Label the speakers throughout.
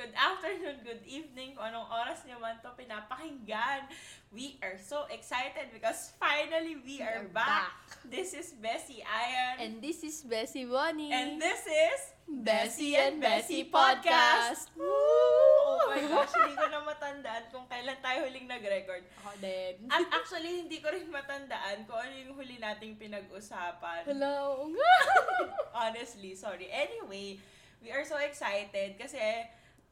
Speaker 1: afternoon, good evening, kung anong oras niyo man to pinapakinggan. We are so excited because finally we, are, back. This is Bessie Iron.
Speaker 2: And this is Bessie Bonnie.
Speaker 1: And this is
Speaker 2: Bessie and Bessie Podcast.
Speaker 1: Woo! Oh my gosh, hindi ko na matandaan kung kailan tayo huling nag-record.
Speaker 2: Ako din.
Speaker 1: At actually, hindi ko rin matandaan kung ano yung huli nating pinag-usapan.
Speaker 2: Hello, oo nga.
Speaker 1: Honestly, sorry. Anyway, we are so excited kasi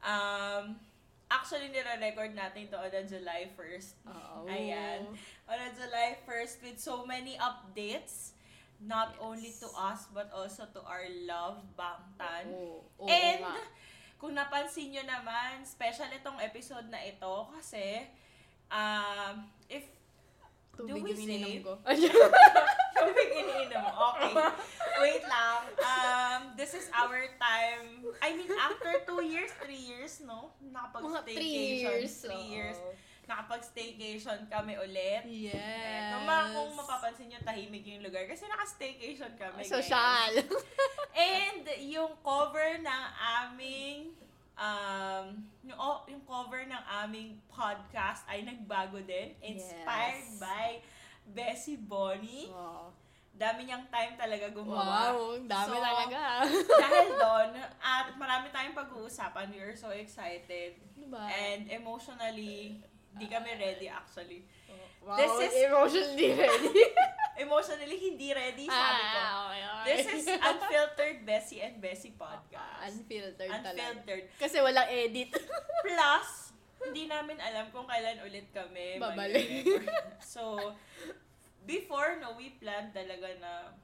Speaker 1: um, actually nire-record natin to on July 1st.
Speaker 2: Oo. Oh.
Speaker 1: Ayan. On July 1st with so many updates. Not
Speaker 2: Yes.
Speaker 1: only to us but also to our love, Bangtan.
Speaker 2: Oo, oo
Speaker 1: And
Speaker 2: nga.
Speaker 1: kung napansin nyo naman, special itong episode na ito kasi um, if do
Speaker 2: tubig
Speaker 1: we
Speaker 2: yung ininom
Speaker 1: say-
Speaker 2: ko.
Speaker 1: tubig iniinom, okay. Wait lang. Um, this is our time. I mean, after two years, three years, no?
Speaker 2: Mga
Speaker 1: Nakapag-staycation.
Speaker 2: 3 years. Oh.
Speaker 1: Three
Speaker 2: oo.
Speaker 1: years. Nakapag-staycation kami ulit.
Speaker 2: Yes.
Speaker 1: Kung, ma- kung mapapansin nyo, tahimik yung lugar kasi naka-staycation kami. guys.
Speaker 2: Social.
Speaker 1: And yung cover ng aming um yung, oh, yung cover ng aming podcast ay nagbago din inspired
Speaker 2: Yes.
Speaker 1: by Bessie Bonnie.
Speaker 2: Wow.
Speaker 1: Dami niyang time talaga gumawa.
Speaker 2: Wow, ang dami
Speaker 1: So,
Speaker 2: talaga.
Speaker 1: Dahil doon at marami tayong pag-uusapan. We are so excited
Speaker 2: Diba?
Speaker 1: and emotionally di kami ready actually.
Speaker 2: wow,
Speaker 1: this is-
Speaker 2: emotionally ready.
Speaker 1: Emotionally hindi ready sabi ko.
Speaker 2: ah, okay, okay.
Speaker 1: This is unfiltered Bessie and Bessie podcast.
Speaker 2: unfiltered talaga.
Speaker 1: Unfiltered.
Speaker 2: Kasi walang edit.
Speaker 1: Plus, hindi namin alam kung kailan ulit kami
Speaker 2: Babalik.
Speaker 1: mag-record. so, before, no, we planned talaga na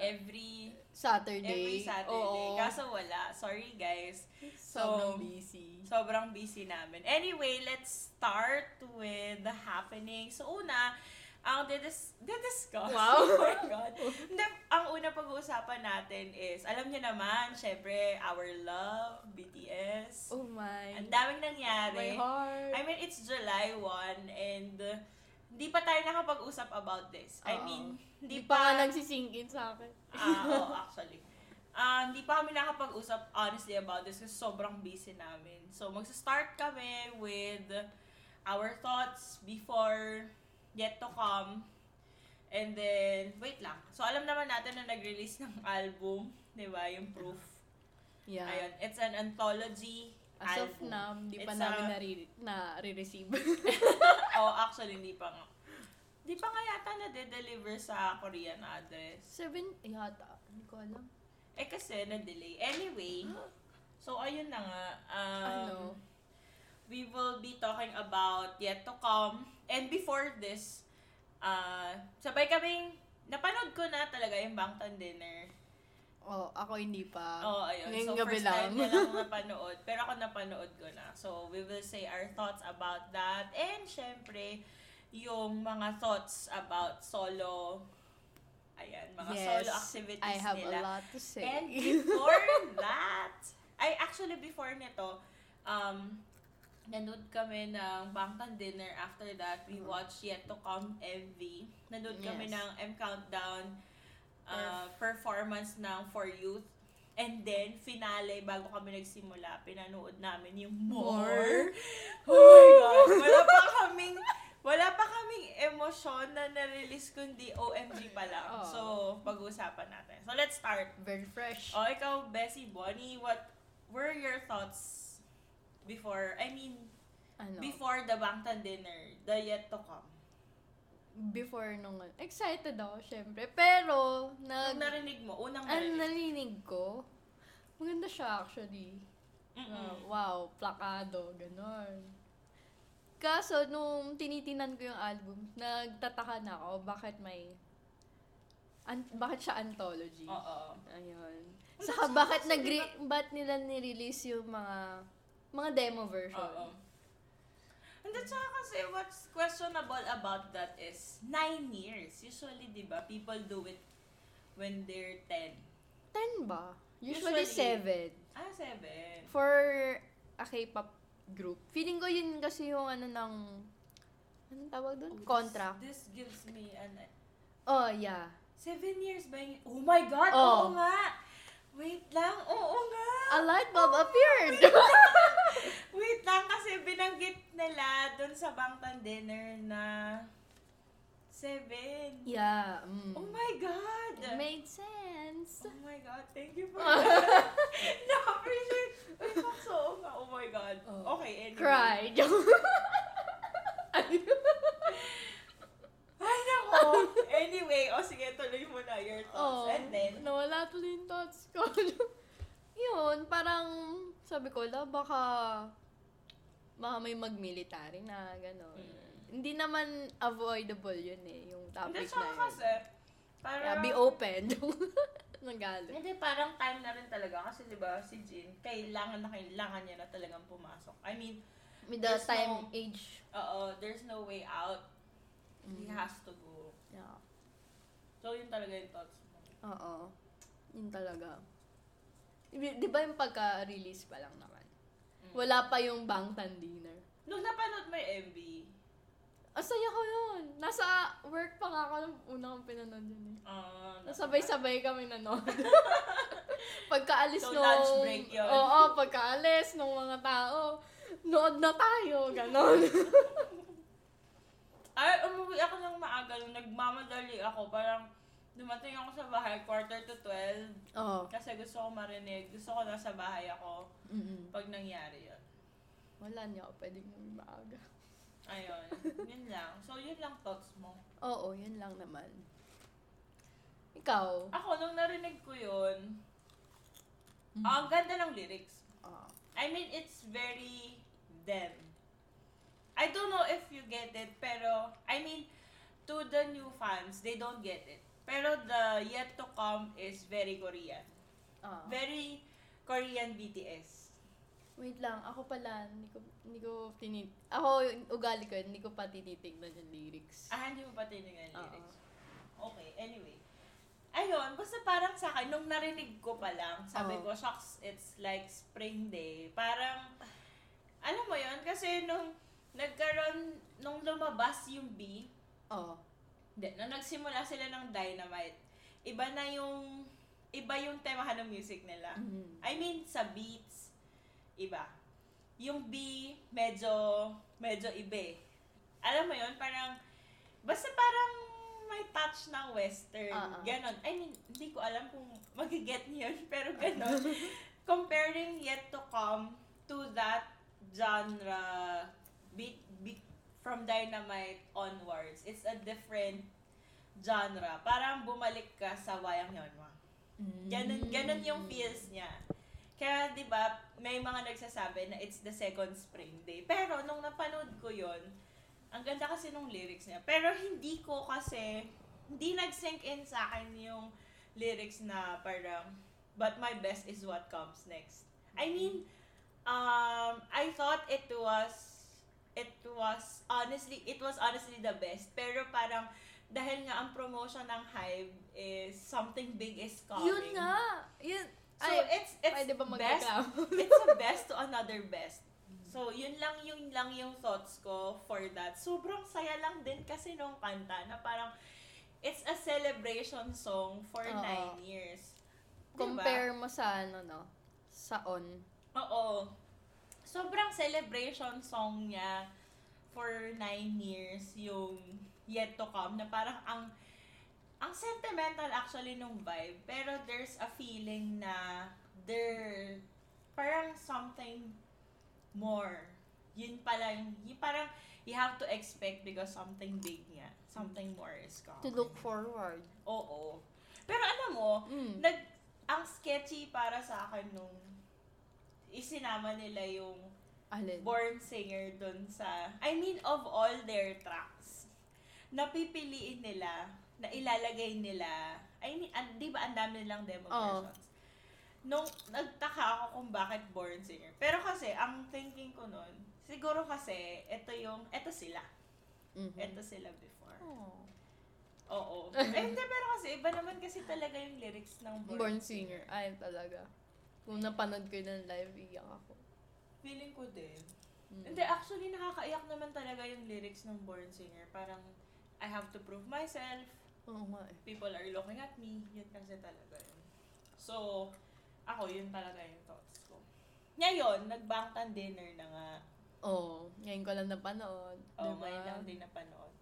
Speaker 1: every
Speaker 2: Saturday.
Speaker 1: every Saturday.
Speaker 2: Oo.
Speaker 1: Kaso wala. Sorry, guys.
Speaker 2: Sobrang busy.
Speaker 1: Sobrang busy namin. Anyway, let's start with the happening. So, una, ang didis- didiscuss.
Speaker 2: Wow.
Speaker 1: Oh my God. Hindi, ang una pag-uusapan natin is, alam niyo naman, syempre, our love, BTS.
Speaker 2: Oh my.
Speaker 1: Ang daming nangyari.
Speaker 2: My heart.
Speaker 1: I mean, it's July 1 and uh, hindi pa tayo nakapag-usap about this. I
Speaker 2: Oo.
Speaker 1: mean, hindi
Speaker 2: Ah. Hindi pa nga
Speaker 1: pa...
Speaker 2: nagsisingkin sa akin.
Speaker 1: Ah, oo, actually. Ah, hindi pa kami nakapag-usap honestly about this kasi sobrang busy namin. So, magsa-start kami with our thoughts before yet to come. And then, wait lang. So, alam naman natin na nag-release ng album, di ba? Yung proof.
Speaker 2: Yeah.
Speaker 1: Ayun. It's an anthology
Speaker 2: As of
Speaker 1: album.
Speaker 2: now, hindi
Speaker 1: It's
Speaker 2: pa
Speaker 1: uh,
Speaker 2: namin
Speaker 1: a-
Speaker 2: nari- na-receive.
Speaker 1: oh, actually, hindi pa nga. Hindi pa nga yata na-deliver sa Korean address.
Speaker 2: Seven, yata. Hindi ko alam.
Speaker 1: Eh, kasi na-delay. Anyway, so ayun na nga. Um,
Speaker 2: ano?
Speaker 1: We will be talking about yet to come. And before this, uh, sabay kaming, napanood ko na talaga yung Bangtan Dinner.
Speaker 2: Oh, ako hindi pa.
Speaker 1: Oo, oh, ayun. so,
Speaker 2: ngayong gabi
Speaker 1: first time
Speaker 2: lang.
Speaker 1: na lang ako napanood. Pero ako napanood ko na. So, we will say our thoughts about that. And, syempre, yung mga thoughts about solo, ayan, mga solo activities
Speaker 2: I have
Speaker 1: nila.
Speaker 2: a lot to say.
Speaker 1: And before that, ay, actually, before nito, um, nanood kami ng Bangtan Dinner. After that, we watched Yet to Come MV. Nanood kami
Speaker 2: Mm-hmm. Yes.
Speaker 1: ng M Countdown uh, performance ng For Youth. And then, finale, bago kami nagsimula, pinanood namin yung More.
Speaker 2: More.
Speaker 1: Oh my God! Wala pa kaming, wala pa kaming emosyon na na-release kundi OMG pa lang.
Speaker 2: Oo.
Speaker 1: So, pag-uusapan natin. So, let's start.
Speaker 2: Very fresh.
Speaker 1: Oh, ikaw, Bessie Bonnie, what were your thoughts before, I mean,
Speaker 2: ano?
Speaker 1: before the Bangtan dinner, the yet to come?
Speaker 2: before nung excited ako syempre pero nag
Speaker 1: Nung narinig mo, unang
Speaker 2: ano
Speaker 1: narinig.
Speaker 2: narinig ko maganda siya actually Uh,
Speaker 1: Mm-mm.
Speaker 2: wow plakado ganon kaso nung tinitinan ko yung album nagtataka na ako bakit may an- bakit siya anthology
Speaker 1: Oo. Ano
Speaker 2: ayun
Speaker 1: Wala,
Speaker 2: saka
Speaker 1: so-
Speaker 2: bakit
Speaker 1: so
Speaker 2: nag
Speaker 1: diba-
Speaker 2: ba't nila nirelease yung mga mga demo version
Speaker 1: Oo. And then, saka kasi, what's questionable about that is, nine years. Usually, di ba, people do it when they're 10.
Speaker 2: 10 ba usually
Speaker 1: Usually.
Speaker 2: 7
Speaker 1: Ah, seven.
Speaker 2: for a K-pop group, feeling ko yun kasi yung ano ng anong tawag doon? Contract.
Speaker 1: This, this gives me an...
Speaker 2: Oh, yeah.
Speaker 1: Seven years ba yung... Oh my God!
Speaker 2: Oo.
Speaker 1: Oo nga! Wait lang, oo nga.
Speaker 2: A light bulb appeared!
Speaker 1: Wait lang kasi binanggit nila dun sa Bangtan dinner na seven.
Speaker 2: yeah. Mm.
Speaker 1: Oh my God!
Speaker 2: It made sense.
Speaker 1: Oh my God, thank you for that. Na-appreciate. Wait, so, oh my God.
Speaker 2: Oh.
Speaker 1: Okay, anyway.
Speaker 2: Cried.
Speaker 1: Ay, nako. Anyway, o sige, tuloy mo na your thoughts.
Speaker 2: oh,
Speaker 1: And then,
Speaker 2: nawala tuloy yung thoughts ko. Yun, parang sabi ko, la, baka, baka may mag-military na, gano'n.
Speaker 1: Mm.
Speaker 2: Hindi naman avoidable yun eh, yung
Speaker 1: hindi
Speaker 2: topic
Speaker 1: siya
Speaker 2: na yun.
Speaker 1: kasi, parang,
Speaker 2: Yeah, be open. Nang galit.
Speaker 1: Hindi, parang time na rin talaga. Kasi di ba si Jin, kailangan na kailangan niya na talagang pumasok. I mean,
Speaker 2: With the
Speaker 1: There's no-
Speaker 2: time, age.
Speaker 1: oo, there's no way out. He
Speaker 2: Mm.
Speaker 1: has to go.
Speaker 2: Yeah.
Speaker 1: So, yun talaga yung thoughts mo.
Speaker 2: Oo. Yun talaga. Di di ba yung pagka-release pa lang naman?
Speaker 1: Mm.
Speaker 2: Wala pa yung Bangtan dinner.
Speaker 1: Nung napanood mo yung MV,
Speaker 2: Asaya ko yun. Nasa work pa nga ako nung una kong pinanood yun eh.
Speaker 1: ah,
Speaker 2: Nasabay-sabay kami nanood. pagkaalis
Speaker 1: So,
Speaker 2: nung...
Speaker 1: lunch break yun.
Speaker 2: Oo, pagkaalis nung mga tao. Nood na tayo, ganon.
Speaker 1: Ay, umuwi ako ng maaga nung nagmamadali ako. Parang dumating ako sa bahay, quarter to 12.
Speaker 2: Oo.
Speaker 1: Kasi gusto ko marinig. Gusto ko nasa bahay ako
Speaker 2: Mm-mm.
Speaker 1: pag nangyari yun.
Speaker 2: Wala niya ako pwedeng maaga.
Speaker 1: Ayun. yun lang. So, yun lang thoughts mo.
Speaker 2: Oo, yun lang naman. Ikaw?
Speaker 1: Ako, nung narinig ko yun,
Speaker 2: Mm.
Speaker 1: ang ganda ng lyrics.
Speaker 2: Ah.
Speaker 1: I mean, it's very them. I don't know if you get it, pero, I mean, to the new fans, they don't get it. Pero the yet to come is very Korean.
Speaker 2: Ah.
Speaker 1: Very Korean BTS.
Speaker 2: Wait lang, ako pala, hindi ko, hindi ko tinit... Ako, yung ugali ko, hindi ko pa tinitignan yung lyrics.
Speaker 1: Ah, hindi mo pa tinignan yung lyrics. Okay, anyway. Ayun, basta parang sa akin, nung narinig ko pa lang, sabi
Speaker 2: Oo.
Speaker 1: ko, shocks, it's like spring day. Parang, alam mo yon kasi nung nagkaroon, nung lumabas yung B,
Speaker 2: Oo.
Speaker 1: hindi, nung nagsimula sila ng Dynamite, iba na yung, iba yung temahan ng music nila.
Speaker 2: Mhm.
Speaker 1: I mean, sa beats, iba. Yung B, medyo, medyo iba eh. Alam mo yun, parang, basta parang may touch ng western.
Speaker 2: Ah, ah.
Speaker 1: Ganon. I mean, hindi ko alam kung magiget niyo yun, pero ganon. Comparing yet to come to that genre beat, beat from Dynamite onwards, it's a different genre. Parang bumalik ka sa wayang yonwa. Ganun,
Speaker 2: Mm.
Speaker 1: ganun yung feels niya. Kaya, di ba, may mga nagsasabi na it's the second spring day. Pero, nung napanood ko yon ang ganda kasi nung lyrics niya. Pero, hindi ko kasi, hindi nag-sink in sa akin yung lyrics na parang, but my best is what comes next. I mean, um, I thought it was, it was, honestly, it was honestly the best. Pero parang, dahil nga ang promotion ng Hive is something big is coming.
Speaker 2: Yun nga! Yun.
Speaker 1: So
Speaker 2: ay,
Speaker 1: it's it's
Speaker 2: pwede ba
Speaker 1: best.
Speaker 2: mag-reclam?
Speaker 1: it's a best to another best. So yun lang yun lang yung thoughts ko for that. Sobrang saya lang din kasi nung kanta na parang it's a celebration song for
Speaker 2: Oo.
Speaker 1: nine years. Diba?
Speaker 2: Compare mo sa ano, no? Sa on.
Speaker 1: Oo. Sobrang celebration song niya for nine years yung yet to come na parang ang ang sentimental actually nung vibe pero there's a feeling na there parang something more yun pala yung, yung parang you have to expect because something big niya something more is coming
Speaker 2: To look forward.
Speaker 1: oo pero alam mo
Speaker 2: Mm.
Speaker 1: nag ang sketchy para sa akin nung isinama nila yung
Speaker 2: Alin?
Speaker 1: born singer dun sa I mean of all their tracks napipiliin nila na ilalagay nila I mean an, di ba ang dami nilang demo
Speaker 2: Oo.
Speaker 1: versions nung nagtaka ako kung bakit born singer pero kasi ang thinking ko nun siguro kasi ito yung ito sila
Speaker 2: Mhm.
Speaker 1: ito sila before
Speaker 2: Oh.
Speaker 1: oo eh, hindi pero kasi iba naman kasi talaga yung lyrics ng born,
Speaker 2: Born singer. Ay, talaga. Kung napanood ko yun ng live, iyak ako.
Speaker 1: Feeling ko din.
Speaker 2: Mm.
Speaker 1: Hindi, actually, nakakaiyak naman talaga yung lyrics ng Born Singer. Parang, I have to prove myself.
Speaker 2: Oo nga eh.
Speaker 1: People are looking at me. Yun kasi talaga yun. So, Ako, yun talaga yung thoughts ko. Ngayon, nagbangtan dinner na nga.
Speaker 2: Oo. Ngayon ko lang napanood.
Speaker 1: Oh,
Speaker 2: diba?
Speaker 1: may lang din napanood.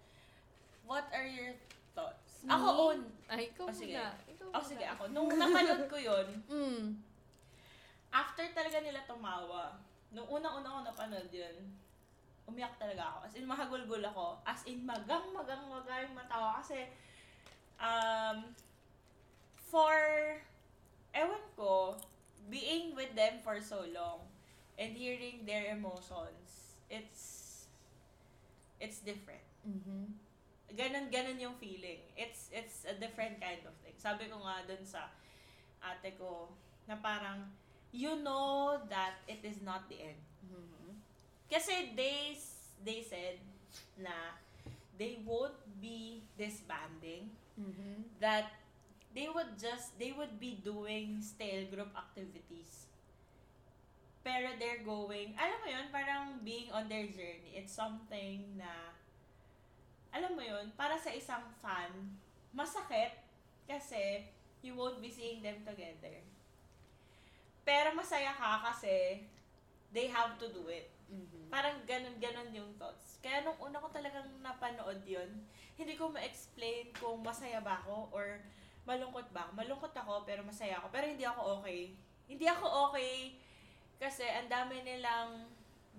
Speaker 1: What are your thoughts?
Speaker 2: Me?
Speaker 1: Ako on.
Speaker 2: Mm. Ay, ikaw
Speaker 1: Oh, sige.
Speaker 2: muna. Ikaw
Speaker 1: Oh,
Speaker 2: muna.
Speaker 1: sige ako. Nung napanood ko yun,
Speaker 2: Mm.
Speaker 1: after talaga nila tumawa, nung unang-una ko napanood yun, umiyak talaga ako. As in, mahagulgul ako. As in, magang, magang, magang matawa. Kasi, um, for, ewan ko, being with them for so long, and hearing their emotions, it's, it's different
Speaker 2: Mhm.
Speaker 1: ganun ganun yung feeling. It's it's a different kind of thing. Sabi ko nga dun sa ate ko na parang you know that it is not the end.
Speaker 2: Mhm.
Speaker 1: Kasi they s- they said na they won't be disbanding
Speaker 2: Mhm.
Speaker 1: that they would just they would be doing still group activities. Pero they're going, alam mo yun, parang being on their journey. It's something na, alam mo yun, para sa isang fan, masakit kasi you won't be seeing them together. Pero masaya ka kasi they have to do it.
Speaker 2: Mhm.
Speaker 1: Parang ganun-ganun yung thoughts. Kaya nung una ko talagang napanood yun, hindi ko ma-explain kung masaya ba ako or malungkot ba ako. Malungkot ako pero masaya ako. Pero hindi ako okay. Hindi ako okay kasi ang dami nilang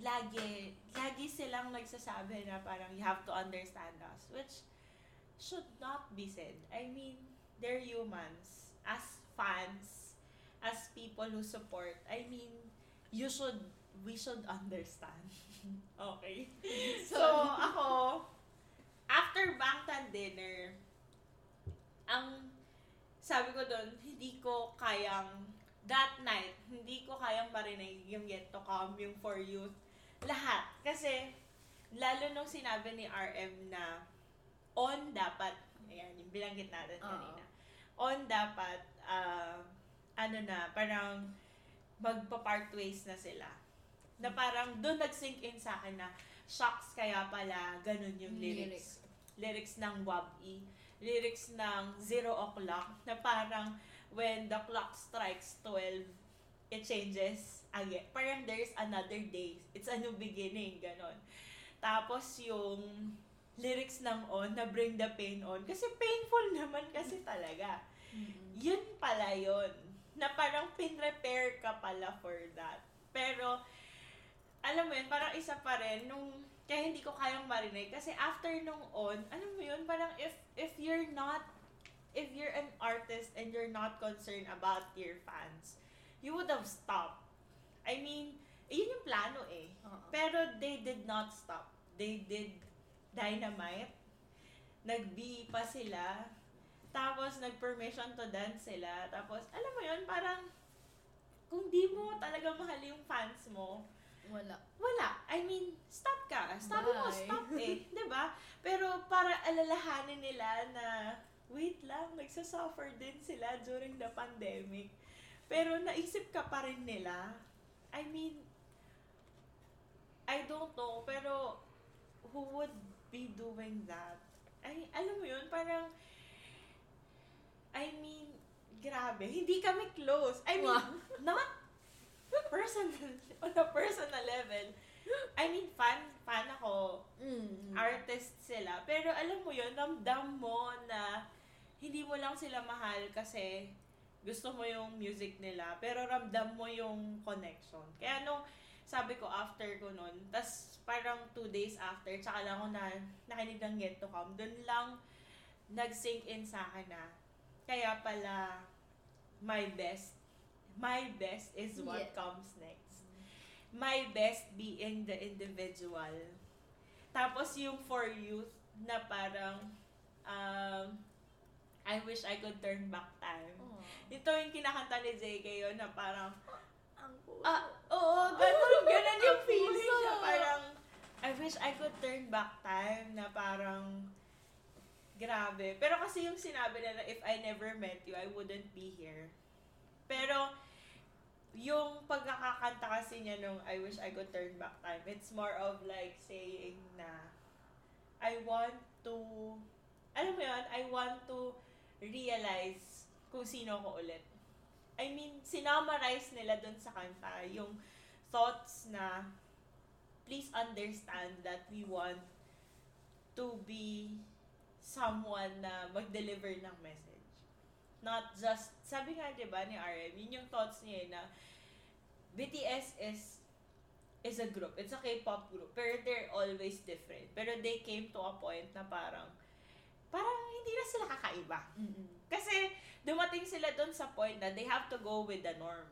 Speaker 1: lagi, lagi silang nagsasabi na parang you have to understand us. Which should not be said. I mean, they're humans. As fans, as people who support, I mean, you should, we should understand. okay? So, ako, after Bangtan dinner, ang sabi ko doon, hindi ko kayang, that night, hindi ko kayang marinig yung Yet to Come, yung For Youth, lahat. Kasi, lalo nung sinabi ni RM na on dapat, ayan, yung binanggit natin
Speaker 2: Oo.
Speaker 1: kanina, on dapat, ah, ano na, parang magpa-part ways na sila. Na parang doon nag-sink in sa akin na, shocks kaya pala, ganun yung lyrics lyrics ng WAB-E, lyrics ng Zero O'Clock, na parang when the clock strikes 12, it changes again. Parang there's another day. It's a new beginning, ganon. Tapos yung lyrics ng On, na bring the pain on. Kasi painful naman kasi talaga.
Speaker 2: Mhm.
Speaker 1: Yun pala yun. Na parang pinrepair ka pala for that. Pero, alam mo yun, parang isa pa rin nung kaya hindi ko kayang marinig kasi after nung on, alam mo yun, parang if if you're not if you're an artist and you're not concerned about your fans, you would have stopped. I mean, yun yung plano eh.
Speaker 2: Oo.
Speaker 1: Pero they did not stop. They did dynamite. Nag-B pa sila. Tapos, nag-permission to dance sila. Tapos, alam mo yun, parang, kung di mo talaga mahal yung fans mo,
Speaker 2: Wala.
Speaker 1: wala. I mean, stop ka. Stop mo,
Speaker 2: Bye.
Speaker 1: stop eh. 'Di ba? Pero para alalahanin nila na, wait lang, nagsasuffer din sila during the pandemic. Pero naisip ka pa rin nila. I mean, I don't know, pero who would be doing that? Ay, alam mo yun, parang, I mean, grabe, hindi kami close. I mean,
Speaker 2: Wow.
Speaker 1: not personal, on a personal level. I mean, fan, fan ako,
Speaker 2: Mm.
Speaker 1: artist sila. Pero alam mo yun, ramdam mo na hindi mo lang sila mahal kasi gusto mo yung music nila. Pero ramdam mo yung connection. Kaya nung sabi ko after ko nun, tas parang two days after, tsaka lang ako na nakinig ng Get to Come, dun lang nag-sink in sa akin na kaya pala my best, my best is what
Speaker 2: Yeah.
Speaker 1: comes next. My best being the individual. Tapos yung for youth na parang um, I wish I could turn back time.
Speaker 2: Oo.
Speaker 1: Ito yung kinakanta ni JK yun na parang,
Speaker 2: Ang puso.
Speaker 1: ah, oo, ganun, ganun yung
Speaker 2: Ang
Speaker 1: feeling
Speaker 2: puso.
Speaker 1: na parang, I wish I could turn back time na parang, grabe. Pero kasi yung sinabi nila, if I never met you, I wouldn't be here. Pero, yung pagkakakanta kasi niya nung I wish I could turn back time, it's more of like saying na, I want to, alam mo yun, I want to realize kung sino ko ulit. I mean, sinummarize nila dun sa kanta yung thoughts na please understand that we want to be someone na mag-deliver ng message. Not just, sabi nga 'di ba ni RM, yun yung thoughts niya eh, na BTS is is a group. It's a K-pop group. Pero they're always different. Pero they came to a point na parang, parang hindi na sila kakaiba. Kasi dumating sila doon sa point na they have to go with the norm.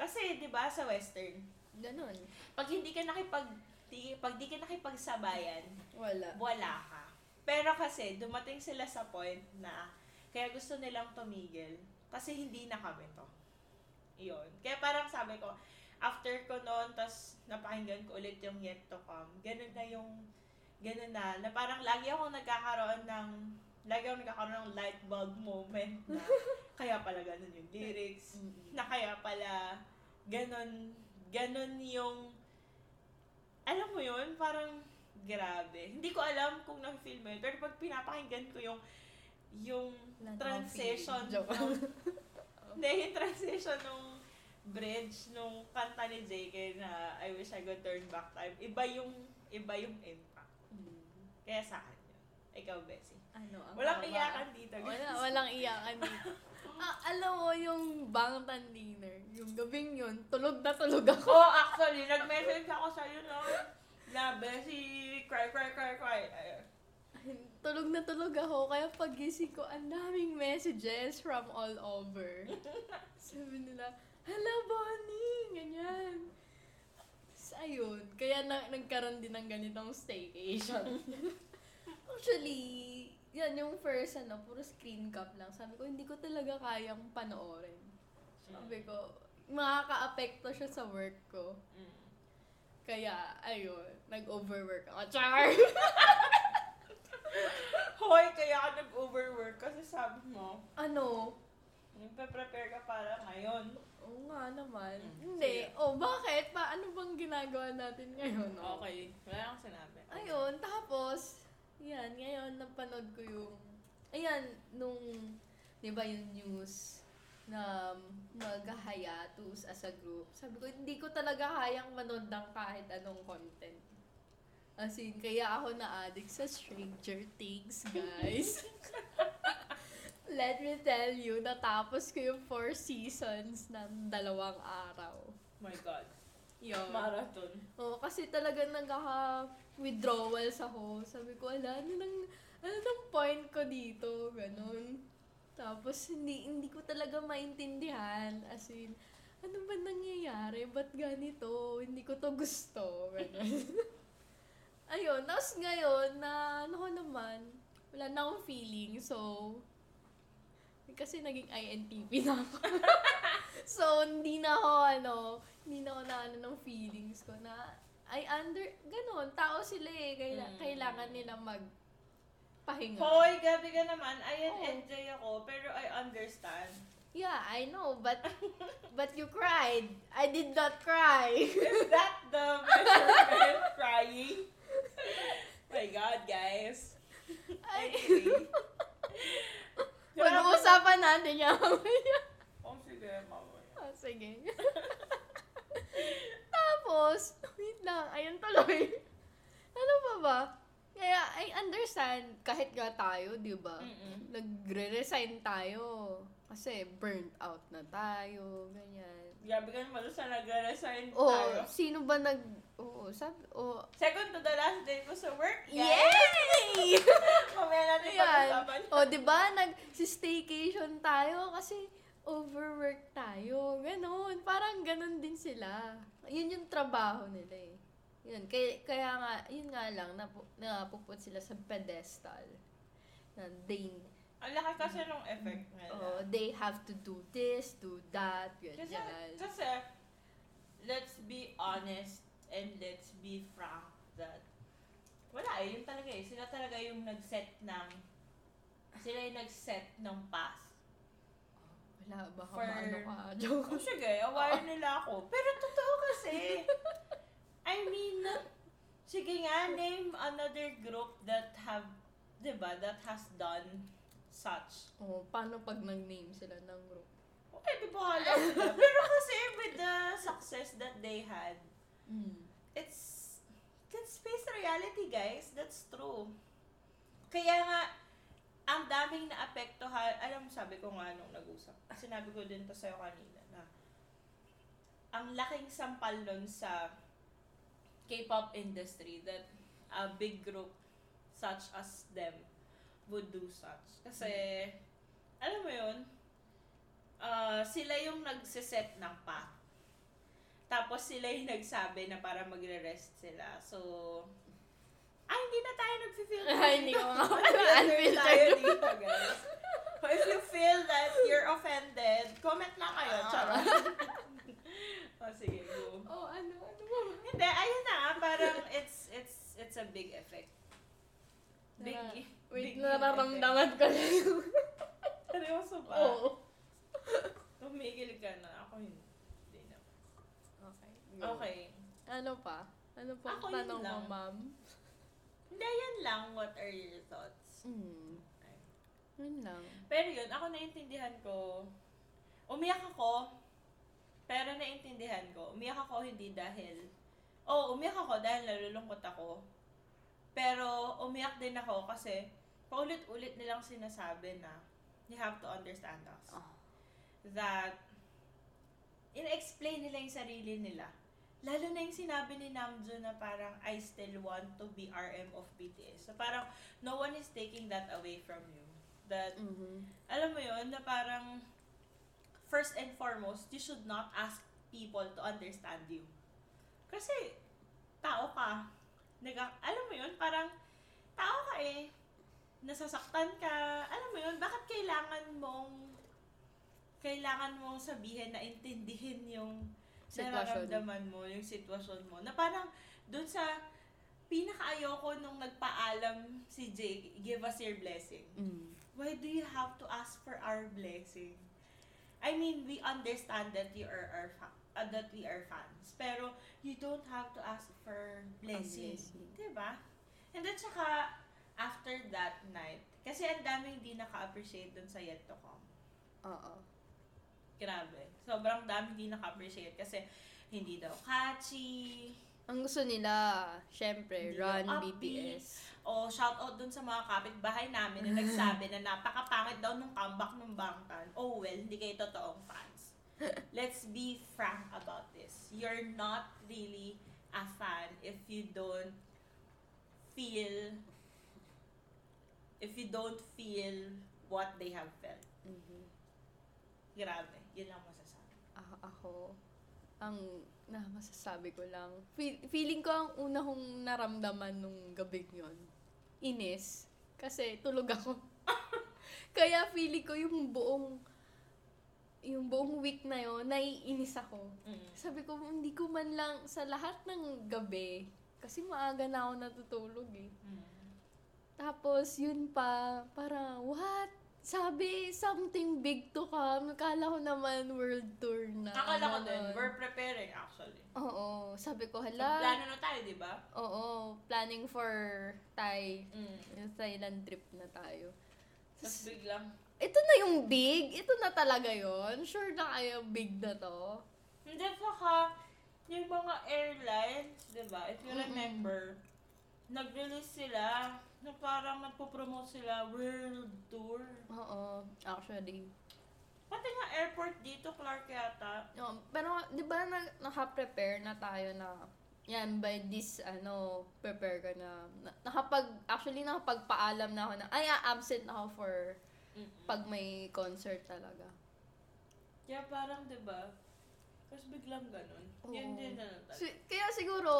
Speaker 1: Kasi 'di ba sa western,
Speaker 2: Ganun.
Speaker 1: pag hindi ka nakipag di, pag di ka nakipagsabayan,
Speaker 2: Wala.
Speaker 1: wala ka. Pero kasi dumating sila sa point na kaya gusto nilang tumigil kasi hindi na kami to. Iyon. Kaya parang sabi ko, after ko noon, tas napakinggan ko ulit yung Yet to Come, ganun na yung, ganun na, na parang lagi akong nagkakaroon ng, lagi akong nagkakaroon ng light bulb moment na kaya pala ganun yung lyrics, na kaya pala ganun, ganun yung, alam mo yun, parang grabe. Hindi ko alam kung na-feel mo yun, pero pag pinapakinggan ko yung, yung
Speaker 2: Wala na akong
Speaker 1: transition
Speaker 2: feeling. Joke.
Speaker 1: ng, hindi, yung transition nung bridge nung kanta ni JK na I wish I could turn back time. Iba yung, iba yung impact. Kaya sa akin yun. Ikaw, Bessie.
Speaker 2: Ano ang
Speaker 1: Walang
Speaker 2: tama?
Speaker 1: iyakan dito.
Speaker 2: Wala, walang iyakan dito. ah, alam mo, yung bangtan dinner, yung gabing yun, tulog na tulog ako.
Speaker 1: Oh, actually, nag-message ako sa'yo no. Na, Bessie, cry, cry, cry, cry. Ay,
Speaker 2: tulog na tulog ako, kaya pagising ko, ang daming messages from all over. Sabi nila, Hello, Bonnie! Ganyan. Tapos ayun, kaya na, nagkaroon din ng ganitong staycation. Actually, yan yung first, ano, puro screen cap lang. Sabi ko, hindi ko talaga kayang panoorin. Sabi ko, makaka-apekto siya sa work ko.
Speaker 1: Mm.
Speaker 2: Kaya, ayun, nag-overwork ako. Char!
Speaker 1: Hoy, kaya ka nag-overwork kasi sabi mo,
Speaker 2: ano,
Speaker 1: nagpe-prepare ka para ngayon.
Speaker 2: Oo nga naman.
Speaker 1: Mm,
Speaker 2: Hindi.
Speaker 1: sige.
Speaker 2: O, oh, bakit? Pa, ano bang ginagawa natin ngayon? no?
Speaker 1: Wala akong sinabi.
Speaker 2: Ayun, tapos, yan, ngayon, napanood ko yung, ayan, nung, di ba yung news na mag-hiatus as a group. Sabi ko, hindi ko talaga kayang manood ng kahit anong content. As in, kaya ako na-addict sa Stranger Things, guys. Let me tell you, natapos ko yung four seasons ng dalawang araw.
Speaker 1: My God.
Speaker 2: Yun.
Speaker 1: Marathon.
Speaker 2: Oo, kasi talaga nagkaka-withdrawals ako. Sabi ko, ala, ano nang, ano nang point ko dito? Ganon. Tapos, hindi, hindi ko talaga maintindihan. As in, ano ba nangyayari? Ba't ganito? Hindi ko to gusto. Ganon. Ayun, tapos ngayon, na, ano ko naman, wala na akong feeling, so, kasi naging INTP na ako. so, hindi na ako, ano, hindi na ako na, ano, ng feelings ko na, I under, ganun, tao sila eh,
Speaker 1: Mm.
Speaker 2: kaila- kailangan nila magpahinga.
Speaker 1: Hoy, gabi ka naman. I
Speaker 2: Oo.
Speaker 1: enjoy ako, pero I understand.
Speaker 2: Yeah, I know, but, but you cried. I did not cry.
Speaker 1: Is that the measurement crying? My God, guys.
Speaker 2: Ay,
Speaker 1: Anyway.
Speaker 2: Pag-uusapan natin yan mamaya.
Speaker 1: Oh, sige, mamaya.
Speaker 2: Ah, sige. Tapos, wait lang, ayun tuloy. Ano pa ba? Kaya, I understand, kahit nga tayo, di ba?
Speaker 1: Mm-mm.
Speaker 2: Nagre-resign tayo. Kasi, burnt out na tayo, ganyan.
Speaker 1: Gabi ka naman doon sa nag-resign
Speaker 2: O,
Speaker 1: tayo.
Speaker 2: sino ba nag... Oo, sabi... oh, Oo.
Speaker 1: Second to the last day ko sa work, guys.
Speaker 2: Yay!
Speaker 1: Mamaya natin
Speaker 2: Ayan.
Speaker 1: pag-usapan.
Speaker 2: O, Oh, di ba? Nag-staycation tayo kasi overwork tayo. Ganon. Parang ganon din sila. Yun yung trabaho nila eh. Yun. Kaya, kaya nga, yun nga lang, napu, napuput sila sa pedestal. Na they,
Speaker 1: Ang laki kasi nung effect nila.
Speaker 2: oh, they have to do this, do that,
Speaker 1: Kasi,
Speaker 2: ganyan.
Speaker 1: kasi, let's be honest and let's be frank that wala eh, yun talaga eh. Sila talaga yung nag-set ng, sila yung nag-set ng path.
Speaker 2: Wala, baka
Speaker 1: For-
Speaker 2: maano ka.
Speaker 1: Oh,
Speaker 2: Joke.
Speaker 1: sige, aware nila ako. Pero totoo kasi. I mean, sige nga, name another group that have, di ba, that has done such.
Speaker 2: Oh, paano pag nag-name sila ng group?
Speaker 1: okay, di bahala sila. Pero kasi with the success that they had,
Speaker 2: Mm.
Speaker 1: it's, let's face the reality, guys. That's true. Kaya nga, ang daming naapektuhan, alam mo, sabi ko nga nung nag-usap, sinabi ko din to sa'yo kanina na ang laking sampal nun sa K-pop industry that a big group such as them would do such. Kasi, alam mo yun, ah, sila yung nagsiset ng path. Tapos sila yung nagsabi na para magre-rest sila. So, ay, hindi na tayo nag-feel
Speaker 2: Ay, hindi ko nga
Speaker 1: Unfiltered tayo
Speaker 2: unfiltered.
Speaker 1: dito, guys. But if you feel that you're offended, comment lang kayo.
Speaker 2: Ah.
Speaker 1: Charot. o, sige, go.
Speaker 2: Oh, ano, ano ba?
Speaker 1: Hindi, ayun na. nga, Parang it's, it's, it's a big effect. Big, e-
Speaker 2: Nara-
Speaker 1: big
Speaker 2: Wait,
Speaker 1: big
Speaker 2: nararamdaman ko lang.
Speaker 1: effect. Seryoso ba?
Speaker 2: Oo.
Speaker 1: Tumigil ka na. Ako hindi. Hindi na.
Speaker 2: Okay.
Speaker 1: Mm. Okay.
Speaker 2: Ano pa? Ano pa ang
Speaker 1: Ako yun
Speaker 2: tanong mo,
Speaker 1: lang.
Speaker 2: ma'am?
Speaker 1: Hindi, yan lang. What are your thoughts?
Speaker 2: Mm. Yun lang.
Speaker 1: Pero yun, ako naintindihan ko. Umiyak ako, pero naintindihan ko. Umiyak ako hindi dahil... Oo, oh, umiyak ako dahil nalulungkot ako. Pero umiyak din ako kasi paulit-ulit nilang sinasabi na you have to understand us.
Speaker 2: Oh.
Speaker 1: That in-explain nila yung sarili nila. Lalo na yung sinabi ni Namjoon na parang I still want to be RM of BTS. So parang no one is taking that away from you. That
Speaker 2: Mm-hmm.
Speaker 1: alam mo yun, na parang first and foremost, you should not ask people to understand you. Kasi, tao ka. Naga, alam mo yun, parang tao ka eh. Nasasaktan ka. Alam mo yun, bakit kailangan mong kailangan mong sabihin na intindihin yung
Speaker 2: Sitwasyon.
Speaker 1: nararamdaman mo, yung sitwasyon mo. Na parang dun sa pinakaayoko nung nagpaalam si Jake, give us your blessing
Speaker 2: Mm.
Speaker 1: why do you have to ask for our blessing? I mean, we understand that you are our fa- uh, that we are fans, pero you don't have to ask for blessing,
Speaker 2: blessing.
Speaker 1: diba? And then saka after that night, kasi ang daming hindi naka-appreciate dun sa Yet to Come.
Speaker 2: Oo.
Speaker 1: Grabe. Sobrang daming hindi naka-appreciate kasi hindi daw catchy,
Speaker 2: Ang gusto nila, syempre,
Speaker 1: Hindi
Speaker 2: run
Speaker 1: yung upbeat.
Speaker 2: BTS.
Speaker 1: O, shout out dun sa mga kapitbahay namin na nagsabi na napakapangit daw nung comeback ng Bangtan. Oh well, hindi kayo totoong fans. Let's be frank about this. You're not really a fan if you don't feel if you don't feel what they have felt.
Speaker 2: Mhm.
Speaker 1: Grabe. Yun lang masasabi.
Speaker 2: A- Ah, ako, ang na masasabi ko lang, fe- feeling ko ang una kong naramdaman nung gabi yon inis. Kasi tulog ako. Kaya feeling ko yung buong yung buong week na yon naiinis ako.
Speaker 1: Mm.
Speaker 2: Sabi ko, hindi ko man lang sa lahat ng gabi, kasi maaga na ako natutulog eh.
Speaker 1: Mm.
Speaker 2: Tapos, yun pa, para what? Sabi, something big to come. Akala ko naman world tour na.
Speaker 1: Akala ko din,
Speaker 2: Ganon.
Speaker 1: we're preparing actually.
Speaker 2: Oo, sabi ko, hala.
Speaker 1: Plano na tayo, di ba?
Speaker 2: Oo, planning for Thai.
Speaker 1: Mm.
Speaker 2: Yung Thailand trip na tayo.
Speaker 1: Tapos
Speaker 2: Tas,
Speaker 1: biglang,
Speaker 2: ito na yung big? Ito na talaga yon Sure na kayo big na to?
Speaker 1: Hindi, saka, yung mga airlines, di ba? If you
Speaker 2: Mm-mm.
Speaker 1: remember, nag-release sila na parang nagpo-promote sila world tour.
Speaker 2: Oo, actually.
Speaker 1: Pati nga airport dito, Clark yata.
Speaker 2: Oo, pero, di ba na, naka-prepare na tayo na yan, by this, ano, prepare ka na. Na- Nakapag, actually, nakapagpaalam na ako na, ay, ah, absent ako for pag may concert talaga.
Speaker 1: Kaya parang, di ba? Tapos biglang ganun. Yun
Speaker 2: Oo.
Speaker 1: din na lang talaga.
Speaker 2: Si- kaya siguro,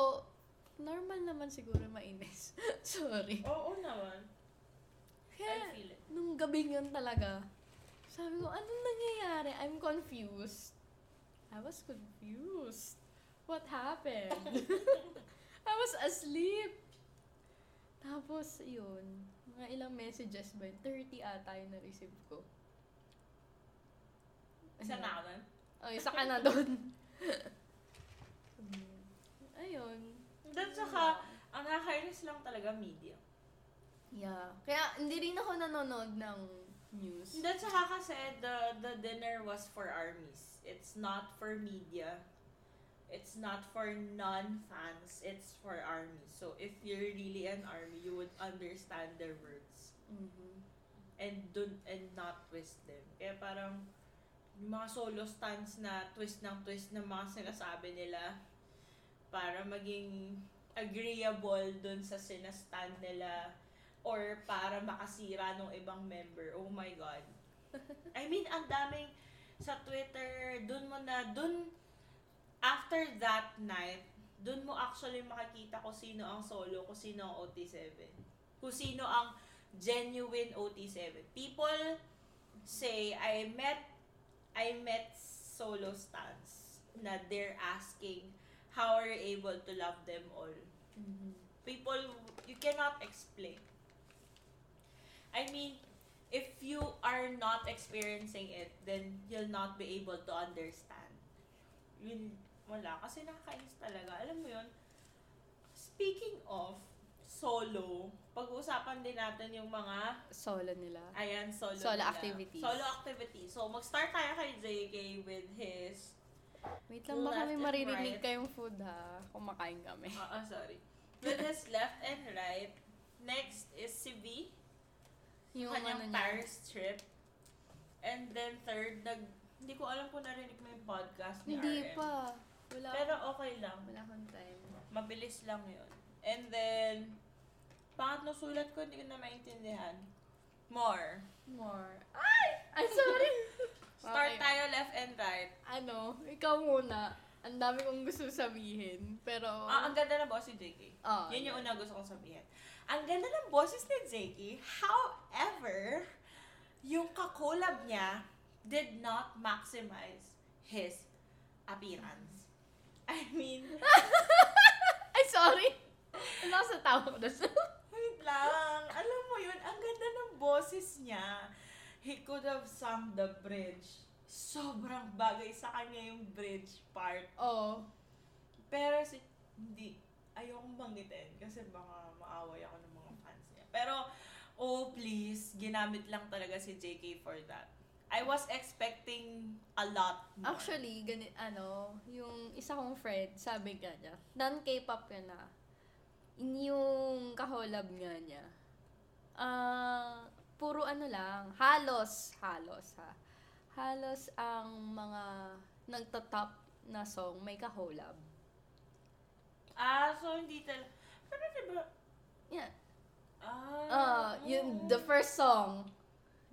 Speaker 2: normal naman siguro mainis. Sorry.
Speaker 1: Oo naman. I
Speaker 2: Kaya,
Speaker 1: feel it.
Speaker 2: nung gabi yun talaga, sabi ko, anong nangyayari? I'm confused. I was confused. What happened? I was asleep. Tapos, yun. Mga ilang messages ba? yun? 30 ata yung na-receive ko.
Speaker 1: Isa
Speaker 2: Ayun.
Speaker 1: na ako nun.
Speaker 2: Oh, isa ka na doon. Ayun.
Speaker 1: Then saka, ang nakakainis lang talaga media.
Speaker 2: Yeah. Kaya hindi rin ako nanonood ng news.
Speaker 1: That's saka kasi the, the dinner was for armies. It's not for media. It's not for non-fans. It's for armies. So if you're really an army, you would understand their words.
Speaker 2: Mhm.
Speaker 1: And don't, and not twist them. Kaya parang yung mga solo stunts na twist ng twist ng mga sinasabi nila para maging agreeable dun sa sinastan nila or para makasira ng ibang member. Oh my God. I mean, ang daming sa Twitter, dun mo na, dun, after that night, dun mo actually makikita kung sino ang solo, kung sino ang OT7. Kung sino ang genuine OT7. People say, I met, I met solo stans na they're asking how are you able to love them all.
Speaker 2: Mhm.
Speaker 1: People, you cannot explain. I mean, if you are not experiencing it, then you'll not be able to understand. Yun, wala. Kasi nakakainis talaga. Alam mo yun, speaking of solo, pag-uusapan din natin yung mga
Speaker 2: Solo nila.
Speaker 1: Ayan, solo,
Speaker 2: Solo
Speaker 1: nila.
Speaker 2: activities.
Speaker 1: Solo activities. So, mag-start tayo kay JK with his...
Speaker 2: Wait lang, baka
Speaker 1: Left
Speaker 2: may
Speaker 1: and
Speaker 2: maririnig
Speaker 1: right.
Speaker 2: kayong food ha. Kumakain kami.
Speaker 1: Oo, ah, sorry. With his left and right. Next is si V.
Speaker 2: Yung ano
Speaker 1: kanyang
Speaker 2: niya.
Speaker 1: Paris trip. And then third, nag... Hindi ko alam kung narinig mo yung podcast ni
Speaker 2: Hindi
Speaker 1: RM.
Speaker 2: pa. Wala,
Speaker 1: Pero okay lang.
Speaker 2: wala akong time.
Speaker 1: Mabilis lang yun. And then, pangatlong sulat ko, hindi ko na maintindihan. More.
Speaker 2: More. Ay! I'm sorry!
Speaker 1: Start
Speaker 2: Okay.
Speaker 1: tayo left and right.
Speaker 2: ano, ikaw muna. Ang dami kong gusto sabihin. Pero...
Speaker 1: Ah, ang ganda na boss si JK.
Speaker 2: Ah,
Speaker 1: Yun yung
Speaker 2: yun.
Speaker 1: una gusto kong sabihin. Ang ganda ng boses ni Zeki. However, yung kakolab niya did not maximize his appearance. I mean,
Speaker 2: Ay, sorry! Nasa tawa ko na sa...
Speaker 1: wait lang. Alam mo yun, ang ganda ng boses niya. He could have sung the bridge. Sobrang bagay sa kanya yung bridge part.
Speaker 2: Oo.
Speaker 1: Pero si, hindi, ayokong banggitin kasi baka maaway ako ng mga fans niya. Pero, oh please, ginamit lang talaga si JK for that. I was expecting a lot more.
Speaker 2: Actually, ganit, ano, yung isa kong friend, sabi nga niya, non-K-pop yun na. Yung kaholab nga niya. Ah, puro ano lang, halos, halos ha. Halos ang mga nagtatop na song may kaholab.
Speaker 1: Ah, so hindi talaga. Pero diba,
Speaker 2: Yan,
Speaker 1: ah. hmm.
Speaker 2: Ah, yun, the first song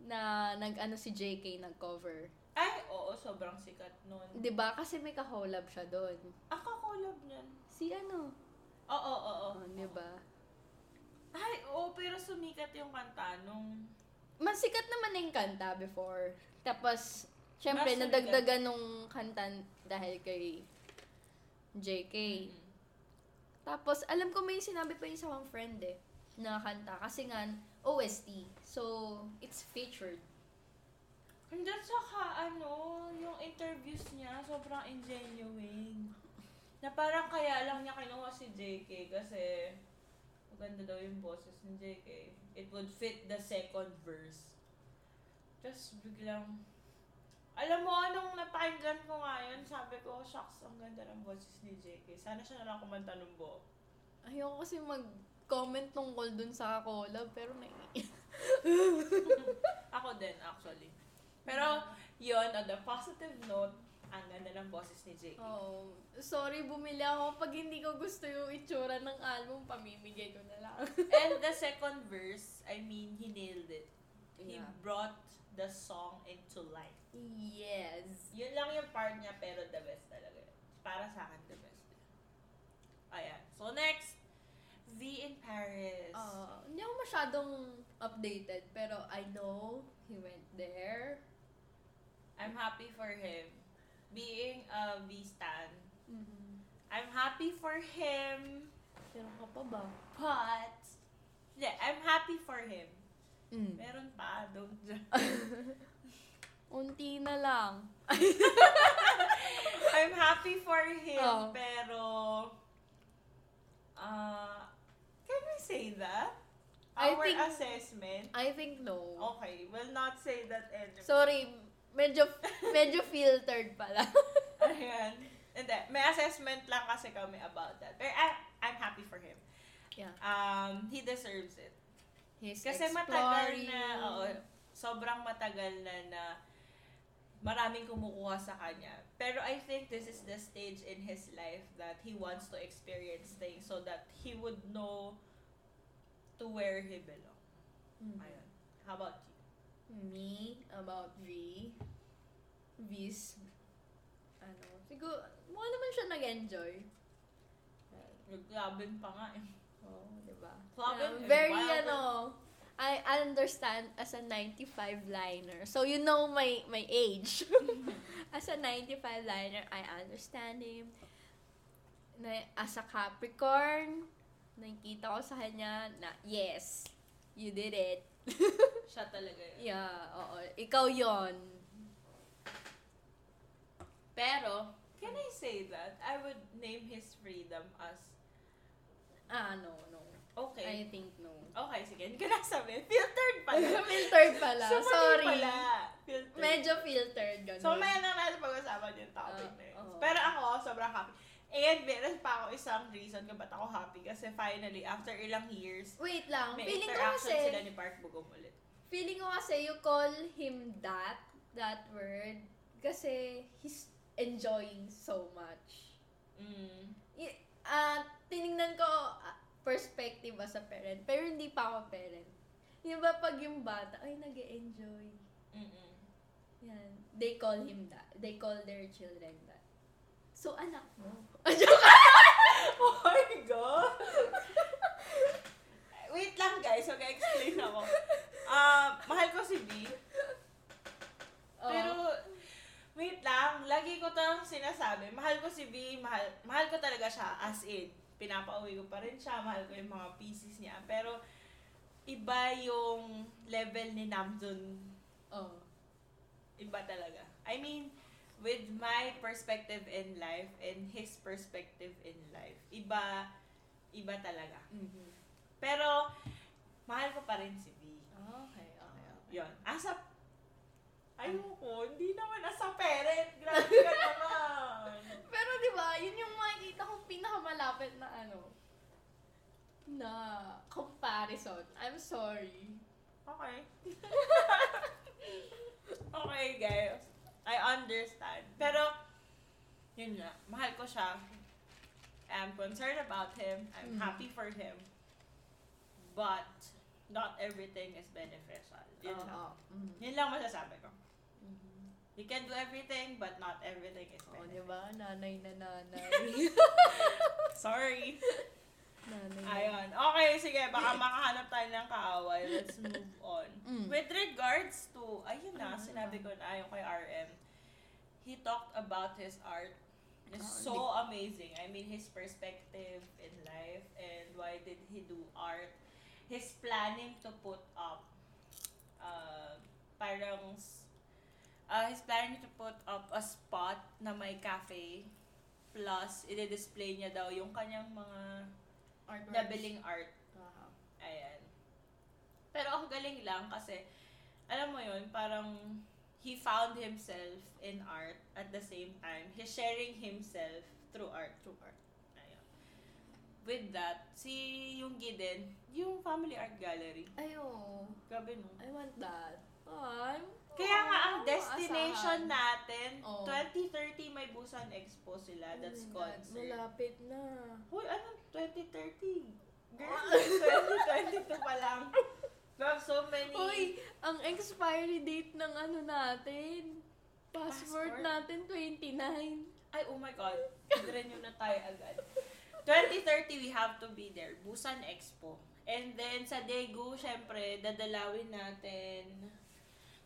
Speaker 2: na nag-ano si JK nag-cover.
Speaker 1: Ay, oo, sobrang sikat nun.
Speaker 2: 'Di ba? Kasi may kaholab siya doon.
Speaker 1: Ako collab nun.
Speaker 2: Si ano?
Speaker 1: Oo, oo, oo.
Speaker 2: Oh, 'di ba?
Speaker 1: Ay, oo, pero sumikat yung kanta nung...
Speaker 2: Mas sikat naman na yung kanta before. Tapos, syempre,
Speaker 1: Mas
Speaker 2: nadagdagan nung kanta dahil kay JK.
Speaker 1: Mm.
Speaker 2: Tapos, alam ko may sinabi pa yung isa kong friend eh, na kanta. Kasi nga, OST. So, it's featured.
Speaker 1: And then saka ano, yung interviews niya, sobrang ingenuine. Na parang kaya lang niya kinuha si JK kasi maganda daw yung boses ni JK. It would fit the second verse. Tapos biglang, alam mo, anong napakinggan ko nga yun, sabi ko, shucks, ang ganda ng boses ni JK. Sana siya na lang kumanta ng buo.
Speaker 2: Ayoko kasi mag-comment tungkol dun sa collab, pero nai
Speaker 1: Ako din, actually. Pero, yun, on the positive note, ang ganda ng boses ni JK.
Speaker 2: Oo. sorry, bumili ako. Pag hindi ko gusto yung itsura ng album, pamimigay ko na lang.
Speaker 1: And the second verse, I mean, he nailed it. He
Speaker 2: Yeah.
Speaker 1: brought the song into life.
Speaker 2: Yes.
Speaker 1: Yun lang yung part niya, pero the best talaga. yun. Para sa akin, the best. Ayan. So, next, V in Paris.
Speaker 2: Ah, hindi ako masyadong updated, pero I know he went there.
Speaker 1: I'm happy for him. Being a V stan, I'm happy for him,
Speaker 2: Pero ka pa ba?
Speaker 1: but... Yeah, I'm happy for him. Meron pa, don't judge.
Speaker 2: Unti na lang.
Speaker 1: I'm happy for him,
Speaker 2: Oh.
Speaker 1: pero... Uh, can we say that?
Speaker 2: I
Speaker 1: our
Speaker 2: think-
Speaker 1: assessment,
Speaker 2: I think no.
Speaker 1: okay, will not say that anymore.
Speaker 2: Sorry, medyo medyo filtered pala.
Speaker 1: Ayan. Hindi. May assessment lang kasi kami about that. But I, I'm happy for him.
Speaker 2: Yeah.
Speaker 1: Um, he deserves it.
Speaker 2: He's
Speaker 1: Kasi matagal
Speaker 2: exploring.
Speaker 1: na, oo, sobrang matagal na na maraming kumukuha sa kanya. Pero I think this is the stage in his life that he wants to experience things so that he would know to where he belong.
Speaker 2: Mm.
Speaker 1: Ayun. How about you?
Speaker 2: me about V. V's, ano, siguro, mukha naman siya nag-enjoy. Right.
Speaker 1: Naglabin pa nga eh.
Speaker 2: Oo, oh, diba?
Speaker 1: Clubbing
Speaker 2: Ano,
Speaker 1: and
Speaker 2: very,
Speaker 1: wild.
Speaker 2: ano, I understand as a 95 liner. So, you know my my age. as a 95 liner, I understand him. Na, as a Capricorn, nakikita ko sa kanya na, yes, you did it.
Speaker 1: Siya talaga eh. yun.
Speaker 2: Yeah, oo. Ikaw yon
Speaker 1: Pero, can I say that? I would name his freedom as,
Speaker 2: Ah, no, no.
Speaker 1: okay,
Speaker 2: I think no.
Speaker 1: okay, sige, hindi ko nasabi. Filtered pala.
Speaker 2: filtered pala.
Speaker 1: Sumali
Speaker 2: Sorry.
Speaker 1: Pala. Filtered.
Speaker 2: Medyo filtered. Ganun.
Speaker 1: So, may lang natin pag-usapan yung topic
Speaker 2: Ah,
Speaker 1: na yun.
Speaker 2: oo.
Speaker 1: Pero ako, sobrang happy. And meron pa ako isang reason kung ba't ako happy. Kasi finally, after ilang years,
Speaker 2: Wait lang.
Speaker 1: may
Speaker 2: feeling ko
Speaker 1: interaction
Speaker 2: kasi,
Speaker 1: sila ni Park Bugong ulit.
Speaker 2: feeling ko kasi you call him that, that word, kasi he's enjoying so much.
Speaker 1: Mm.
Speaker 2: Y- Ah, tiningnan ko ah, perspective as a parent, pero hindi pa ako parent. Yung ba pag yung bata, ay, nag enjoy
Speaker 1: Mm-mm.
Speaker 2: Yan. They call him that. They call their children that. So, anak mo.
Speaker 1: Oh my God! Wait lang guys, mag-explain ako. Um, mahal ko si B.
Speaker 2: Oo.
Speaker 1: Pero, wait lang, lagi ko tang sinasabi, mahal ko si V, mahal, mahal ko talaga siya, as in, pinapauwi ko pa rin siya, mahal ko yung mga pieces niya, pero, iba yung level ni Namjoon,
Speaker 2: Oo.
Speaker 1: iba talaga. I mean, with my perspective in life and his perspective in life, iba, iba talaga.
Speaker 2: Mhm.
Speaker 1: Pero, mahal ko pa rin si V.
Speaker 2: Ah, Okay, okay, okay.
Speaker 1: Yun. As a... Ayoko, hindi naman as a parent. Grabe ka naman.
Speaker 2: Pero di ba, yun yung makikita kong pinakamalapit na ano, na comparison. I'm sorry.
Speaker 1: Okay. okay, guys. I understand. Pero, yun nga. Mahal ko siya. I'm concerned about him. I'm
Speaker 2: Mm.
Speaker 1: happy for him. But, not everything is beneficial. Yun lang. Mm-hmm.
Speaker 2: Oo. Mhm.
Speaker 1: Yun lang masasabi ko.
Speaker 2: Mhm.
Speaker 1: You can do everything, but not everything is
Speaker 2: Oo,
Speaker 1: beneficial.
Speaker 2: di ba? Nanay na nanay.
Speaker 1: Sorry.
Speaker 2: nanay na.
Speaker 1: Ayun. Okay, sige. Baka makahanap tayo ng kaaway. Let's move on.
Speaker 2: Mm.
Speaker 1: With regards to, ayun na,
Speaker 2: Ano, ano
Speaker 1: sinabi ko na yung kay RM. He talked about his art. It's
Speaker 2: Ah,
Speaker 1: so amazing. I mean, his perspective in life and why did he do art. His planning to put up uh, parang s- uh, his planning to put up a spot na may cafe plus i-display niya daw yung kanyang mga
Speaker 2: Artworks.
Speaker 1: nabiling art.
Speaker 2: Oo.
Speaker 1: Ayan. Pero ang galing lang kasi, alam mo yun, parang he found himself in art at the same time. He's sharing himself through art. Through art. Ayan. With that, si yung Giden, yung family art gallery.
Speaker 2: Ay, oo.
Speaker 1: Grabe no.
Speaker 2: I want that. Ay,
Speaker 1: Kaya nga ang
Speaker 2: oo,
Speaker 1: destination
Speaker 2: asahan.
Speaker 1: natin,
Speaker 2: Oh. Oo.
Speaker 1: 2030 may Busan Expo sila. That's
Speaker 2: Oh my God,
Speaker 1: concert.
Speaker 2: Malapit na.
Speaker 1: Hoy, anong 2030? Girl, 2022 pa lang. We have so many...
Speaker 2: Uy, ang expiry date ng ano natin.
Speaker 1: Passport?
Speaker 2: Passport, natin, 29.
Speaker 1: Ay, oh my God. Nag-renew na tayo agad. 2030, we have to be there. Busan Expo. And then, sa Daegu, syempre, dadalawin natin.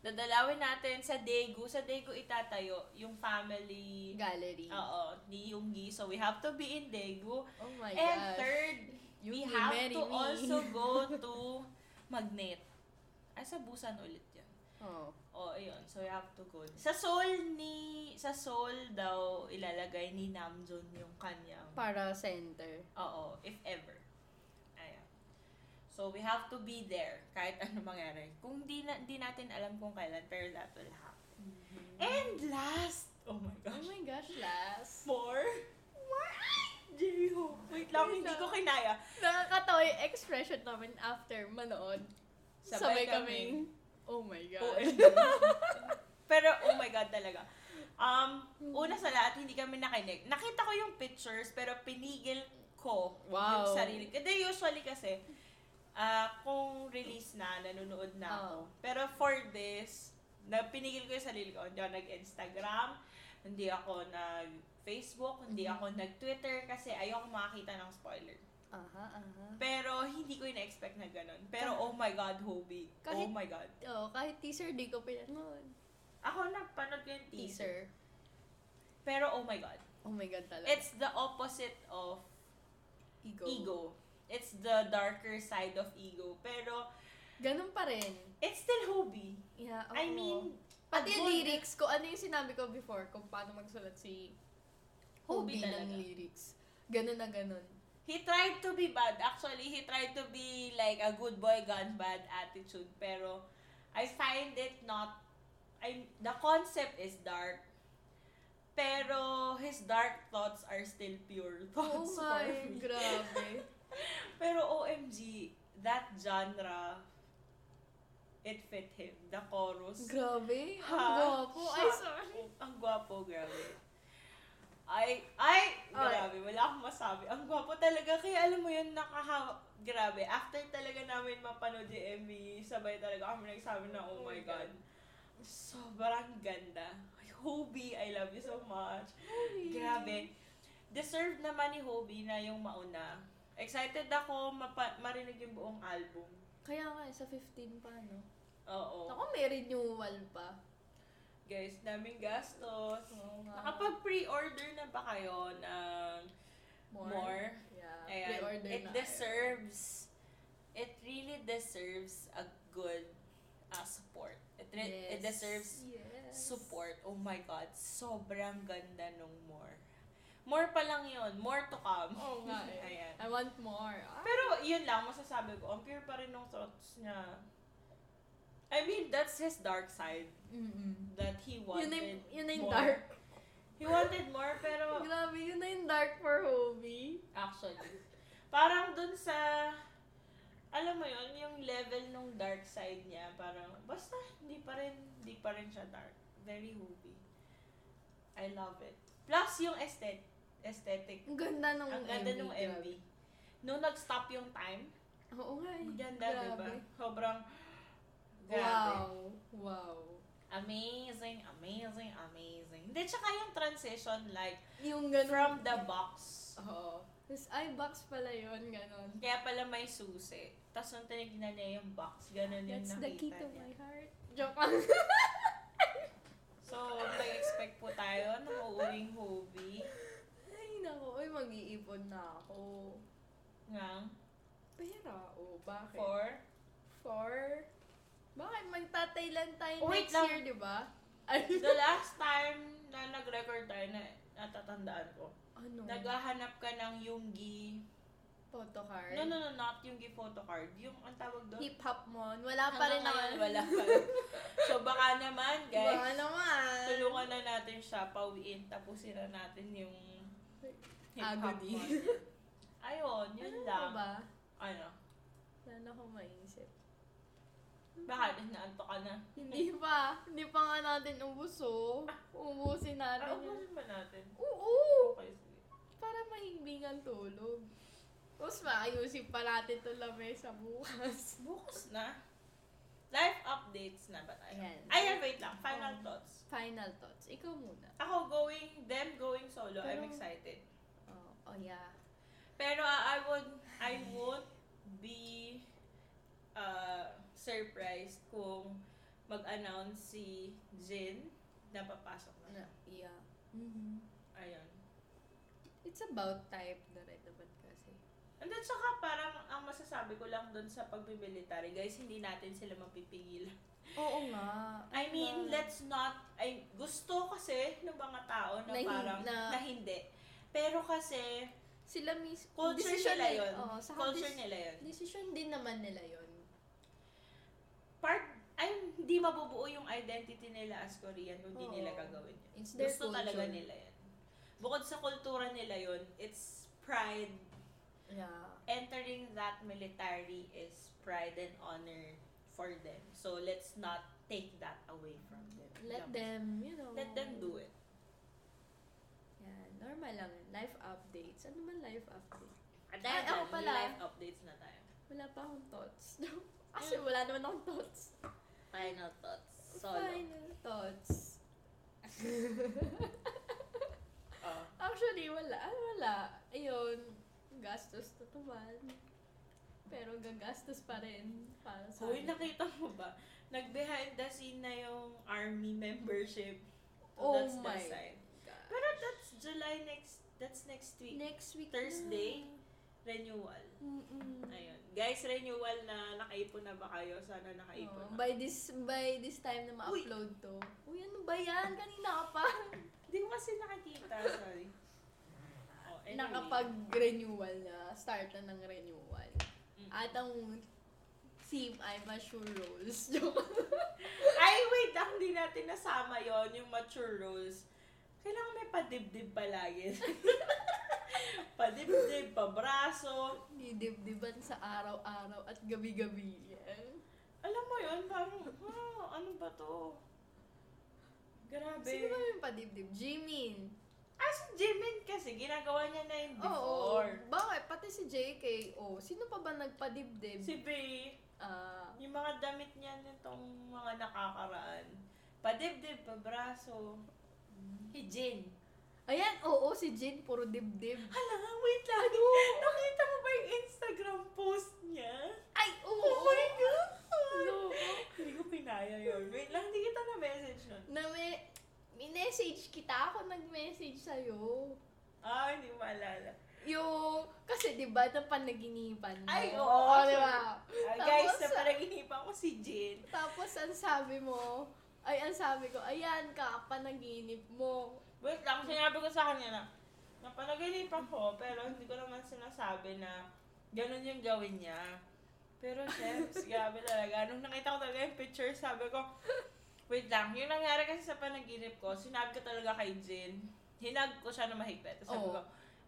Speaker 1: Dadalawin natin sa Daegu. Sa Daegu itatayo yung family.
Speaker 2: Gallery.
Speaker 1: Oo, ni Yunggi. So, we have to be in Daegu.
Speaker 2: Oh my
Speaker 1: And
Speaker 2: gosh.
Speaker 1: third,
Speaker 2: You
Speaker 1: we
Speaker 2: will
Speaker 1: have
Speaker 2: marry
Speaker 1: to
Speaker 2: me.
Speaker 1: also go to Magnet. Ay, sa Busan ulit yun.
Speaker 2: Oh.
Speaker 1: Oh, ayun. So, you have to go. Sa soul ni... Sa soul daw, ilalagay ni Namjoon yung kanyang...
Speaker 2: Para center.
Speaker 1: Oo, if ever. Ayan. So, So, we have to be there kahit ano mangyari. Kung di, na, di natin alam kung kailan, pero that will happen. And last, oh my
Speaker 2: Mm-hmm. Oh
Speaker 1: gosh,
Speaker 2: my gosh, last.
Speaker 1: four? What? J-Hope. Wait lang, hindi ko kinaya.
Speaker 2: Nakakatawa yung expression namin after manood. Sabay, kaming, oh my
Speaker 1: OMG.
Speaker 2: god.
Speaker 1: Pero, oh my God talaga. Um, una sa lahat, hindi kami nakinig. Nakita ko yung pictures, pero pinigil ko
Speaker 2: Wow.
Speaker 1: yung sarili. Kasi usually kasi, ah kung release na, nanonood na ako.
Speaker 2: Oo.
Speaker 1: Pero for this, na pinigil ko yung sarili ko. Hindi ako nag-Instagram, hindi ako nag-Facebook, hindi
Speaker 2: Mhm.
Speaker 1: ako nag-Twitter kasi ayoko makakita ng spoiler.
Speaker 2: aha, aha.
Speaker 1: Pero hindi ko in-expect na ganun. Pero oh my God, Hobie. Oh
Speaker 2: Kahit-
Speaker 1: my God.
Speaker 2: Oh, kahit teaser, di ko pinanood.
Speaker 1: Ako napanood ko yung teaser.
Speaker 2: Teaser.
Speaker 1: Pero oh my God.
Speaker 2: Oh my god talaga.
Speaker 1: It's the opposite of
Speaker 2: ego.
Speaker 1: ego. It's the darker side of ego. Pero
Speaker 2: Ganun pa rin.
Speaker 1: it's still Hobie.
Speaker 2: Yeah,
Speaker 1: I
Speaker 2: oo.
Speaker 1: mean,
Speaker 2: Oh. pati yung
Speaker 1: good-
Speaker 2: lyrics ko, ano yung sinabi ko before kung paano magsulat si
Speaker 1: Hobie
Speaker 2: Hobie ng
Speaker 1: talaga.
Speaker 2: lyrics. Ganun na ganun.
Speaker 1: he tried to be bad. Actually, he tried to be like a good boy gone bad attitude. Pero I find it not I the concept is dark. Pero his dark thoughts are still pure
Speaker 2: Oh
Speaker 1: thoughts
Speaker 2: my,
Speaker 1: for me.
Speaker 2: grabe.
Speaker 1: Pero OMG, that genre, it fit him. The chorus.
Speaker 2: grabe.
Speaker 1: Ha?
Speaker 2: Ang gwapo. Ay,
Speaker 1: Siya.
Speaker 2: sorry.
Speaker 1: Oh, Ang gwapo, grabe. Ay, ay, grabe, wala akong masabi. Ang gwapo talaga, kaya alam mo yun, nakaha, grabe. After talaga namin mapanood yung MV, sabay talaga kami nagsabi na, oh my God. Sobrang ganda. Ay, Hobie, I love you so much. Grabe. Deserved naman ni Hobie na yung mauna. Excited ako mapa- marinig yung buong album.
Speaker 2: Kaya nga, eh, sa 15 pa, no?
Speaker 1: Oo.
Speaker 2: Ako, may renewal pa.
Speaker 1: Guys, daming gastos.
Speaker 2: Oo nga.
Speaker 1: Nakapag-pre-order na ba kayo ng more?
Speaker 2: Yeah.
Speaker 1: Ayan.
Speaker 2: Ah, Pre-order
Speaker 1: It
Speaker 2: na.
Speaker 1: deserves, it really deserves a good uh, support. It, re- it
Speaker 2: Yes.
Speaker 1: deserves
Speaker 2: Yes.
Speaker 1: support. Oh my God, sobrang ganda nung more. More pa lang yun. More to come.
Speaker 2: Oo nga eh.
Speaker 1: Ayan.
Speaker 2: I want more. Ah.
Speaker 1: Pero yun lang, masasabi ko, ang pure pa rin ng thoughts niya. I mean, that's his dark side
Speaker 2: Mm-mm.
Speaker 1: that he wanted
Speaker 2: Yun na yung, yun na yung
Speaker 1: more.
Speaker 2: dark.
Speaker 1: He wanted more, pero
Speaker 2: Grabe, yun na yung dark for Hobie.
Speaker 1: actually, parang dun sa, alam mo yun, yung level nung dark side niya, parang, basta, hindi pa rin, hindi pa rin siya dark. Very Hobie. I love it. Plus, yung aesthetic, aesthetic.
Speaker 2: Ang ganda nung
Speaker 1: Ang ganda nung MV.
Speaker 2: grabe.
Speaker 1: Nung nag-stop yung time,
Speaker 2: Oo nga eh.
Speaker 1: Ang ganda,
Speaker 2: Grabe.
Speaker 1: diba? Sobrang grabe.
Speaker 2: Wow. Wow.
Speaker 1: Amazing, amazing, amazing. Hindi, tsaka yung transition, like,
Speaker 2: Yung ganun.
Speaker 1: from the box.
Speaker 2: Oo. Tapos, ay, box pala yun. Ganun.
Speaker 1: Kaya pala may susi. Tapos nung tinignan niya yung box, ganun yung
Speaker 2: That's
Speaker 1: nakita
Speaker 2: the key to
Speaker 1: niya.
Speaker 2: my heart. Joke lang.
Speaker 1: So, mag-expect po tayo ng uuwing hobby
Speaker 2: ay, nako. Uy, mag-iipon na ako.
Speaker 1: ng
Speaker 2: Pera, oh, bakit?
Speaker 1: for
Speaker 2: Four? Bakit? Magtatailan tayo
Speaker 1: Oh, wait
Speaker 2: next
Speaker 1: lang.
Speaker 2: year, di ba?
Speaker 1: the last time na nag-record tayo na natatandaan ko.
Speaker 2: ano?
Speaker 1: Naghahanap ka ng Yunggi.
Speaker 2: Photocard?
Speaker 1: No, no, no, not Yunggi photocard. Yung ang tawag doon.
Speaker 2: Hip-hop mon. Wala ah, pa
Speaker 1: Hanggang
Speaker 2: rin naman.
Speaker 1: ngayon, wala pa rin. so, baka naman, guys,
Speaker 2: Baka naman.
Speaker 1: tulungan na natin siya, pawiin, tapusin na natin yung hip-hop
Speaker 2: Agony.
Speaker 1: niya. Ayun, yun
Speaker 2: Ano
Speaker 1: lang.
Speaker 2: ba ba?
Speaker 1: Ano?
Speaker 2: Wala ko maisip.
Speaker 1: Bakit? Naanto ka na.
Speaker 2: Hindi pa. Hindi pa nga natin ubus, oh. Ubusin
Speaker 1: Ano ba
Speaker 2: natin. yun.
Speaker 1: ba natin?
Speaker 2: Oo!
Speaker 1: Okay, sige.
Speaker 2: Para mahimbing ang tulog. Tapos maayusin pa natin ito lamesa bukas.
Speaker 1: Bukas na. Life updates na ba tayo?
Speaker 2: Ayan.
Speaker 1: Ayan, wait lang. Final
Speaker 2: Oh.
Speaker 1: thoughts.
Speaker 2: Final thoughts. Ikaw muna.
Speaker 1: Ako going, them going solo, I'm
Speaker 2: Pero-
Speaker 1: excited.
Speaker 2: Oh, oh yeah.
Speaker 1: Pero uh, I would, I would be uh, surprised kung mag-announce si Jin na papasok na.
Speaker 2: Na, yeah. Mhm.
Speaker 1: Ayun.
Speaker 2: It's about type na rin dapat kasi.
Speaker 1: And then, saka parang ang masasabi ko lang doon sa pagbimilitary, guys, hindi natin sila mapipigil.
Speaker 2: Oo nga.
Speaker 1: I mean, let's not, I, gusto kasi ng mga tao na
Speaker 2: Na hin-
Speaker 1: parang, na,
Speaker 2: na-
Speaker 1: hindi. Pero kasi,
Speaker 2: sila mis
Speaker 1: Culture
Speaker 2: decision
Speaker 1: nila yun.
Speaker 2: Oo, saka
Speaker 1: Culture
Speaker 2: dis-
Speaker 1: nila yun.
Speaker 2: Decision din naman nila yun.
Speaker 1: Part, ay, hindi mabubuo yung identity nila as Korean kung hindi
Speaker 2: Oo.
Speaker 1: nila gagawin yun.
Speaker 2: It's their
Speaker 1: Gusto
Speaker 2: culture.
Speaker 1: talaga nila yun. Bukod sa kultura nila yun, it's pride.
Speaker 2: Yeah.
Speaker 1: Entering that military is pride and honor for them. So, let's not take that away from them.
Speaker 2: Let
Speaker 1: Yeah.
Speaker 2: them, you know.
Speaker 1: Let them do it.
Speaker 2: Yan, normal lang. yun. Life updates. Ano man life update?
Speaker 1: At
Speaker 2: Ay,
Speaker 1: dahil
Speaker 2: ako
Speaker 1: may
Speaker 2: pala.
Speaker 1: life updates na tayo.
Speaker 2: Wala pa akong thoughts. Actually, wala naman akong thoughts.
Speaker 1: Final thoughts. Solo.
Speaker 2: Final thoughts. Ah,
Speaker 1: Oh.
Speaker 2: Actually, wala. Ano wala? Ayun, gastos na tuman. Pero gagastos pa rin para sa
Speaker 1: Hoy,
Speaker 2: akin.
Speaker 1: nakita mo ba? Nag-behind the scene na yung army membership.
Speaker 2: Oh
Speaker 1: that's the
Speaker 2: my
Speaker 1: sign.
Speaker 2: God.
Speaker 1: Pero that's July next, that's next week.
Speaker 2: Next week
Speaker 1: Thursday?
Speaker 2: na.
Speaker 1: Renewal.
Speaker 2: Mm-mm.
Speaker 1: Ayun. Guys, renewal na nakaipon na ba kayo? Sana nakaipon
Speaker 2: Oo,
Speaker 1: na.
Speaker 2: Oh, by this by this time na ma-upload to. Uy, ano ba yan? Kanina ka pa.
Speaker 1: Hindi ko kasi nakakita, sorry. Oh, anyway.
Speaker 2: Nakapag-renewal na. Start na ng renewal.
Speaker 1: Mm.
Speaker 2: At ang theme ay mature roles. Joke.
Speaker 1: Ay, wait! ah, Hindi natin nasama yon yung mature roles. Kailangan may padibdib palagi. padibdib, pabraso.
Speaker 2: Didibdiban sa araw-araw at gabi-gabi. Yan.
Speaker 1: Alam mo yun, parang, ah, ano ba to? Grabe.
Speaker 2: Sino ba yung padibdib? Jimin.
Speaker 1: Ah, si Jimin kasi, ginagawa niya na yun
Speaker 2: Oo.
Speaker 1: before.
Speaker 2: Bakit? Pati si JK. Oh, sino pa ba nagpadibdib?
Speaker 1: Si Bey,
Speaker 2: Ah,
Speaker 1: yung mga damit niya nitong mga nakakaraan. Padibdib, pabraso. Si Jin.
Speaker 2: ayan, oo, si Jin, puro dibdib.
Speaker 1: Hala, wait lang.
Speaker 2: Ano?
Speaker 1: Nakita mo ba yung Instagram post niya?
Speaker 2: Ay, oo.
Speaker 1: Oh my God!
Speaker 2: Loko.
Speaker 1: Hindi ko pinaya yun. Wait lang, hindi kita na-message nun.
Speaker 2: Na may, minessage kita ako nag-message sa'yo.
Speaker 1: Ah, hindi mo maalala.
Speaker 2: Yung, kasi di ba na panaginipan mo? Oh,
Speaker 1: Ay, oo,
Speaker 2: di
Speaker 1: actually.
Speaker 2: ba?
Speaker 1: Ah, guys,
Speaker 2: Tapos,
Speaker 1: na parang ko si Jin.
Speaker 2: Tapos, ang sabi mo, ay, ang sabi ko, ayan ka, panaginip mo.
Speaker 1: Wait lang, sinabi ko sa kanya na, napanaginip ako, pero hindi ko naman sinasabi na ganun yung gawin niya. Pero chefs, grabe talaga. Nung nakita ko talaga yung picture, sabi ko, wait lang, yung nangyari kasi sa panaginip ko, sinabi ko talaga kay Jin, hinag ko siya na mahigpit. Tapos Sabi
Speaker 2: Oo.
Speaker 1: ko,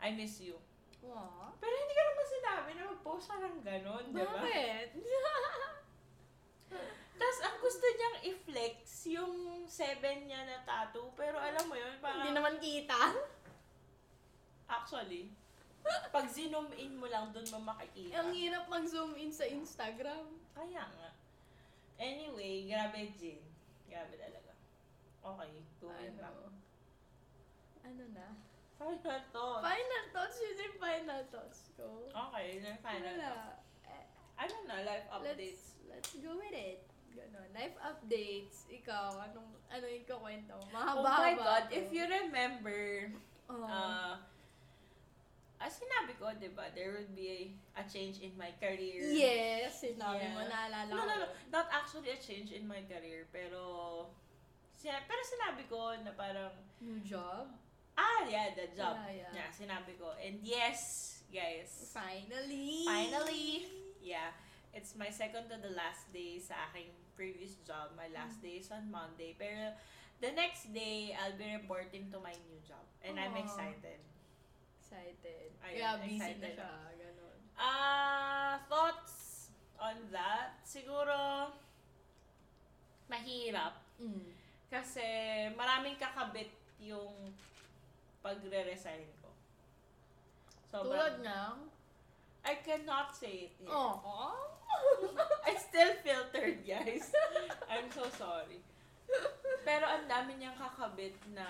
Speaker 1: I miss you.
Speaker 2: Wow.
Speaker 1: Pero hindi ko naman sinabi na mag-post ka ng ganun, di ba?
Speaker 2: Bakit?
Speaker 1: Tapos ang gusto niyang i-flex yung seven niya na tattoo, pero alam mo yun, parang...
Speaker 2: Hindi naman kita.
Speaker 1: Actually, pag zoom in mo lang, doon mo makikita.
Speaker 2: Ang hirap mag-zoom in sa Instagram.
Speaker 1: Kaya nga. Anyway, grabe Jin. Grabe talaga. Okay, going back.
Speaker 2: Ano? Ano na?
Speaker 1: Final thoughts.
Speaker 2: Final thoughts, yun yung final thoughts ko.
Speaker 1: Okay, yun yung final
Speaker 2: Wala.
Speaker 1: thoughts. Ano na, life updates.
Speaker 2: Let's, let's go with it. Ganon. Life updates. Ikaw, anong, ano yung kakwento? mo? Mahaba
Speaker 1: oh my
Speaker 2: ba
Speaker 1: God,
Speaker 2: ako?
Speaker 1: if you remember,
Speaker 2: Oh.
Speaker 1: uh, as sinabi ko, di ba, there will be a, a change in my career.
Speaker 2: yes, sinabi mo,
Speaker 1: Yeah.
Speaker 2: naalala
Speaker 1: No, no, no.
Speaker 2: ko.
Speaker 1: Not actually a change in my career, pero... Sina- pero sinabi ko na parang
Speaker 2: New job?
Speaker 1: Ah, yeah, the job.
Speaker 2: Yeah,
Speaker 1: Yeah,
Speaker 2: yeah.
Speaker 1: sinabi ko. And yes, guys.
Speaker 2: Finally!
Speaker 1: Finally! Yeah. It's my second to the last day sa aking previous job. My
Speaker 2: Mm.
Speaker 1: last day is on Monday. Pero the next day, I'll be reporting to my new job. And I'm
Speaker 2: Aw.
Speaker 1: excited.
Speaker 2: Excited.
Speaker 1: Ayun,
Speaker 2: Kaya busy na
Speaker 1: excited
Speaker 2: siya. Ganon.
Speaker 1: Ah, thoughts on that? Siguro, mahirap.
Speaker 2: Mm.
Speaker 1: Kasi maraming kakabit yung pagre-resign ko. Sobrang-
Speaker 2: Tulad ng...
Speaker 1: I cannot say it here.
Speaker 2: Oh.
Speaker 1: I still filtered, guys. I'm so sorry. Pero ang dami niyang kakabit na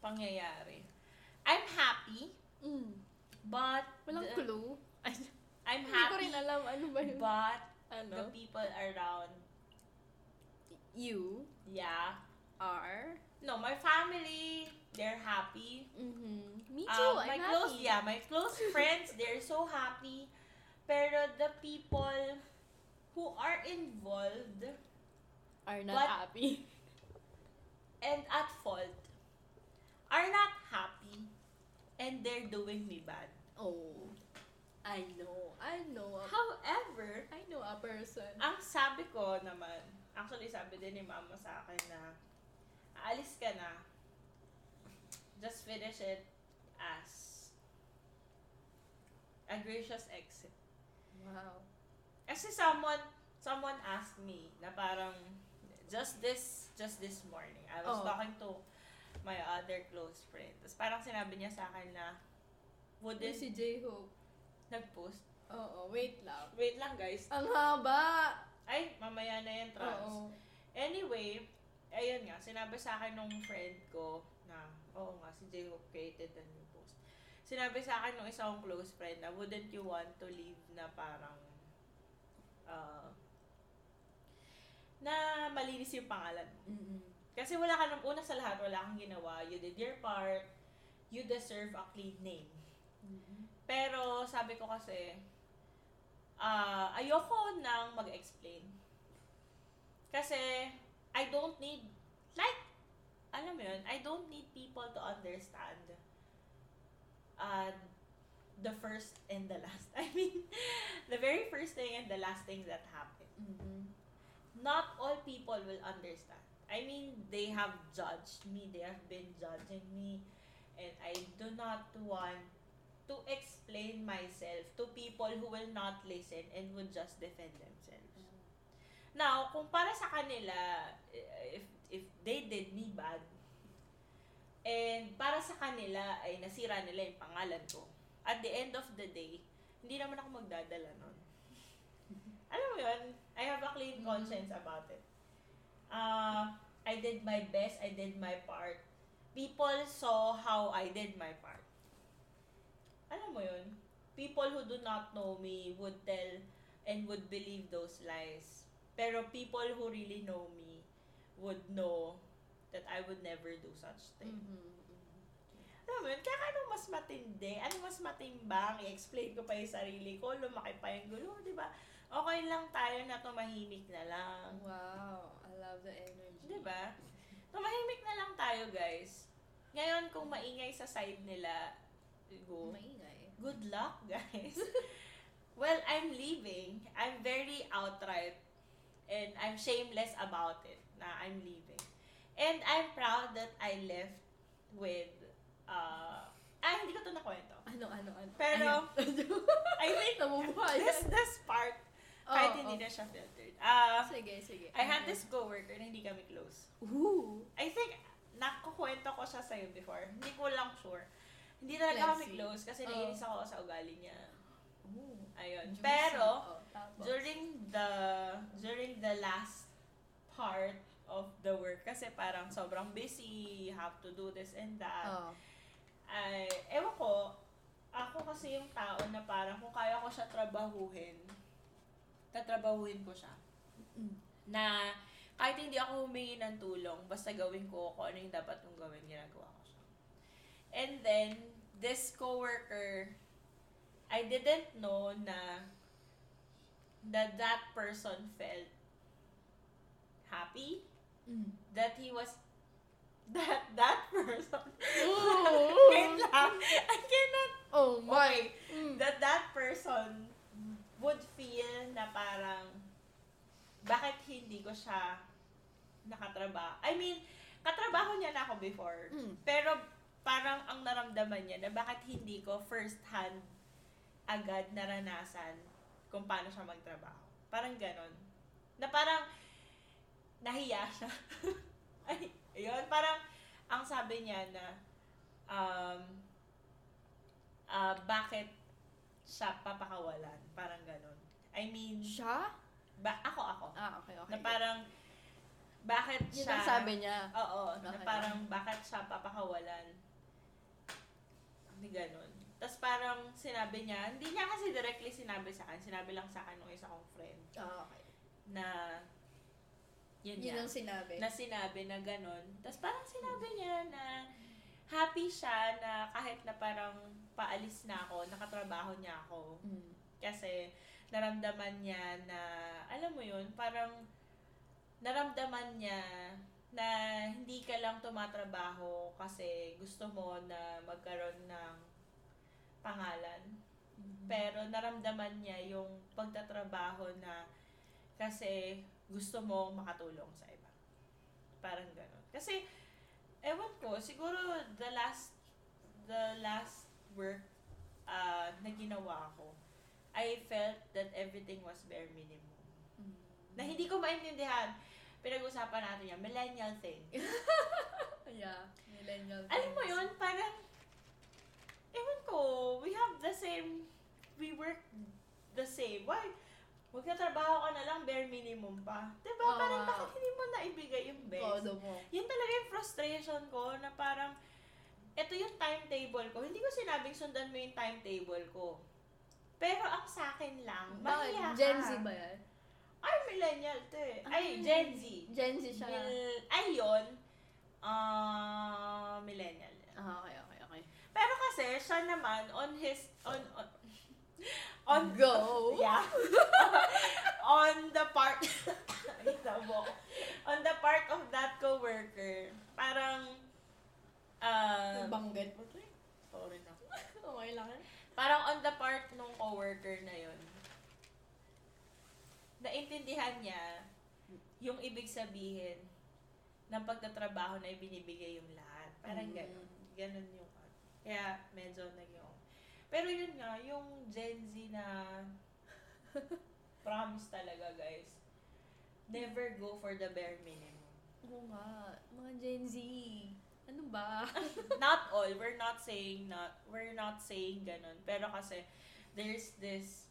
Speaker 1: pangyayari. I'm happy,
Speaker 2: Mm.
Speaker 1: but...
Speaker 2: Walang
Speaker 1: the-
Speaker 2: clue.
Speaker 1: I'm
Speaker 2: Hindi ko rin
Speaker 1: happy,
Speaker 2: alam ano ba yun.
Speaker 1: but the
Speaker 2: ano?
Speaker 1: people around,
Speaker 2: You
Speaker 1: yeah.
Speaker 2: are.
Speaker 1: No, my family, they're happy.
Speaker 2: Mm-hmm. Me
Speaker 1: Um,
Speaker 2: too.
Speaker 1: my
Speaker 2: I'm
Speaker 1: close,
Speaker 2: happy.
Speaker 1: yeah, my close friends, they're so happy. Pero the people who are involved
Speaker 2: Are not
Speaker 1: But-
Speaker 2: happy.
Speaker 1: and at fault are not happy and they're doing me bad.
Speaker 2: Oh. I know. I know. A,
Speaker 1: However,
Speaker 2: I know a person.
Speaker 1: ang sabi ko naman, actually sabi din ni mama sa akin na, aalis ka na, just finish it as a gracious exit.
Speaker 2: Wow.
Speaker 1: Kasi someone, someone asked me na parang just this, just this morning. I was
Speaker 2: Oo.
Speaker 1: talking to my other close friend. Tapos parang sinabi niya sa akin na
Speaker 2: Yung
Speaker 1: wouldn't
Speaker 2: si J-Hope.
Speaker 1: nag-post.
Speaker 2: Oo, wait lang.
Speaker 1: Wait lang guys.
Speaker 2: Ang haba!
Speaker 1: Ay, mamaya na yan trans.
Speaker 2: Oo.
Speaker 1: Anyway, ayun nga, sinabi sa akin nung friend ko na, oo nga, si J-Hope created a new post. Sinabi sa akin nung isang close friend na, wouldn't you want to leave na parang, uh, na malinis yung pangalan mo.
Speaker 2: Mm-mm.
Speaker 1: Kasi wala ka nang, una sa lahat, wala kang ginawa. You did your part. You deserve a clean name. Pero sabi ko kasi, ah ayoko nang mag-explain. Kasi, I don't need, like, alam mo yun, I don't need people to understand uh, the first and the last. I mean, the very first thing and the last thing that happened
Speaker 2: Mm-mm.
Speaker 1: not all people will understand. I mean, they have judged me, they have been judging me, and I do not want to explain myself to people who will not listen and would just defend themselves. Now, kung para sa kanila, eh, if, if they did me bad, and para sa kanila ay nasira nila yung pangalan ko, at the end of the day, hindi naman ako magdadala nun. Alam mo yun, I have a clean
Speaker 2: Mhm.
Speaker 1: conscience about it. Uh, I did my best, I did my part. People saw how I did my part. Alam mo yun, people who do not know me would tell and would believe those lies. Pero people who really know me would know that I would never do such thing.
Speaker 2: Mm-mm.
Speaker 1: Alam mo yun, kaya ano mas matindi? Ano mas matimbang? I-explain ko pa yung sarili ko, lumaki pa yung gulo, di ba? Okay lang tayo na tumahimik na lang.
Speaker 2: Wow. I love the energy.
Speaker 1: Di ba? Tumahimik na lang tayo, guys. Ngayon, kung maingay sa side nila, go.
Speaker 2: Maingay.
Speaker 1: Good luck, guys. well, I'm leaving. I'm very outright and I'm shameless about it na I'm leaving. And I'm proud that I left with uh ah, hindi ko to nakwento.
Speaker 2: Ano, ano, ano?
Speaker 1: Pero- I think
Speaker 2: Nabubuhay.
Speaker 1: this this part
Speaker 2: Oo,
Speaker 1: kahit
Speaker 2: oo.
Speaker 1: hindi na siya filtered. Uh,
Speaker 2: Oh, Sige, sige. Ano?
Speaker 1: I had this coworker na hindi kami close.
Speaker 2: Ooh.
Speaker 1: I think nakukwento ko siya sa'yo before. Hindi ko lang sure. Hindi talaga kami
Speaker 2: Flexi.
Speaker 1: close kasi
Speaker 2: Oo.
Speaker 1: naiinis ako sa ugali niya.
Speaker 2: Ooh.
Speaker 1: Ayun.
Speaker 2: Juicy.
Speaker 1: Pero,
Speaker 2: Oh, tapos.
Speaker 1: during the during the last part of the work kasi parang sobrang busy, you have to do this and that.
Speaker 2: Oh.
Speaker 1: Ay, ewan ko, ako kasi yung tao na parang kung kaya ko siya trabahuhin, tatrabahuhin ko siya.
Speaker 2: Mm.
Speaker 1: Na kahit hindi ako humingi ng tulong, basta gawin ko kung ano yung dapat kong gawin, ginagawa ko siya. And then, this coworker, I didn't know na that that person felt happy
Speaker 2: Mm.
Speaker 1: that he was that that person
Speaker 2: Ooh.
Speaker 1: wait lang I cannot
Speaker 2: Oh my.
Speaker 1: okay
Speaker 2: Mm.
Speaker 1: that that person would feel na parang bakit hindi ko siya nakatrabaho I mean katrabaho niya na ako before
Speaker 2: Mm.
Speaker 1: pero parang ang naramdaman niya na bakit hindi ko first hand agad naranasan kung paano siya magtrabaho. Parang ganon. Na parang nahiya siya. Ay, ayun. Parang ang sabi niya na um, ah, bakit siya papakawalan. Parang ganon. I mean,
Speaker 2: Siya?
Speaker 1: ba, ako, ako.
Speaker 2: Ah, okay, okay.
Speaker 1: Na parang bakit
Speaker 2: Yun
Speaker 1: siya...
Speaker 2: ang sabi niya.
Speaker 1: Oo, na
Speaker 2: Bakit?
Speaker 1: parang bakit siya papakawalan. Hindi ganun. Tapos parang sinabi niya, hindi niya kasi directly sinabi sa akin, sinabi lang sa akin ng isa kong friend
Speaker 2: Ah, okay.
Speaker 1: na yun,
Speaker 2: Yun
Speaker 1: nga,
Speaker 2: ang sinabi.
Speaker 1: na sinabi na ganun. Tapos parang sinabi niya na happy siya na kahit na parang paalis na ako, nakatrabaho niya ako.
Speaker 2: Mm.
Speaker 1: Kasi naramdaman niya na, alam mo yun, parang naramdaman niya na hindi ka lang tumatrabaho kasi gusto mo na magkaroon ng pangalan. Pero naramdaman niya yung pagtatrabaho na kasi gusto mo makatulong sa iba. Parang ganun. Kasi, ewan ko, siguro the last, the last work ah na ginawa ko, I felt that everything was bare minimum.
Speaker 2: Mm.
Speaker 1: Na hindi ko maintindihan, pinag-usapan natin yan, millennial thing.
Speaker 2: Yeah, millennial.
Speaker 1: Alam mo
Speaker 2: things.
Speaker 1: yun, parang, ewan ko, we have the same, we work the same. Why? Huwag na trabaho ka na lang, bare minimum pa. Diba?
Speaker 2: Oo
Speaker 1: parang
Speaker 2: nga.
Speaker 1: bakit hindi mo naibigay yung best?
Speaker 2: Todo mo.
Speaker 1: Yun talaga yung frustration ko na parang, eto yung timetable ko. Hindi ko sinabing sundan mo yung timetable ko. Pero ang sa akin lang,
Speaker 2: Ah, Bakit?
Speaker 1: mahiya ka.
Speaker 2: Gen Z ba yan?
Speaker 1: Ay, millennial to eh. Ay, Gen Z.
Speaker 2: Gen Z siya.
Speaker 1: Mil- ay, yun. Ah, millennial.
Speaker 2: Ah, okay, okay, okay.
Speaker 1: Pero kasi siya naman on his on on on
Speaker 2: Go!
Speaker 1: Yeah. on the part Ay, tabo. on the part of that coworker, parang um
Speaker 2: Banggat mo
Speaker 1: sorry na.
Speaker 2: Okay lang. eh.
Speaker 1: Parang on the part nung coworker na yun. Naintindihan niya yung ibig sabihin ng pagtatrabaho na ibinibigay yung lahat. Parang
Speaker 2: Mm.
Speaker 1: ganun. Ganun yung ano. Kaya medyo nag-yung. Pero yun nga, yung Gen Z na promise talaga guys. Never go for the bare minimum.
Speaker 2: Oo nga. Mga Gen Z. Ano ba?
Speaker 1: not all. We're not saying not. We're not saying ganun. Pero kasi there's this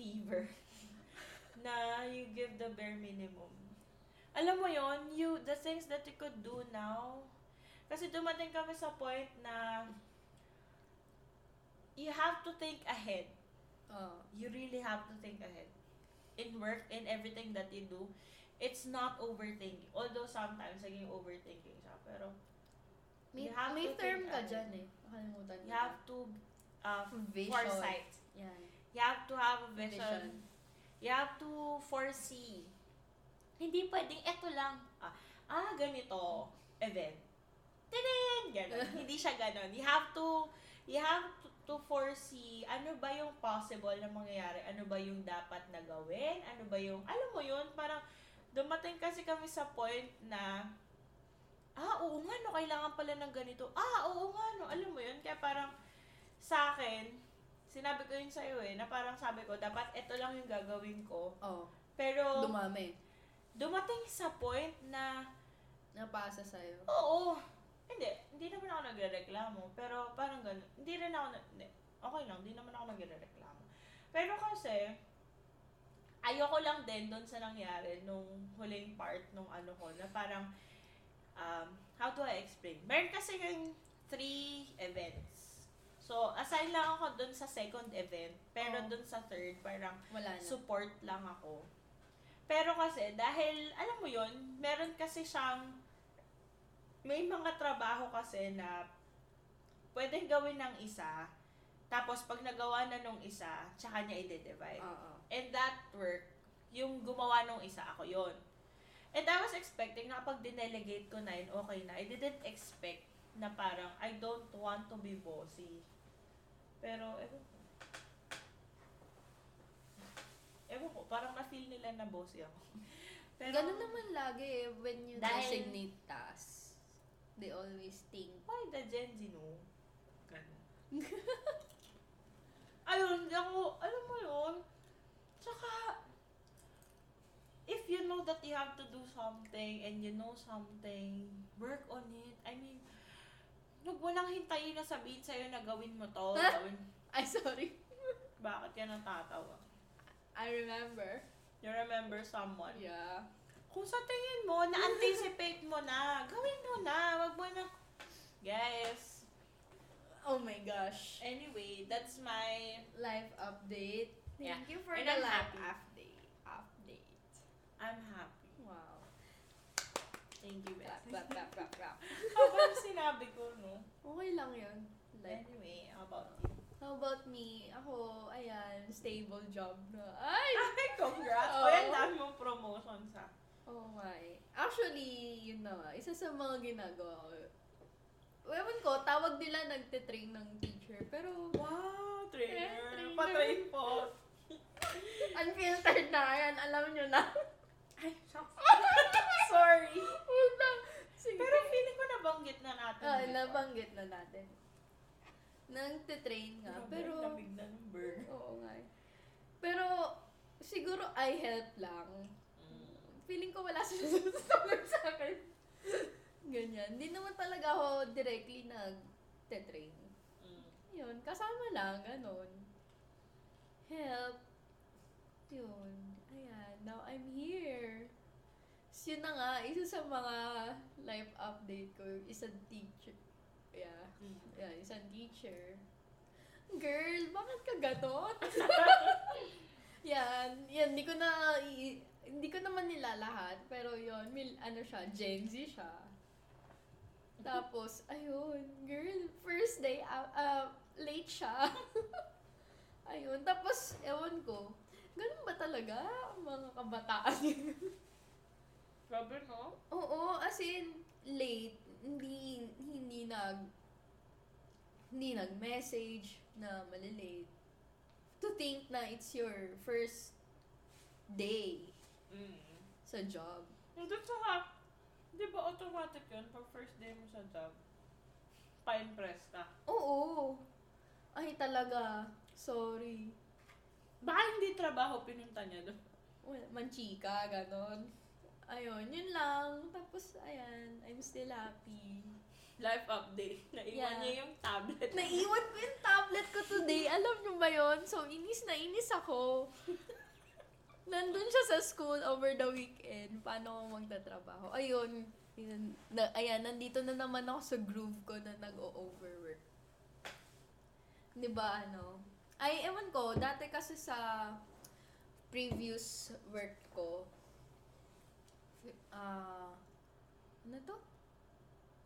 Speaker 1: fever na you give the bare minimum. Alam mo yon you the things that you could do now. Kasi dumating kami sa point na you have to think ahead.
Speaker 2: Oh.
Speaker 1: You really have to think ahead. In work, in everything that you do, it's not overthinking. Although sometimes, naging overthinking siya. Pero, You
Speaker 2: May,
Speaker 1: have
Speaker 2: may
Speaker 1: to
Speaker 2: term
Speaker 1: think
Speaker 2: ka
Speaker 1: ahead.
Speaker 2: dyan eh. Nakalimutan ko.
Speaker 1: You have to uh,
Speaker 2: Vision.
Speaker 1: foresight.
Speaker 2: Yan.
Speaker 1: You have to have a vision.
Speaker 2: Vision.
Speaker 1: You have to foresee. Hindi pwedeng eto lang. Ah, ah ganito. Event. Tining! Ganon. Hindi siya ganon. You have to, you have to, to foresee ano ba yung possible na mangyayari. Ano ba yung dapat na gawin. Ano ba yung, alam mo yun, parang dumating kasi kami sa point na ah, oo nga, no, kailangan pala ng ganito. Ah, oo nga, no, alam mo yun. Kaya parang, sa akin, sinabi ko yun sa'yo eh, na parang sabi ko, dapat ito lang yung gagawin ko.
Speaker 2: Oh.
Speaker 1: Pero,
Speaker 2: Dumami.
Speaker 1: dumating sa point na,
Speaker 2: Napasa sa'yo.
Speaker 1: oo, hindi, hindi naman ako nagre-reklamo. Pero parang ganun, hindi rin ako, na- hindi, okay lang, hindi naman ako nagre-reklamo. Pero kasi, ayoko lang din doon sa nangyari nung huling part nung ano ko, na parang, um, how do I explain? Meron kasi yung three events. So, assign lang ako doon sa second event, pero
Speaker 2: Oh.
Speaker 1: doon sa third, parang
Speaker 2: Wala na.
Speaker 1: support lang ako. Pero kasi, dahil, alam mo yon meron kasi siyang, may mga trabaho kasi na pwedeng gawin ng isa, tapos pag nagawa na nung isa, tsaka niya i-divide.
Speaker 2: Oo.
Speaker 1: And that work, yung gumawa nung isa, ako yon And I was expecting na kapag dinelegate ko na yun, okay na. I didn't expect na parang, I don't want to be bossy. Pero, ewan ko. Ewan ko, parang na-feel nila na bossy ako. Pero,
Speaker 2: Ganun naman lagi eh, when you
Speaker 1: Dahil-
Speaker 2: designate tasks. They always think.
Speaker 1: why the Gen Z no? Ganun. Ayun, hindi ako, alam mo yun. Tsaka, if you know that you have to do something and you know something, work on it. I mean, huwag mo lang hintayin na sabihin sa'yo na gawin mo to.
Speaker 2: Huh?
Speaker 1: Gawin,
Speaker 2: Ay, sorry.
Speaker 1: bakit ka natatawa?
Speaker 2: I remember.
Speaker 1: You remember someone.
Speaker 2: Yeah.
Speaker 1: Kung sa tingin mo, na-anticipate mo na, gawin mo na. Huwag mo na, guys.
Speaker 2: Oh my gosh.
Speaker 1: Anyway, that's my
Speaker 2: Life update. Thank
Speaker 1: Yeah.
Speaker 2: you for
Speaker 1: And
Speaker 2: the
Speaker 1: I'm
Speaker 2: life
Speaker 1: happy.
Speaker 2: update. Update.
Speaker 1: I'm happy.
Speaker 2: Wow.
Speaker 1: Thank you,
Speaker 2: Clap,
Speaker 1: Beth.
Speaker 2: clap, clap, clap, clap.
Speaker 1: Kapag sinabi ko, no?
Speaker 2: Okay lang yun. Like,
Speaker 1: Anyway, how about you?
Speaker 2: how about me? Ako, ayan, stable job na. Ay!
Speaker 1: Ay, congrats!
Speaker 2: Oo.
Speaker 1: Oh. Ayan, dami mong promotion sa...
Speaker 2: Oh my. Actually, yun na nga. Isa sa mga ginagawa ko. Ewan ko, tawag nila nagtitrain ng teacher treasure. Pero,
Speaker 1: Wow,
Speaker 2: Eh,
Speaker 1: trainer.
Speaker 2: trainer.
Speaker 1: Patry po.
Speaker 2: unfiltered na yan. Alam nyo na.
Speaker 1: Ay, shucks. Sorry.
Speaker 2: Huwag na. Sige.
Speaker 1: Pero feeling ko nabanggit na natin.
Speaker 2: Oo,
Speaker 1: before.
Speaker 2: Ah, nabanggit na natin. Nang titrain nga.
Speaker 1: Grabe,
Speaker 2: Pero,
Speaker 1: Lamig na ng burger.
Speaker 2: oo nga. eh. Pero, siguro I help lang.
Speaker 1: Mm.
Speaker 2: Feeling ko wala siya susunod sa akin. Ganyan. Hindi naman talaga ako directly nag-train.
Speaker 1: Mm.
Speaker 2: Yun, kasama lang, ganon. Help. Yun. Ayan, now I'm here. Tapos yun na nga, isa sa mga life update ko, yung isang teacher. Yeah.
Speaker 1: Mm.
Speaker 2: Yeah, isang teacher. Girl, bakit ka ganon? yan, yan, hindi ko na, i- hindi ko naman nilalahat, pero yon mil, ano siya, Gen Z siya. Tapos, ayun, girl, first day, uh, uh, late siya. ayun, tapos, ewan ko, ganun ba talaga ang mga kabataan?
Speaker 1: Grabe, no?
Speaker 2: Oo, as in, late. Hindi, hindi nag, hindi nag-message na malilate. To think na it's your first day
Speaker 1: Mm.
Speaker 2: sa job.
Speaker 1: Yung dun sa hap, di ba automatic yun pag first day mo sa job? Pa-impress ka.
Speaker 2: Oo. Ay, talaga. Sorry.
Speaker 1: Baka hindi trabaho pinunta niya doon.
Speaker 2: Wala, manchika, ganon. Ayun, yun lang. Tapos, ayan, I'm still happy.
Speaker 1: Life update. Naiwan
Speaker 2: Yeah.
Speaker 1: niya yung tablet.
Speaker 2: Naiwan ko yung tablet ko today. Alam nyo ba yon? So, inis na inis ako. Nandun siya sa school over the weekend. Paano ako magtatrabaho? Ayun. yun- na, ayan, nandito na naman ako sa groove ko na nag-o-overwork. Di ba, ano? Ay, ewan ko. Dati kasi sa previous work ko, ah, ano to?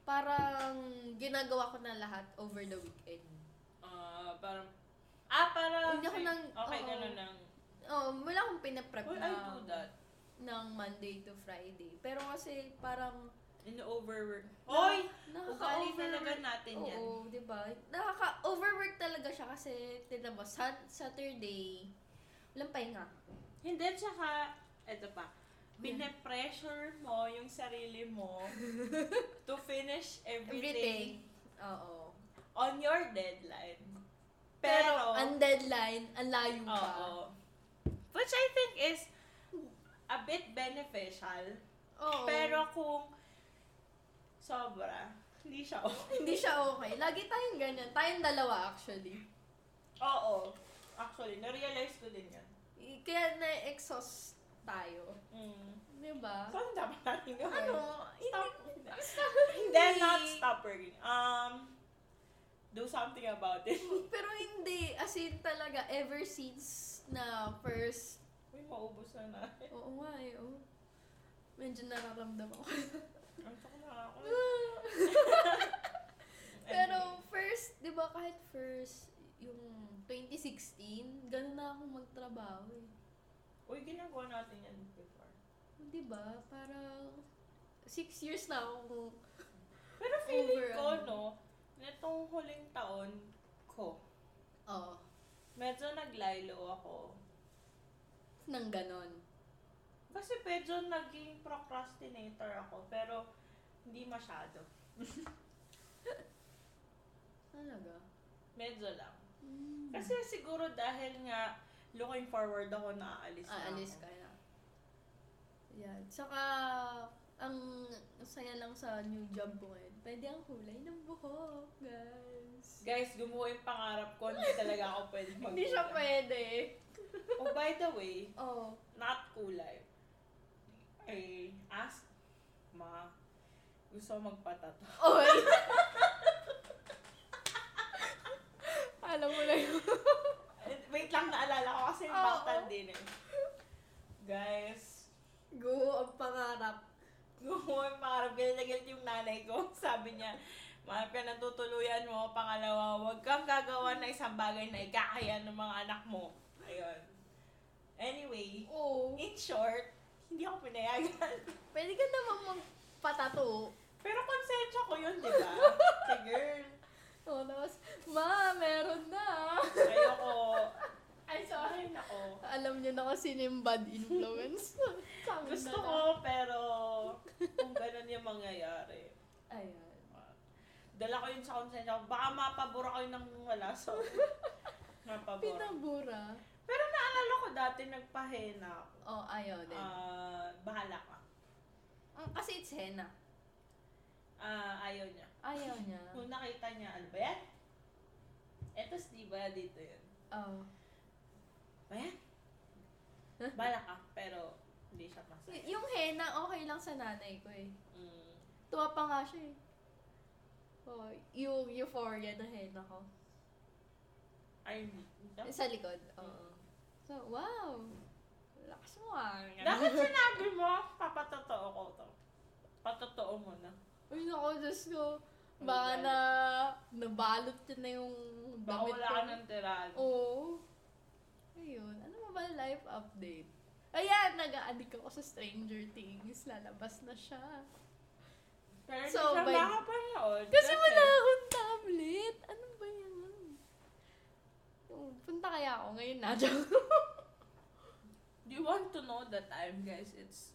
Speaker 2: Parang ginagawa ko na lahat over the weekend.
Speaker 1: Ah, parang, ah, parang,
Speaker 2: Hindi ako nang-
Speaker 1: okay,
Speaker 2: oo.
Speaker 1: ganun lang.
Speaker 2: Oh, wala akong pinaprep
Speaker 1: Well, I
Speaker 2: na
Speaker 1: do that.
Speaker 2: ng Monday to Friday. Pero kasi parang
Speaker 1: In-overwork. Oy! Ukali talaga
Speaker 2: nakaka-overwork.
Speaker 1: natin yan.
Speaker 2: Ah, Oo, 'di ba? Nakaka-overwork talaga siya kasi tignan mo, Sat- Saturday, walang pahinga.
Speaker 1: Hindi, tsaka, eto pa. Pine-pressure mo yung sarili mo to finish everything,
Speaker 2: Everything. Oo.
Speaker 1: on your deadline.
Speaker 2: Pero, ang deadline, ang layo pa.
Speaker 1: Oo. Which I think is a bit beneficial.
Speaker 2: Oo.
Speaker 1: Pero kung sobra, hindi siya okay.
Speaker 2: hindi siya okay. Lagi tayong ganyan. Tayong dalawa actually.
Speaker 1: Oo. Actually, na-realize ko din yan.
Speaker 2: I- Kaya na-exhaust tayo.
Speaker 1: Mm.
Speaker 2: 'Di ba?
Speaker 1: So, ang dami natin gawin.
Speaker 2: Hmm. Ano?
Speaker 1: Stop.
Speaker 2: Stop.
Speaker 1: Hindi, not stop working. Um, do something about it.
Speaker 2: Pero hindi. As in talaga, ever since na first,
Speaker 1: Uy, maubos na na.
Speaker 2: oo nga eh, oh. Medyo nararamdam ako.
Speaker 1: Ang sakit na ako.
Speaker 2: Pero first, di ba kahit first, yung 2016, ganun na akong magtrabaho eh.
Speaker 1: Uy, ginagawa natin yan before.
Speaker 2: Di ba? Parang six years na akong
Speaker 1: Pero feeling
Speaker 2: Over,
Speaker 1: ko,
Speaker 2: ano.
Speaker 1: no, nitong huling taon ko,
Speaker 2: oh,
Speaker 1: medyo naglaylo ako.
Speaker 2: nang ganon.
Speaker 1: Kasi medyo naging procrastinator ako, pero hindi masyado.
Speaker 2: Talaga?
Speaker 1: Medyo lang.
Speaker 2: Mm.
Speaker 1: Kasi siguro dahil nga looking forward ako na aalis na
Speaker 2: Aalis
Speaker 1: ako.
Speaker 2: ka na. Yan. Ah, Tsaka, ang saya lang sa new job ko ngayon, pwede ang kulay ng buhok, guys.
Speaker 1: Guys, gumawa yung pangarap ko, hindi talaga ako pwede mag
Speaker 2: Hindi siya pwede.
Speaker 1: Oh, by the way,
Speaker 2: Oh.
Speaker 1: not kulay. I asked, ma, gusto ko magpatato.
Speaker 2: Oy! Alam mo na yun.
Speaker 1: Eh, Wait lang, naalala ko kasi
Speaker 2: Oo.
Speaker 1: baktan din eh. Guys,
Speaker 2: Go, ang pangarap.
Speaker 1: gumawa yung pangarap, ginagalit yung nanay ko. Sabi niya, Mahal ka ng tutuluyan mo. Pangalawa, huwag kang gagawa ng isang bagay na ikakaya ng mga anak mo. Ayun. Anyway,
Speaker 2: Oo.
Speaker 1: in short, hindi ako pinayagan.
Speaker 2: Pwede ka naman magpatato.
Speaker 1: Pero konsensya ko yun, di ba? Sa girl.
Speaker 2: Oh, tapos, ma, meron na.
Speaker 1: Ayoko. Ay,
Speaker 2: I'm sorry.
Speaker 1: nako.
Speaker 2: Alam niyo na kasi yung bad influence. Sabi na
Speaker 1: Gusto
Speaker 2: lang.
Speaker 1: ko, pero kung ganun yung mangyayari.
Speaker 2: Ayun.
Speaker 1: Dala ko yun sa konsensya ko. Baka mapabura ko yun ng wala. So, mapabura.
Speaker 2: Pinabura.
Speaker 1: Pero naalala ko dati nagpahena ako.
Speaker 2: Oh, ayaw din.
Speaker 1: Ah, bahala ka.
Speaker 2: Mm, kasi it's henna.
Speaker 1: Ah, ayaw niya.
Speaker 2: Ayaw niya.
Speaker 1: Kung nakita niya, ano ba yan? Etos di ba dito yun?
Speaker 2: Oh.
Speaker 1: Ba yan? Bahala ka, pero hindi siya
Speaker 2: Y-
Speaker 1: masaya.
Speaker 2: yung henna, okay lang sa nanay ko eh.
Speaker 1: Mm.
Speaker 2: Tuwa pa nga siya eh. Oh, yung euphoria na henna ko.
Speaker 1: Ay, hindi.
Speaker 2: Sa likod, oo. So, wow! Lakas mo ah.
Speaker 1: Dapat sinabi mo, papatotoo ko to. Patotoo mo na.
Speaker 2: Uy, naku, Diyos ko.
Speaker 1: Ang
Speaker 2: Baka
Speaker 1: galit.
Speaker 2: na, nabalot yun na yung
Speaker 1: Baka wala ka ng tiraan.
Speaker 2: Oh, Oo. Ayun. Ano ba ba life update? Ayan, nag-a-addict ako sa Stranger Things. Lalabas na siya.
Speaker 1: Pero hindi
Speaker 2: So,
Speaker 1: siya
Speaker 2: by-
Speaker 1: makapanood.
Speaker 2: Kasi wala akong tablet. Ano ba yan? Oh, Punta kaya ako ngayon na.
Speaker 1: Do you want to know the time, guys? It's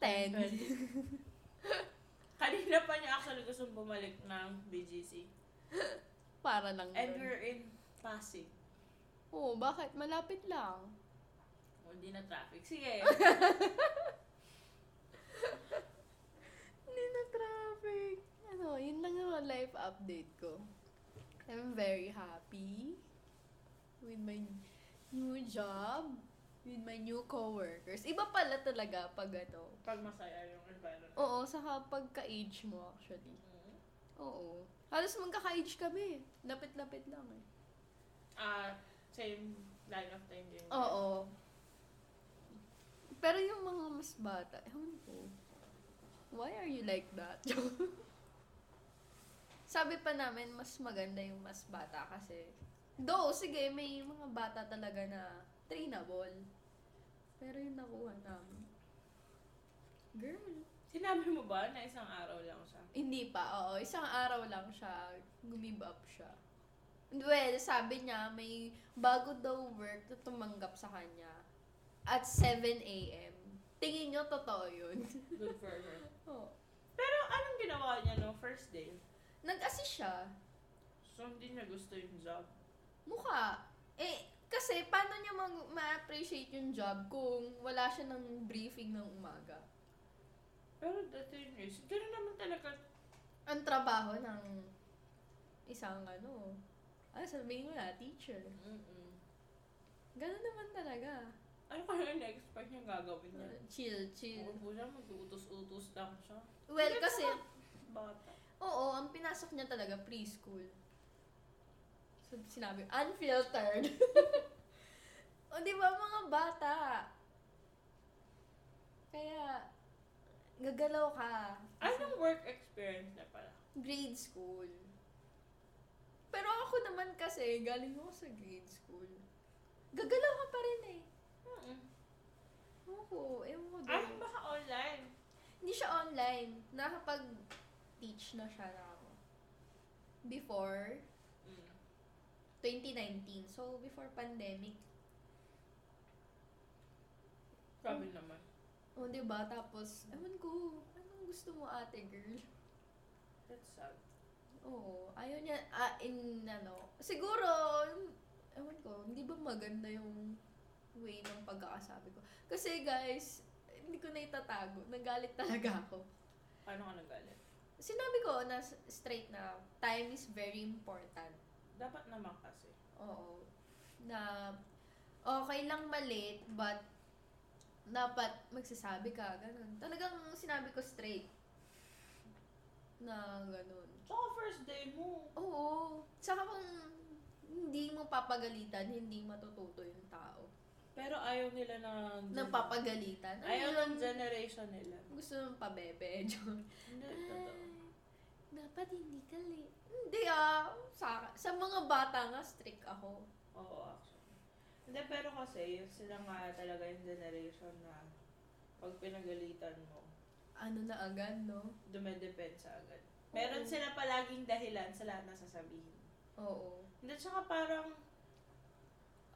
Speaker 2: Ten.
Speaker 1: Kanina pa niya actually gustong bumalik ng BGC.
Speaker 2: Para lang.
Speaker 1: And
Speaker 2: yun.
Speaker 1: we're in Pasig.
Speaker 2: Oo, bakit? Malapit lang.
Speaker 1: O, Oh, Hindi na traffic. Sige.
Speaker 2: Hindi na traffic. Ano, yun lang yung life update ko. I'm very happy with my new job, with my new coworkers. Iba pala talaga pag ano.
Speaker 1: Pag masaya yung environment.
Speaker 2: Oo, sa pagka-age mo actually.
Speaker 1: Mm.
Speaker 2: Oo. Halos magkaka-age kami. Lapit-lapit lang eh.
Speaker 1: Ah, same line of time din.
Speaker 2: Oo. Pero yung mga mas bata, ewan ko. Why are you like that? Sabi pa namin, mas maganda yung mas bata kasi. Though, sige, may mga bata talaga na trainable. Pero yung nakuha namin. Girl.
Speaker 1: Sinabi mo ba na isang araw lang siya?
Speaker 2: Hindi pa, oo. Isang araw lang siya, gumib up siya. Well, sabi niya, may bago daw work na tumanggap sa kanya at 7 a.m. Tingin niyo, totoo yun.
Speaker 1: Good for her.
Speaker 2: Oo.
Speaker 1: Pero anong ginawa niya no first day?
Speaker 2: Nag-assist siya.
Speaker 1: So, hindi niya gusto yung job.
Speaker 2: Mukha. Eh, kasi paano niya mag- ma-appreciate yung job kung wala siya ng briefing ng umaga?
Speaker 1: Pero the thing is, gano'n naman talaga.
Speaker 2: Ang trabaho ng isang ano, ano sabihin ko na, teacher.
Speaker 1: Mm-mm.
Speaker 2: Ganun naman talaga.
Speaker 1: Ano kaya yung na-expect niya gagawin niya?
Speaker 2: Chill, chill.
Speaker 1: Kung po siya, mag-utos-utos lang siya.
Speaker 2: Well,
Speaker 1: Hindi,
Speaker 2: kasi,
Speaker 1: tsaka Bata.
Speaker 2: oo, ang pinasok niya talaga preschool. So, sinabi, unfiltered. o, di ba, mga bata? Kaya, gagalaw ka.
Speaker 1: Anong work experience na pala?
Speaker 2: Grade school. Pero ako naman kasi, galing ako sa grade school. Gagalaw ka pa rin eh.
Speaker 1: Mm-mm.
Speaker 2: Oo, ewan ko
Speaker 1: Ay,
Speaker 2: doon.
Speaker 1: baka online.
Speaker 2: Hindi siya online. Nakapag-teach na siya na ako. Before,
Speaker 1: Mm.
Speaker 2: 2019. So, before pandemic.
Speaker 1: Sabi naman.
Speaker 2: O, oh, diba? Tapos, ewan ko, anong gusto mo ate, girl?
Speaker 1: That's sad.
Speaker 2: Oo, ayaw niya, ah, in, ano, siguro, ewan ko, hindi ba maganda yung way ng pagkakasabi ko? Kasi, guys, hindi ko na itatago. Nagalit talaga ako.
Speaker 1: Paano ka nagalit?
Speaker 2: Sinabi ko na s- straight na time is very important.
Speaker 1: Dapat naman kasi.
Speaker 2: Oo. Na okay lang malit, but dapat magsasabi ka, ganun. Talagang sinabi ko straight na ganun.
Speaker 1: Tsaka first day mo.
Speaker 2: Oo. Tsaka kung hindi mo papagalitan, hindi matututo yung tao.
Speaker 1: Pero ayaw nila na...
Speaker 2: Nang papagalitan. ano
Speaker 1: Ayaw ng
Speaker 2: yun?
Speaker 1: generation nila.
Speaker 2: Gusto ng pabebe. Joke.
Speaker 1: Hindi, totoo.
Speaker 2: Ay, dapat hindi ka late. Hindi ah. Sa, sa mga bata nga, strict ako.
Speaker 1: Oo, actually. Hindi, pero kasi sila nga talaga yung generation na pag pinagalitan mo,
Speaker 2: Ano na agad, no?
Speaker 1: dumedepensa agad. Meron
Speaker 2: Oo.
Speaker 1: sila palaging dahilan sa lahat ng sasabihin.
Speaker 2: Oo.
Speaker 1: Hindi, tsaka parang,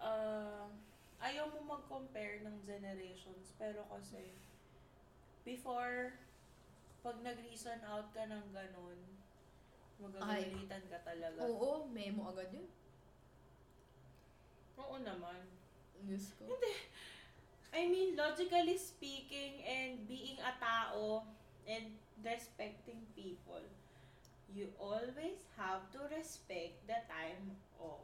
Speaker 1: ah, ayaw mo mag-compare ng generations, pero kasi, before, pag nag-reason out ka ng ganun, magagalitan ka talaga. Oo,
Speaker 2: Oo, memo agad yun.
Speaker 1: naman.
Speaker 2: Diyos ko. Hindi.
Speaker 1: I mean, logically speaking and being a tao and respecting people, you always have to respect the time of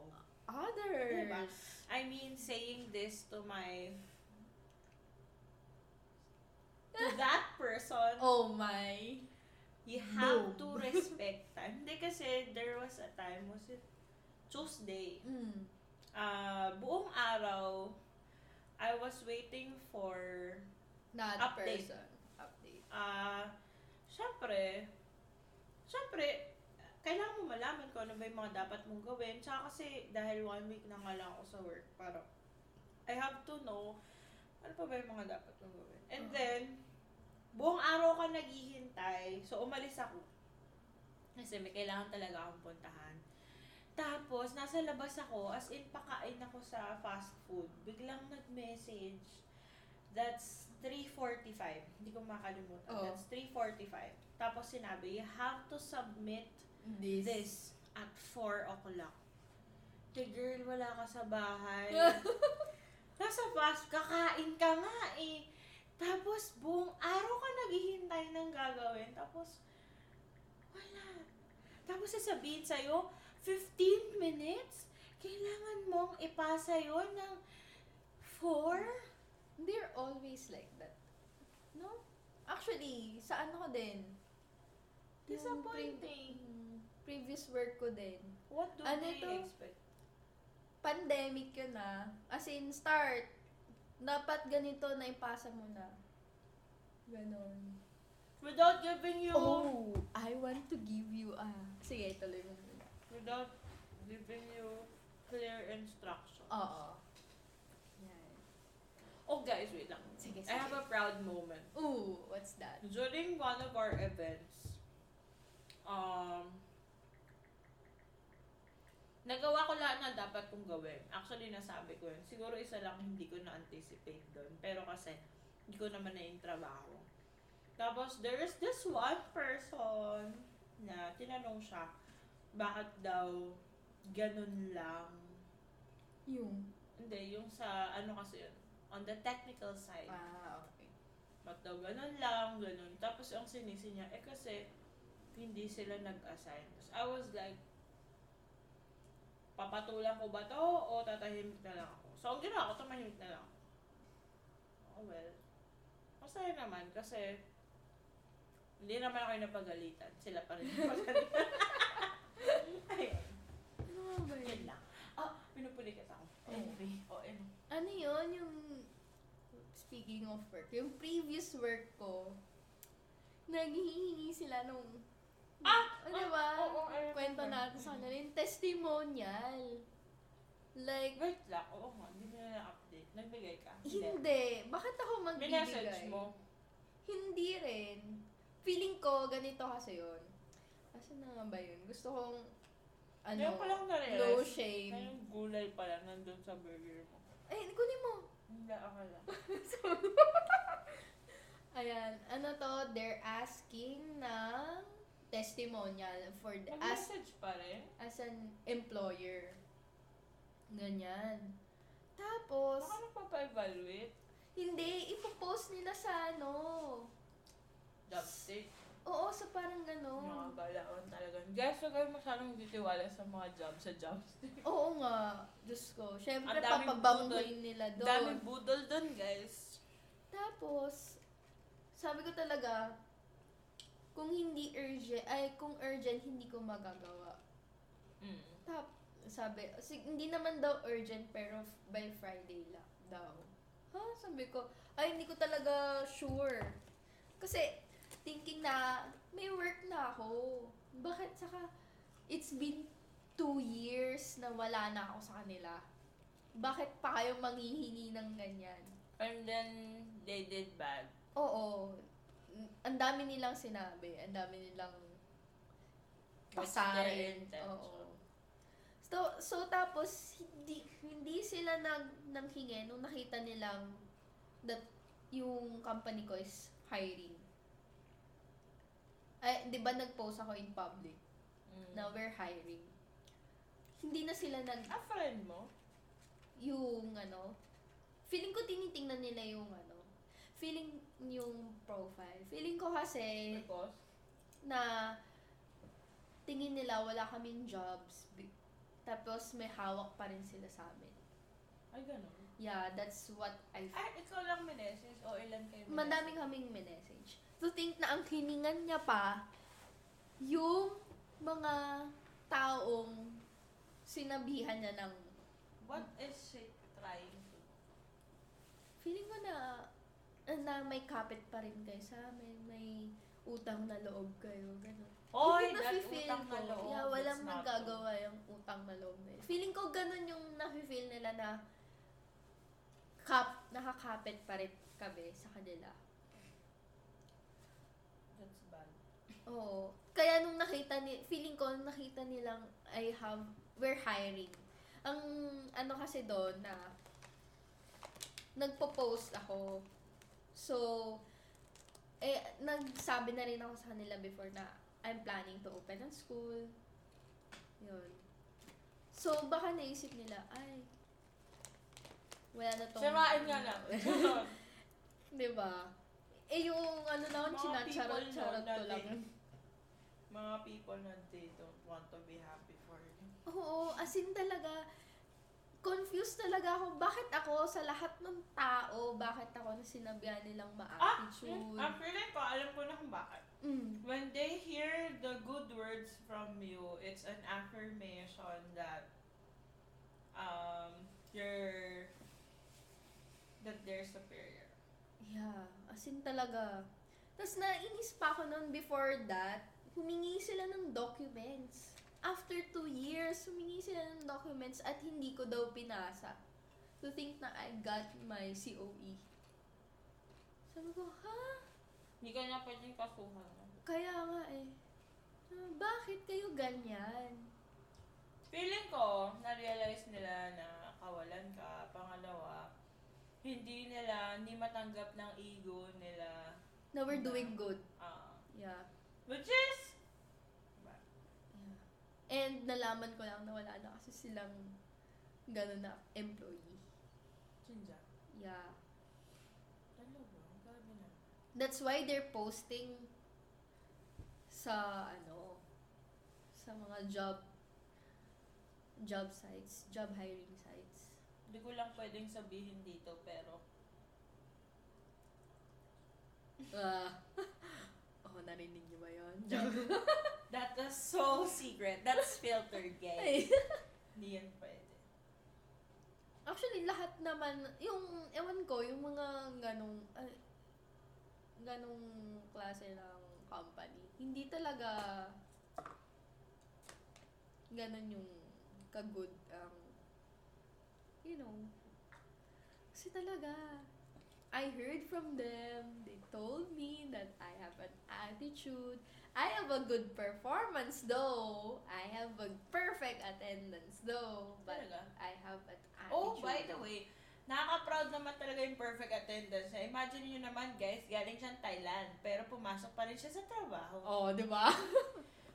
Speaker 2: Others.
Speaker 1: Diba? I mean, saying this to my to that person,
Speaker 2: Oh my.
Speaker 1: you have
Speaker 2: No.
Speaker 1: to respect time. Hindi kasi there was a time, was it Tuesday?
Speaker 2: Mm.
Speaker 1: Ah, buong araw, I was waiting for
Speaker 2: Not
Speaker 1: Update.
Speaker 2: person. Update.
Speaker 1: ah, syempre, syempre, kailangan mo malaman kung ano ba yung mga dapat mong gawin. Tsaka kasi, dahil one week na nga lang ako sa work, parang, I have to know, ano pa ba yung mga dapat mong gawin. And
Speaker 2: Oo.
Speaker 1: then, buong araw ka naghihintay, so umalis ako. Kasi may kailangan talaga akong puntahan. Tapos, nasa labas ako, as in, pakain ako sa fast food. Biglang nag-message, that's 3.45. Hindi ko makalimutan.
Speaker 2: Oo.
Speaker 1: That's 3.45. Tapos sinabi, you have to submit
Speaker 2: This.
Speaker 1: this at 4 o'clock. Te girl, wala ka sa bahay. Nasa bus, kakain ka nga eh. Tapos buong araw ka naghihintay ng gagawin. Tapos, wala. Tapos sasabihin sa'yo, 15 minutes? Kailangan mong ipasa yon ng 4?
Speaker 2: They're always like that. No? Actually, sa ano ko din? Yung
Speaker 1: Disappointing.
Speaker 2: pre- mm, previous work ko din.
Speaker 1: What do
Speaker 2: Ano
Speaker 1: they
Speaker 2: to?
Speaker 1: expect?
Speaker 2: Pandemic yun na. As in, start. Dapat ganito na ipasa mo na. Ganon.
Speaker 1: Without giving you,
Speaker 2: Oh, I want to give you a... Sige, tuloy mo muna.
Speaker 1: without giving you clear instructions.
Speaker 2: Oo. Yan.
Speaker 1: Oh guys, wait lang.
Speaker 2: Sige,
Speaker 1: I
Speaker 2: sige.
Speaker 1: have a proud moment.
Speaker 2: Ooh, what's that?
Speaker 1: During one of our events, um, nagawa ko lahat na dapat kong gawin. Actually, nasabi ko yun. Siguro isa lang hindi ko na-anticipate doon. Pero kasi, hindi ko naman na yung trabaho. Tapos, there is this one person na tinanong siya, bakit daw ganun lang?
Speaker 2: Yung.
Speaker 1: Hindi, yung sa, ano kasi yun, on the technical side.
Speaker 2: Ah, okay.
Speaker 1: Ba't daw ganun lang, ganun. Tapos ang sinisi niya, eh kasi hindi sila nag-assign. Tapos I was like, papatulan ko ba to o tatahimik na lang ako? So ang ginawa ko, tumahimik na lang. ako. Oh well. Masaya naman kasi hindi naman ako yung napagalitan. Sila pa rin yung napagalitan. Ayun,
Speaker 2: Ano nga ba
Speaker 1: yun
Speaker 2: yun?
Speaker 1: lang. Ah, pinupuli kita ako. Anyway, oh, anyway.
Speaker 2: Ano yun, yung... Speaking of work, yung previous work ko, naghihingi sila nung...
Speaker 1: Ah!
Speaker 2: Ano ba?
Speaker 1: Oo, I
Speaker 2: Kwento
Speaker 1: remember.
Speaker 2: natin sa kanila. Yung testimonial. Like,
Speaker 1: Wait lang, oo nga, hindi mo na update. Nagbigay ka?
Speaker 2: hindi. Bakit ako
Speaker 1: May
Speaker 2: magbibigay?
Speaker 1: message mo.
Speaker 2: Hindi rin. Feeling ko, ganito kasi yun. Kasi na nga ba yun? Gusto kong, ano,
Speaker 1: Ngayon ko lang na-realize.
Speaker 2: low shame.
Speaker 1: Ngayong gulay pala nandun sa burger mo.
Speaker 2: Ay, kunin mo.
Speaker 1: Hindi, akala.
Speaker 2: Ayan, ano to, they're asking ng testimonial for the,
Speaker 1: Ano?
Speaker 2: as,
Speaker 1: Nag-message pa rin?
Speaker 2: as an employer. Ganyan. Tapos,
Speaker 1: Baka nagpapa-evaluate.
Speaker 2: hindi, ipopost nila sa ano.
Speaker 1: Job state.
Speaker 2: Oo, sa parang
Speaker 1: Mga
Speaker 2: gano'n.
Speaker 1: balaon talaga. Guys, huwag kayong masyadong magtitiwala sa mga job sa job state.
Speaker 2: Oo nga, Diyos ko.
Speaker 1: Ang
Speaker 2: Siyempre,
Speaker 1: daming
Speaker 2: papabangguin nila doon.
Speaker 1: Daming budol dun, guys.
Speaker 2: Tapos, sabi ko talaga, kung hindi urgent, ay kung urgent, hindi ko magagawa.
Speaker 1: Mm.
Speaker 2: Tap, sabi, sig- hindi naman daw urgent, pero f- by Friday lang daw. Ha? Sabi ko, ay, hindi ko talaga sure. Kasi, thinking na, may work na ako. Bakit? Saka, it's been two years na wala na ako sa kanila. Bakit pa kayo manghihingi ng ganyan?
Speaker 1: And then, they did bad.
Speaker 2: Oo. N- Ang dami nilang sinabi. Ang dami nilang pasarin.
Speaker 1: What's their intention?
Speaker 2: Oo. So, so tapos, hindi, hindi sila nag, nanghingi nung nakita nilang that yung company ko is hiring. Ay, di ba nag-post ako in public
Speaker 1: Mm.
Speaker 2: na we're hiring? Hindi na sila nag,
Speaker 1: Ah, friend mo?
Speaker 2: yung ano, feeling ko tinitingnan nila yung ano, feeling yung profile. Feeling ko kasi,
Speaker 1: Because?
Speaker 2: na tingin nila wala kaming jobs bi- tapos may hawak pa rin sila sa amin.
Speaker 1: Ay, ganun.
Speaker 2: Yeah, that's what I feel.
Speaker 1: Ay, ikaw lang minessage o ilan kayo minessage?
Speaker 2: Madami kaming minessage. To think na ang hiningan niya pa yung mga taong sinabihan niya ng
Speaker 1: What is she trying to do?
Speaker 2: feeling ko na na may kapit pa rin kayo sa amin, may utang na loob kayo, ganun.
Speaker 1: Oy,
Speaker 2: Hindi
Speaker 1: that
Speaker 2: nafe-feel
Speaker 1: utang na
Speaker 2: ko.
Speaker 1: loob.
Speaker 2: Yeah, walang
Speaker 1: that's not
Speaker 2: nagagawa yung utang na loob nila. Feeling ko ganun yung nafe-feel nila na kap, nakakapit pa rin kami sa kanila.
Speaker 1: true. That's bad.
Speaker 2: Oo. Kaya nung nakita ni, feeling ko, nung nakita nilang I have, we're hiring. Ang ano kasi doon na nagpo-post ako. So, eh, nagsabi na rin ako sa kanila before na I'm planning to open a school. Yun. So, baka naisip nila, ay, wala na tong...
Speaker 1: Sirain nga lang.
Speaker 2: Di ba? Eh, yung ano na,
Speaker 1: Mga
Speaker 2: sinacharot-charot
Speaker 1: people
Speaker 2: ko
Speaker 1: noon
Speaker 2: lang.
Speaker 1: natin. Mga people na they don't want to be happy for you.
Speaker 2: Oo, as in talaga, confused talaga ako. Bakit ako sa lahat ng tao, bakit ako na sinabihan nilang
Speaker 1: Ah,
Speaker 2: ma-attitude?
Speaker 1: mm, ah. ang feeling ko, alam ko na kung bakit.
Speaker 2: Mm.
Speaker 1: When they hear the good words from you, it's an affirmation that um you're that they're superior.
Speaker 2: Yeah, as in talaga. Tapos nainis pa ako noon before that, humingi sila ng documents. After two years, humingi sila ng documents at hindi ko daw pinasa. To think na I got my COE. Sabi ko, ha?
Speaker 1: Hindi ka na pwedeng kasuhan.
Speaker 2: Kaya nga eh. Ah, Bakit kayo ganyan?
Speaker 1: Feeling ko, na-realize nila na kawalan ka. Pangalawa, hindi nila, hindi matanggap ng ego nila.
Speaker 2: na we're
Speaker 1: Yeah.
Speaker 2: doing good.
Speaker 1: ah
Speaker 2: Yeah.
Speaker 1: which is,
Speaker 2: And nalaman ko lang na wala na kasi silang gano'n na employee.
Speaker 1: Chinja.
Speaker 2: Yeah.
Speaker 1: Talaga, grabe na.
Speaker 2: That's why they're posting sa ano sa mga job job sites, job hiring sites.
Speaker 1: Hindi ko lang pwedeng sabihin dito, pero
Speaker 2: Ah. oh, narinig niyo ba 'yon? Job.
Speaker 1: that is so secret. That's filtered, guys.
Speaker 2: Ay.
Speaker 1: Hindi yan pwede.
Speaker 2: Actually, lahat naman, yung, ewan ko, yung mga ganong, ah, ganong klase ng company, hindi talaga ganon yung ka-good ang, you know, kasi talaga, I heard from them, they told me that I have an attitude, I have a good performance though, I have a perfect attendance though, but
Speaker 1: Talaga.
Speaker 2: I have an attitude.
Speaker 1: Oh, by the way, nakaka-proud naman talaga yung perfect attendance niya. Imagine nyo naman, guys, galing siyang Thailand, pero pumasok pa rin siya sa trabaho.
Speaker 2: Oh, di ba?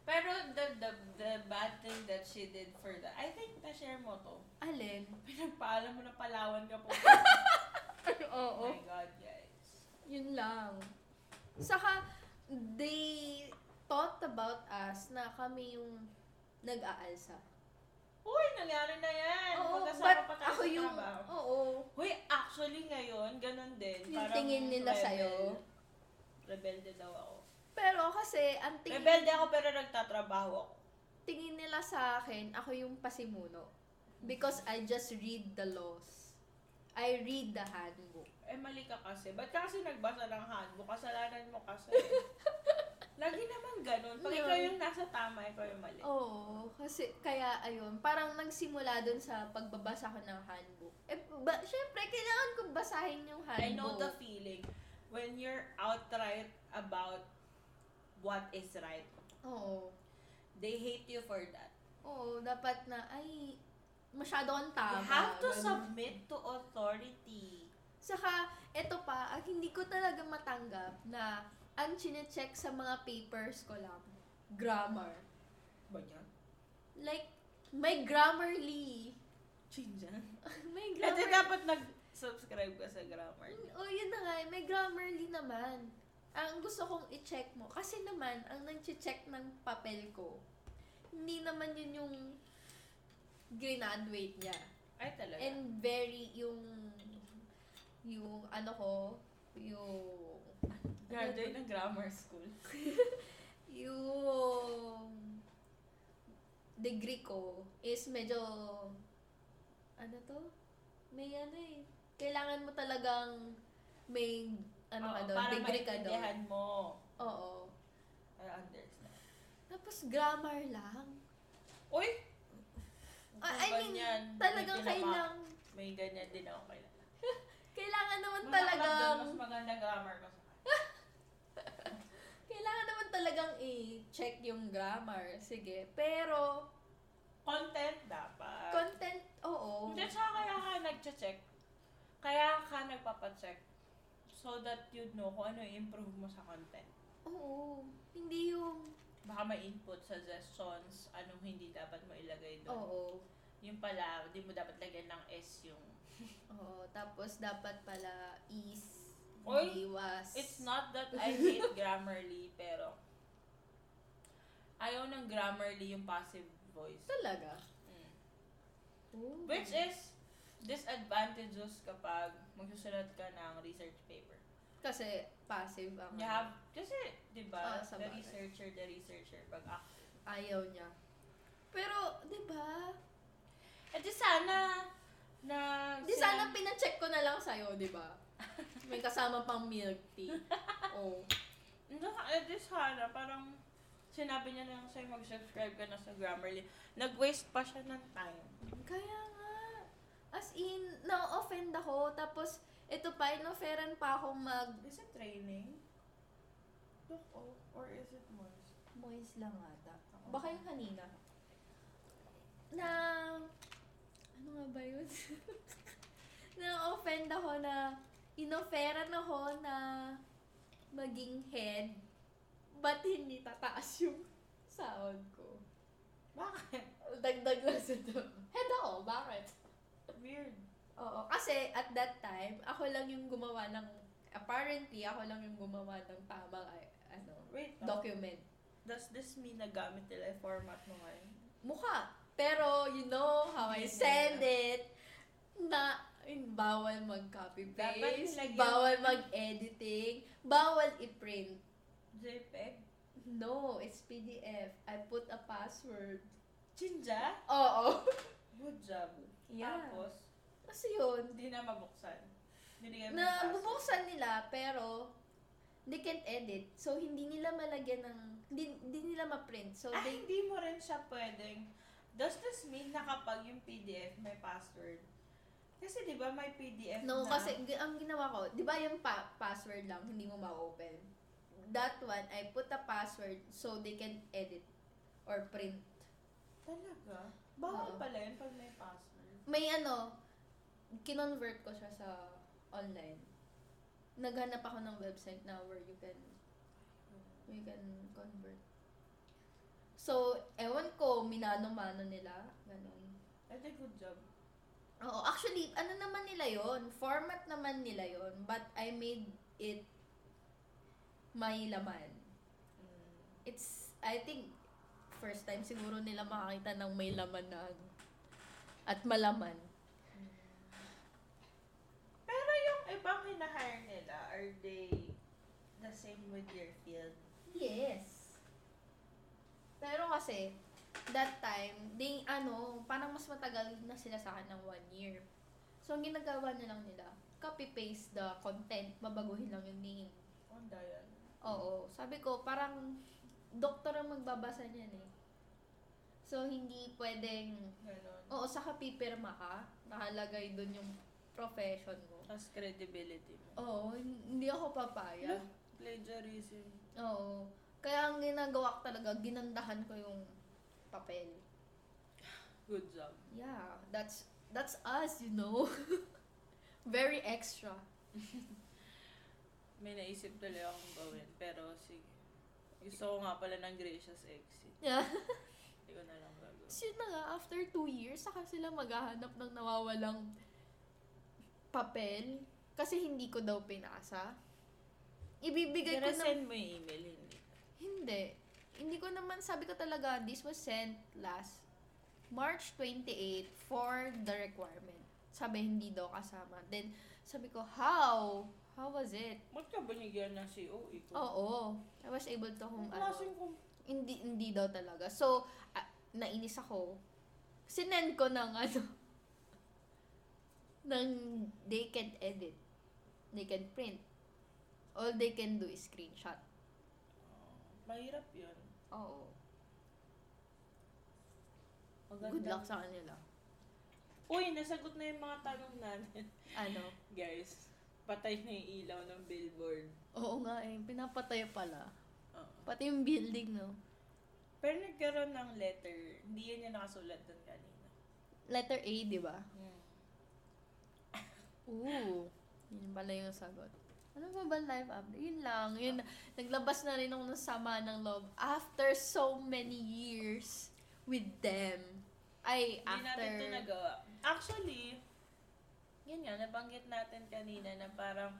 Speaker 1: Pero the, the, the bad thing that she did for that, I think na-share mo to.
Speaker 2: Alin?
Speaker 1: Pinagpaalam mo na Palawan ka po. Oh
Speaker 2: Oo.
Speaker 1: my God, guys.
Speaker 2: Yun lang. Saka, they thought about us na kami yung nag-aalsa.
Speaker 1: Uy, nangyari na yan.
Speaker 2: Oo, but
Speaker 1: Magkasama pa tayo
Speaker 2: ako
Speaker 1: sa
Speaker 2: yung,
Speaker 1: trabaho.
Speaker 2: oo,
Speaker 1: Uy, actually ngayon, ganun din.
Speaker 2: Yung tingin nila sa'yo.
Speaker 1: Rebelde daw ako.
Speaker 2: pero kasi, ang tingin,
Speaker 1: Rebelde ako pero nagtatrabaho ako.
Speaker 2: tingin nila sa akin, ako yung pasimuno. Because I just read the laws. I read the handbook.
Speaker 1: Eh, mali ka kasi. Ba't ka kasi nagbasa ng handbook? Kasalanan mo kasi. Lagi naman ganun. Pag
Speaker 2: Yun.
Speaker 1: ikaw yung nasa tama, ikaw yung mali.
Speaker 2: Oo, kasi kaya ayun, parang nagsimula dun sa pagbabasa ko ng handbook. Eh, ba, syempre, kailangan kong basahin yung handbook.
Speaker 1: I know the feeling when you're outright about what is right.
Speaker 2: Oo.
Speaker 1: They hate you for that.
Speaker 2: Oo, dapat na, ay, masyado ang tama.
Speaker 1: you have to
Speaker 2: ganun.
Speaker 1: submit to authority.
Speaker 2: Saka, eto pa, ang hindi ko talaga matanggap na ang chinecheck sa mga papers ko lang, grammar.
Speaker 1: Ba yan?
Speaker 2: Like, may Grammarly.
Speaker 1: Change yan.
Speaker 2: may
Speaker 1: Kasi
Speaker 2: Grammarly.
Speaker 1: dapat nag-subscribe ka sa grammar.
Speaker 2: Oh, yun na nga, may Grammarly naman. Ang gusto kong i-check mo, kasi naman, ang nang-check ng papel ko, hindi naman yun yung graduate niya.
Speaker 1: Ay, talaga.
Speaker 2: And very yung yung ano ko, yung
Speaker 1: Graduate ng grammar school.
Speaker 2: yung degree ko is medyo ano to? May ano eh. Kailangan mo talagang may ano ka
Speaker 1: Oo,
Speaker 2: doon,
Speaker 1: para
Speaker 2: degree ka doon.
Speaker 1: maintindihan mo.
Speaker 2: Oo.
Speaker 1: I understand.
Speaker 2: Tapos grammar lang.
Speaker 1: Uy!
Speaker 2: Ah,
Speaker 1: Kung
Speaker 2: I mean,
Speaker 1: ganyan, may
Speaker 2: Talagang
Speaker 1: kinaka-
Speaker 2: kailang,
Speaker 1: May ganyan din ako kailangan.
Speaker 2: kailangan naman
Speaker 1: Mas
Speaker 2: talagang,
Speaker 1: maganda- Mas maganda grammar ko sa kanya.
Speaker 2: kailangan naman talagang i-check yung grammar. Sige. Pero,
Speaker 1: Content dapat.
Speaker 2: content,
Speaker 1: Ah.
Speaker 2: oo.
Speaker 1: Hindi, tsaka kaya ka nag-check. Kaya ka nagpapacheck. So that you know kung ano yung improve mo sa content.
Speaker 2: Oo. Hindi yung,
Speaker 1: Baka may input, suggestions, anong hindi dapat mo ilagay doon.
Speaker 2: oo.
Speaker 1: Yung pala, di mo dapat lagyan ng S yung...
Speaker 2: Oo. Tapos, dapat pala is,
Speaker 1: Oy,
Speaker 2: iwas.
Speaker 1: It's not that I hate Grammarly, pero... Ayaw ng Grammarly yung passive voice.
Speaker 2: Talaga.
Speaker 1: Mm.
Speaker 2: Oo.
Speaker 1: Which is disadvantageous kapag magsusulat ka ng research paper.
Speaker 2: Kasi, passive ang
Speaker 1: You have, kasi, di ba,
Speaker 2: Ah, sa
Speaker 1: the
Speaker 2: bagay.
Speaker 1: researcher, the researcher, pag ah,
Speaker 2: ayaw niya. Pero, di ba?
Speaker 1: eh di sana, na,
Speaker 2: Di sana pinacheck ko na lang sa'yo, di ba? May kasama pang milk tea. Oh. Oo.
Speaker 1: Hindi, eh di sana, parang, sinabi niya na lang sa'yo, mag-subscribe ka na sa Grammarly. Nag-waste pa siya ng time.
Speaker 2: Kaya nga. As in, na-offend ako. Tapos, ito pa, inoferan pa ako mag...
Speaker 1: Is it training? Look, oh, or is it moist?
Speaker 2: Moist lang ata. Baka yung kanina. Na... Ano nga ba yun? na-offend ako na... Inoferan ako na maging head. Ba't hindi tataas yung sahod ko?
Speaker 1: Bakit?
Speaker 2: Dagdag lang sa to. Head ako, bakit?
Speaker 1: Weird.
Speaker 2: Oo, kasi at that time, ako lang yung gumawa ng, apparently, ako lang yung gumawa ng tamang, ay- ano,
Speaker 1: Wait, no?
Speaker 2: document.
Speaker 1: does this mean nagamit nila yung format mo ngayon?
Speaker 2: Mukha. Pero, you know how I send it, na, yun, bawal
Speaker 1: Dapat
Speaker 2: mag-copy-paste,
Speaker 1: nilagyan-
Speaker 2: bawal mag-editing, bawal i-print.
Speaker 1: JPEG?
Speaker 2: No, it's PDF. I put a password.
Speaker 1: Jinja?
Speaker 2: Oo.
Speaker 1: Good job.
Speaker 2: Yeah.
Speaker 1: Tapos,
Speaker 2: Kasi yun,
Speaker 1: hindi na mabuksan. Binigay mo
Speaker 2: na
Speaker 1: yung password.
Speaker 2: bubuksan nila pero they can't edit. So hindi nila malagyan ng hindi, hindi nila ma-print. So
Speaker 1: Ah,
Speaker 2: they
Speaker 1: hindi mo rin siya pwedeng. Does this mean na kapag yung PDF may password? Kasi di ba may PDF
Speaker 2: No,
Speaker 1: na?
Speaker 2: kasi gi- ang ginawa ko, 'di ba yung pa- password lang hindi mo ma-open. That one I put a password so they can edit or print.
Speaker 1: Talaga? Bawal
Speaker 2: Oo.
Speaker 1: pala yun pag may password.
Speaker 2: May ano kinonvert ko siya sa online. Naghanap ako ng website na where you can We can convert. So, ewan ko, minano-mano nila. Ganon.
Speaker 1: I think good job.
Speaker 2: Oo, actually, ano naman nila yon Format naman nila yon But I made it may laman.
Speaker 1: Mm.
Speaker 2: It's, I think, first time siguro nila makakita ng may laman na ano. At malaman.
Speaker 1: Pero yung ibang hinahire nila, are they the same with your field?
Speaker 2: Yes. Pero kasi, that time, they, ano, parang mas matagal na sila sa akin ng one year. So, ang ginagawa na lang nila, copy-paste the content, mabaguhin lang yung name.
Speaker 1: Ang dayan.
Speaker 2: Oo. Sabi ko, parang, doktor ang magbabasa niyan eh. So, hindi pwedeng,
Speaker 1: Ganon.
Speaker 2: oo, saka pipirma ka, nakalagay dun yung profession mo.
Speaker 1: Tapos credibility mo.
Speaker 2: Oo, hindi ako papaya.
Speaker 1: Plagiarism.
Speaker 2: Oo. Kaya ang ginagawa ko talaga, ginandahan ko yung papel.
Speaker 1: Good job.
Speaker 2: Yeah, that's that's us, you know. Very extra.
Speaker 1: May naisip tuloy akong gawin. Pero sige. Gusto ko nga pala ng gracious exit.
Speaker 2: Yeah.
Speaker 1: Hindi ko na lang gagawin.
Speaker 2: Kasi yun na nga, after two years, saka sila maghahanap ng nawawalang papel. Kasi hindi ko daw pinasa. Ibibigay ko
Speaker 1: Pero
Speaker 2: na...
Speaker 1: send mo yung email, hindi.
Speaker 2: Hindi. Hindi ko naman, sabi ko talaga, this was sent last March 28 for the requirement. Sabi, hindi daw kasama. Then, sabi ko, how? How was it?
Speaker 1: Ba't ka binigyan ng COE ko?
Speaker 2: Oo. I was able to
Speaker 1: ano?
Speaker 2: home alone.
Speaker 1: Klaseng kung
Speaker 2: Hindi, hindi daw talaga. So, ah, nainis ako. Sinend ko ng ano, ng they can edit. They can print. All they can do is screenshot.
Speaker 1: mahirap yun.
Speaker 2: Oo.
Speaker 1: Maganda.
Speaker 2: Good luck sa kanila.
Speaker 1: Uy, nasagot na yung mga tanong natin.
Speaker 2: Ano?
Speaker 1: Guys, patay na yung ilaw ng billboard.
Speaker 2: Oo nga eh. Pinapatay pala.
Speaker 1: Oo.
Speaker 2: Pati yung building, no?
Speaker 1: Pero nagkaroon ng letter. Hindi yan yung nakasulat doon kanina.
Speaker 2: Letter A, di ba?
Speaker 1: Hmm.
Speaker 2: Ooh. Yun pala yung sagot. Ano ba ba live update? Yun lang. Yun, naglabas na rin ako ng sama ng love after so many years with them. Ay,
Speaker 1: Hindi natin ito
Speaker 2: after...
Speaker 1: nagawa. Actually, yun nga, nabanggit natin kanina na parang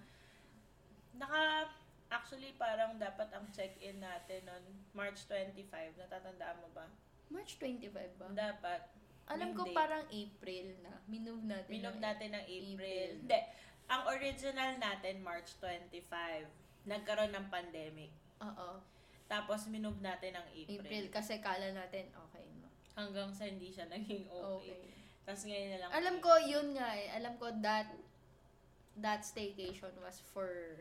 Speaker 1: naka actually parang dapat ang check-in natin on March 25. Natatandaan mo ba?
Speaker 2: March 25 ba?
Speaker 1: Dapat.
Speaker 2: Alam
Speaker 1: Yung
Speaker 2: ko
Speaker 1: date.
Speaker 2: parang April na. Minove natin. eh.
Speaker 1: Minove
Speaker 2: na-
Speaker 1: natin ng April.
Speaker 2: April.
Speaker 1: Hindi. Ang original natin, March 25. Nagkaroon ng pandemic.
Speaker 2: Oo.
Speaker 1: Tapos minove natin ng April.
Speaker 2: April. Kasi kala natin, okay na.
Speaker 1: Hanggang sa hindi siya naging okay.
Speaker 2: okay.
Speaker 1: Tapos ngayon na lang.
Speaker 2: Alam ko, yun nga eh. Alam ko that that staycation was for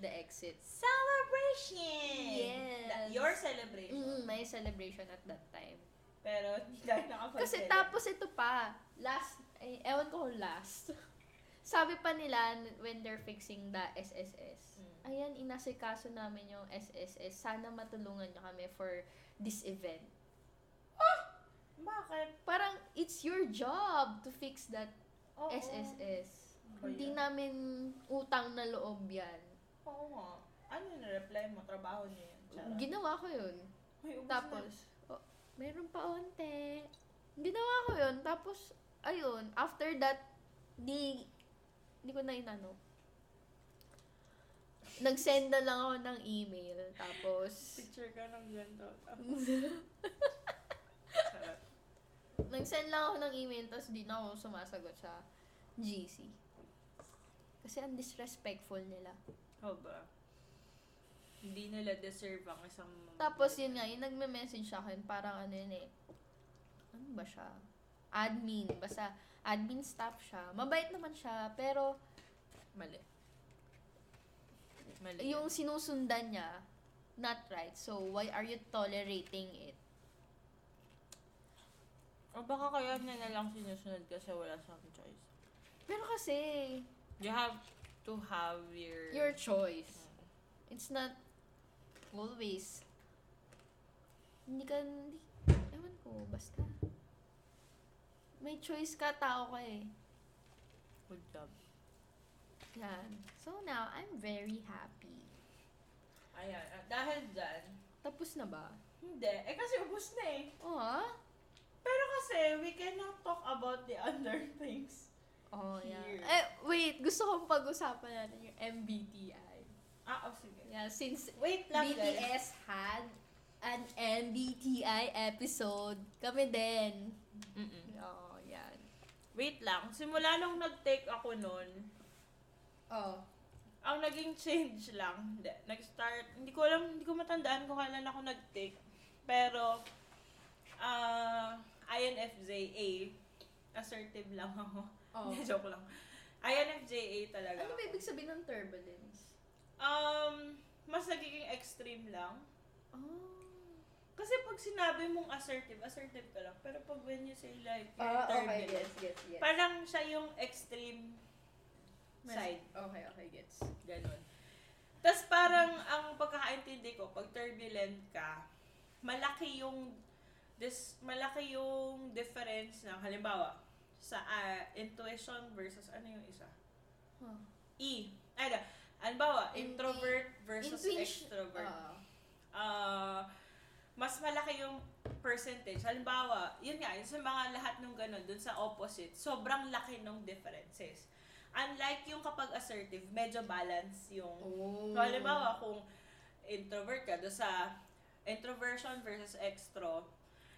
Speaker 2: the exit.
Speaker 1: Celebration!
Speaker 2: Yes.
Speaker 1: That- Your celebration.
Speaker 2: Mm, may celebration at that time.
Speaker 1: Pero hindi tayo nakapag
Speaker 2: Kasi tapos ito pa, last, eh, ewan ko kung last. Sabi pa nila n- when they're fixing the SSS.
Speaker 1: Mm.
Speaker 2: Ayan, inasikaso namin yung SSS. Sana matulungan nyo kami for this event.
Speaker 1: Bakit?
Speaker 2: Parang, it's your job to fix that
Speaker 1: Oo.
Speaker 2: SSS.
Speaker 1: Kaya.
Speaker 2: Hindi namin utang na loob yan.
Speaker 1: Oo nga. Ano yung reply mo? Trabaho niya yan. Charot.
Speaker 2: Ginawa ko yun.
Speaker 1: Ay, ubos
Speaker 2: Tapos,
Speaker 1: na.
Speaker 2: oh, meron pa onte. Ginawa ko yun. Tapos, ayun, after that, di, di ko na inano. Nag-send na lang ako ng email. Tapos,
Speaker 1: Picture ka ng ganito. Tapos, charot.
Speaker 2: nag-send lang ako ng email, tapos di na ako sumasagot sa GC. Kasi ang disrespectful nila.
Speaker 1: Oo ba? Hindi nila deserve ang isang...
Speaker 2: Tapos yun nga, yung nagme-message sa akin, parang ano yun eh, ano ba siya? Admin. Basta, admin staff siya. Mabait naman siya, pero
Speaker 1: Mali. Mali.
Speaker 2: yung sinusundan niya, not right. So, why are you tolerating it?
Speaker 1: O baka kaya na na lang sinusunod kasi wala siyang choice.
Speaker 2: Pero kasi,
Speaker 1: You have to have your...
Speaker 2: your choice. It's not always. Hindi ka, hindi, ewan ko, basta. May choice ka, tao ka eh.
Speaker 1: Good job.
Speaker 2: Yan. So now, I'm very happy.
Speaker 1: Ayan. At dahil dyan,
Speaker 2: Tapos na ba?
Speaker 1: hindi. Eh kasi ubus na eh.
Speaker 2: Oo ah.
Speaker 1: Pero kasi, we cannot talk about the other things.
Speaker 2: Oh, yeah.
Speaker 1: Here.
Speaker 2: Eh, wait. Gusto kong pag-usapan natin yung MBTI.
Speaker 1: Ah, oh, sige.
Speaker 2: Yeah, since
Speaker 1: Wait lang, guys.
Speaker 2: BTS had an MBTI episode, kami din.
Speaker 1: Mm-mm.
Speaker 2: Oh, yan.
Speaker 1: Wait lang. Simula nung nag-take ako nun,
Speaker 2: Oh.
Speaker 1: ang naging change lang, hindi, nag-start, hindi ko alam, hindi ko matandaan kung kailan ako nag-take. Pero, ah, INFJA, assertive lang ako.
Speaker 2: Oh.
Speaker 1: Hindi, joke lang. INFJA talaga.
Speaker 2: ano ba
Speaker 1: ako.
Speaker 2: ibig sabihin ng turbulence?
Speaker 1: Um, mas nagiging extreme lang.
Speaker 2: Oh.
Speaker 1: Kasi pag sinabi mong assertive, assertive ka lang. Pero pag when you say like,
Speaker 2: Ah,
Speaker 1: turbulent,
Speaker 2: okay. Yes, yes, yes.
Speaker 1: parang siya yung extreme
Speaker 2: Mas-
Speaker 1: side.
Speaker 2: Okay, okay, gets.
Speaker 1: Ganon. Tapos parang ang pagkakaintindi ko, pag turbulent ka, malaki yung this malaki yung difference ng halimbawa sa ah, intuition versus ano yung isa?
Speaker 2: Huh.
Speaker 1: E. Ay, da. Halimbawa,
Speaker 2: In-
Speaker 1: introvert versus
Speaker 2: Intuition-
Speaker 1: extrovert.
Speaker 2: Ah.
Speaker 1: Ah, mas malaki yung percentage. Halimbawa, yun nga, yun sa mga lahat ng ganun, dun sa opposite, sobrang laki ng differences. Unlike yung kapag assertive, medyo balance yung
Speaker 2: oh.
Speaker 1: So, halimbawa, kung introvert ka, do sa introversion versus extro,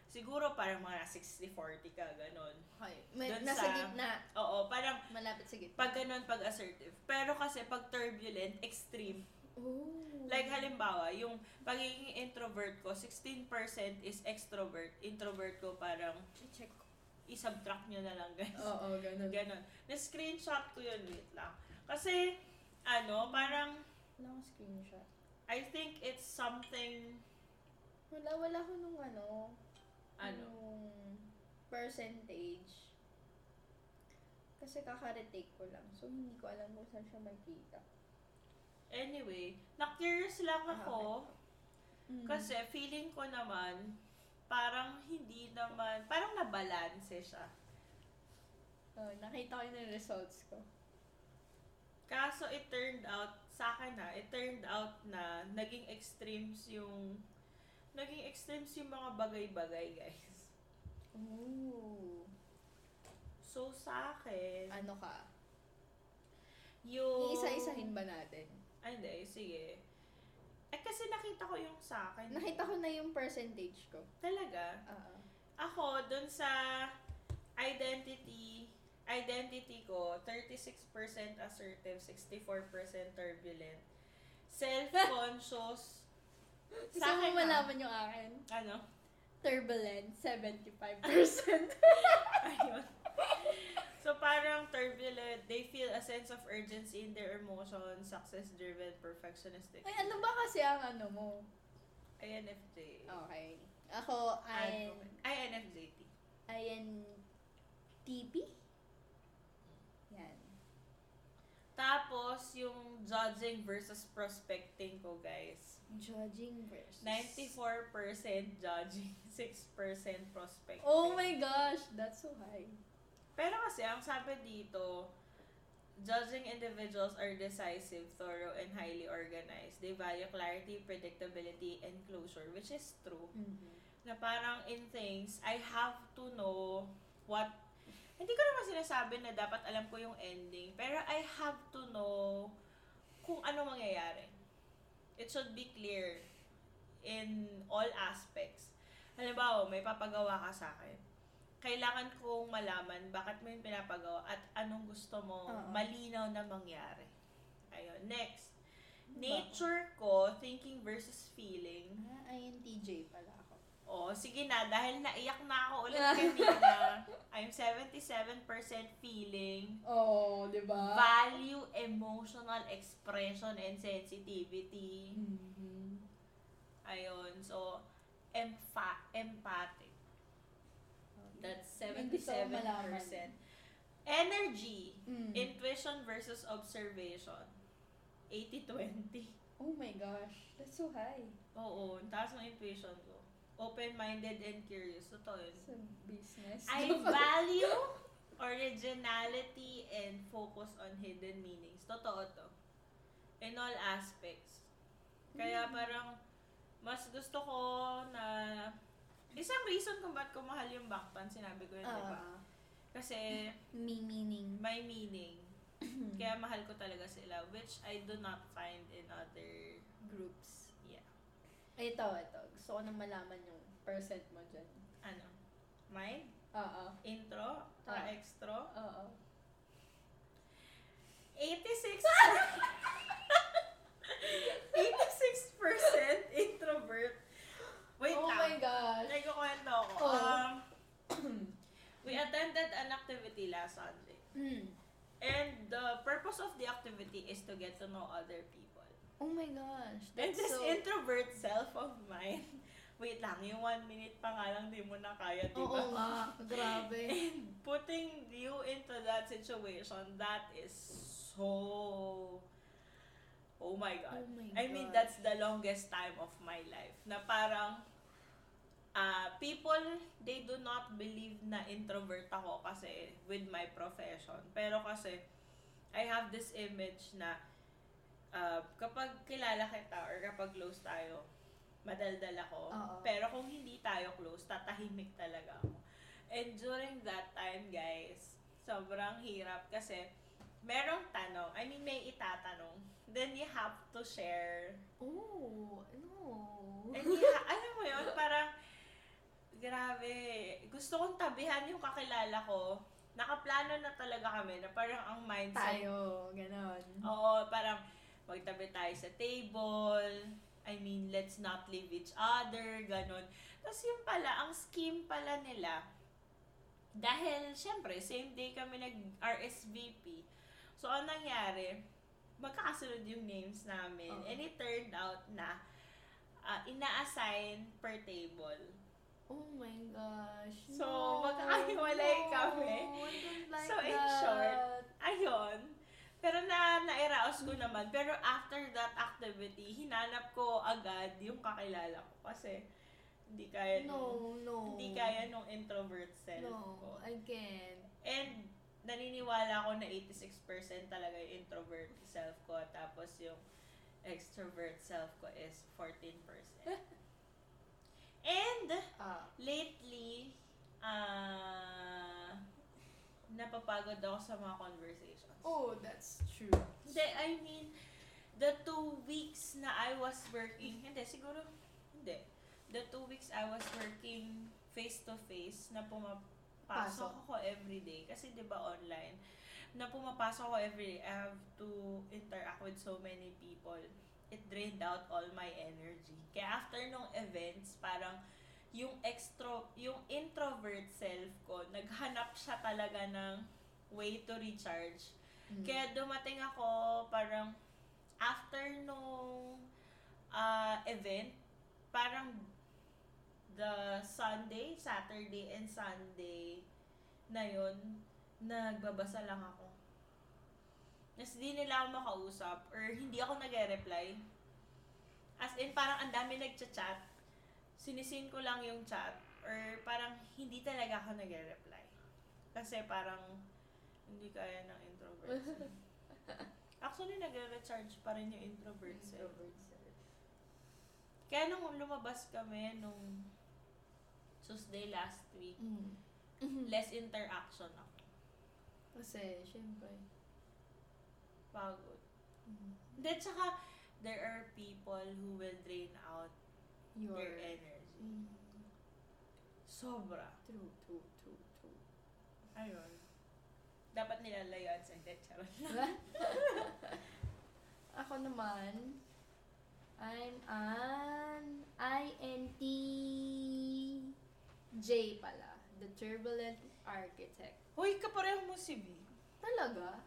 Speaker 1: siguro parang mga 60-40 ka, ganun.
Speaker 2: Okay. May,
Speaker 1: Doon
Speaker 2: nasa
Speaker 1: sa-
Speaker 2: gitna.
Speaker 1: Oo, parang
Speaker 2: Malapit sa gitna.
Speaker 1: pag ganun, pag assertive. Pero kasi pag turbulent, extreme.
Speaker 2: oh.
Speaker 1: Like halimbawa, yung pagiging introvert ko, 16% is extrovert. Introvert ko parang
Speaker 2: check ko.
Speaker 1: i-subtract nyo na lang, guys.
Speaker 2: Oo, oh, ganun.
Speaker 1: Ganun. Na-screenshot ko yun, wait lang. Kasi, ano, parang,
Speaker 2: Wala akong screenshot.
Speaker 1: I think it's something,
Speaker 2: Wala, wala ko nung ano.
Speaker 1: ano,
Speaker 2: Mm. Nung percentage. Kasi kaka-retake ko lang. So, hindi ko alam kung saan siya magkita.
Speaker 1: Anyway, na-curious lang ako
Speaker 2: Ah, Mm.
Speaker 1: kasi feeling ko naman parang hindi naman, parang nabalanse siya.
Speaker 2: Oh, nakita ko yung results ko.
Speaker 1: Kaso it turned out, sa akin na, it turned out na naging extremes yung, naging extremes yung mga bagay-bagay guys.
Speaker 2: Ooh.
Speaker 1: So sa akin,
Speaker 2: Ano ka?
Speaker 1: yung...
Speaker 2: Iisa-isahin ba natin?
Speaker 1: Ay, hindi, sige. Eh, kasi nakita ko yung sa akin.
Speaker 2: Nakita ko na yung percentage ko.
Speaker 1: Talaga.
Speaker 2: Ah.
Speaker 1: Ako, dun sa identity, identity ko, 36% assertive, 64% turbulent. Self-conscious.
Speaker 2: Gusto mo
Speaker 1: ah,
Speaker 2: malaman yung akin?
Speaker 1: Ano?
Speaker 2: Turbulent, 75%.
Speaker 1: Ayun. So parang turbulent, they feel a sense of urgency in their emotions, success-driven, perfectionistic.
Speaker 2: Ay, ano ba kasi ang ano mo?
Speaker 1: INFJ.
Speaker 2: Okay. Ako, Oh, I,
Speaker 1: INFJT.
Speaker 2: INTP? Yan.
Speaker 1: Tapos, yung judging versus prospecting ko, guys.
Speaker 2: Judging versus...
Speaker 1: 94% judging, 6% prospect.
Speaker 2: Oh my gosh, that's so high.
Speaker 1: Pero kasi, ang sabi dito, judging individuals are decisive, thorough, and highly organized. They value clarity, predictability, and closure, which is true. Na parang in things, I have to know what hindi ko naman sinasabi na dapat alam ko yung ending, pero I have to know kung ano mangyayari. It should be clear in all aspects. Halimbawa, may papagawa ka sa akin. Kailangan kong malaman bakit mo yung pinapagawa at anong gusto mo
Speaker 2: Oo.
Speaker 1: malinaw na mangyari. Ayun. Next.
Speaker 2: Diba?
Speaker 1: Nature ko, thinking versus feeling.
Speaker 2: Ah, INTJ pala ako.
Speaker 1: Oh, sige na, dahil naiyak na ako ulit kanina. I'm 77% feeling,
Speaker 2: Oh, di ba?
Speaker 1: value, emotional expression, and sensitivity.
Speaker 2: Mhm.
Speaker 1: Ayun, so, empha- empathic. That's
Speaker 2: Hindi ko
Speaker 1: 77%.
Speaker 2: malaman.
Speaker 1: Energy,
Speaker 2: Mm.
Speaker 1: intuition versus observation. 80-20.
Speaker 2: oh my gosh, that's so high.
Speaker 1: Oo, ang taas ng intuition ko. Open-minded and curious. Totoo yun.
Speaker 2: Sa business.
Speaker 1: I
Speaker 2: Diba?
Speaker 1: value originality and focus on hidden meanings. Totoo to. In all aspects.
Speaker 2: Hmm.
Speaker 1: Kaya parang mas gusto ko na isang reason kung ba't ko mahal yung bakpan, sinabi ko yun, di ba?
Speaker 2: Ah,
Speaker 1: Kasi
Speaker 2: me meaning.
Speaker 1: may meaning. Kaya mahal ko talaga sila, which I do not find in other,
Speaker 2: Groups.
Speaker 1: yeah,
Speaker 2: Ito, ito. Gusto ko nang malaman yung percent mo dyan.
Speaker 1: ano, mine,
Speaker 2: Oo.
Speaker 1: intro, or
Speaker 2: Ah.
Speaker 1: extro,
Speaker 2: Oo.
Speaker 1: 86 86% introvert. Wait
Speaker 2: oh
Speaker 1: lang.
Speaker 2: my gosh. Oh.
Speaker 1: Nagkukwento ako.
Speaker 2: Oo.
Speaker 1: Um, we attended an activity last Sunday.
Speaker 2: Mm.
Speaker 1: And the purpose of the activity is to get to know other people.
Speaker 2: Oh my gosh.
Speaker 1: Then
Speaker 2: That's
Speaker 1: this
Speaker 2: so...
Speaker 1: introvert self of mine, wait lang, yung one minute pa nga lang di mo na kaya, di
Speaker 2: Oo
Speaker 1: ba?
Speaker 2: nga. Grabe.
Speaker 1: And putting you into that situation, that is so... Oh my God.
Speaker 2: Oh my
Speaker 1: I mean,
Speaker 2: gosh.
Speaker 1: that's the longest time of my life. Na parang, ah, people, they do not believe na introvert ako kasi with my profession. Pero kasi, I have this image na ah, kapag kilala kita or kapag close tayo, madaldal ako.
Speaker 2: Oo.
Speaker 1: Pero kung hindi tayo close, tatahimik talaga ako. And during that time, guys, sobrang hirap kasi merong tanong. I mean, may itatanong. Then you have to share
Speaker 2: Oh, ano?
Speaker 1: And yeah, alam mo yun, parang, grabe, gusto kong tabihan yung kakilala ko. Nakaplano na talaga kami na parang ang mindset.
Speaker 2: Tayo, ganon.
Speaker 1: Oo, parang magtabi tayo sa table. I mean, let's not leave each other, ganun. Tapos yun pala, ang scheme pala nila, dahil syempre, same day kami nag-RSVP. So, ang nangyari, magkakasunod yung names namin.
Speaker 2: Oo.
Speaker 1: And it turned out na ah, ina-assign per table.
Speaker 2: Oh my gosh.
Speaker 1: So, magkakahiwalay kami.
Speaker 2: I don't like
Speaker 1: So, in
Speaker 2: that.
Speaker 1: short, Ayun. Pero na nairaos ko naman. Pero after that activity, hinanap ko agad yung kakilala ko. Kasi hindi kaya nung,
Speaker 2: no, no.
Speaker 1: hindi kaya nung introvert self ko.
Speaker 2: No, I can't.
Speaker 1: And naniniwala ako na 86% talaga yung introvert self ko. Tapos yung extrovert self ko is 14%. And
Speaker 2: Ah.
Speaker 1: lately, ah napapagod ako sa mga conversations.
Speaker 2: Oh, that's true.
Speaker 1: Hindi, I mean, the two weeks na I was working, hindi, siguro, hindi. The two weeks I was working face-to-face na pumapasok
Speaker 2: Pasok.
Speaker 1: ako every day. Kasi di ba online, na pumapasok ako every day, I have to interact with so many people. It drained out all my energy. Kaya after nung events, parang yung extro, yung introvert self ko, naghanap siya talaga ng way to recharge
Speaker 2: Mm.
Speaker 1: kaya dumating ako parang after nung ah, event, parang the Sunday, Saturday, and Sunday na yun, nagbabasa lang ako. Tapos di nila ako makausap or hindi ako nagre-reply. As in, parang ang dami nagchat-chat. Sinisin ko lang yung chat or parang hindi talaga ako nagre-reply. Kasi parang hindi kaya ng introvert. Actually, nagre-recharge pa rin yung eh. introvert self. Kaya nung lumabas kami nung Tuesday last week,
Speaker 2: Mm.
Speaker 1: less interaction ako.
Speaker 2: Kasi, syempre.
Speaker 1: Pagod.
Speaker 2: Mm.
Speaker 1: Then, tsaka, there are people who will drain out
Speaker 2: Your,
Speaker 1: their energy.
Speaker 2: Mm.
Speaker 1: Sobra.
Speaker 2: True, true, true, true.
Speaker 1: Ayun. Dapat nilalayuan sa hindi, charot.
Speaker 2: Ako naman, I'm an INTJ pala. The Turbulent Architect.
Speaker 1: Hoy, kapareho mo si B.
Speaker 2: Talaga?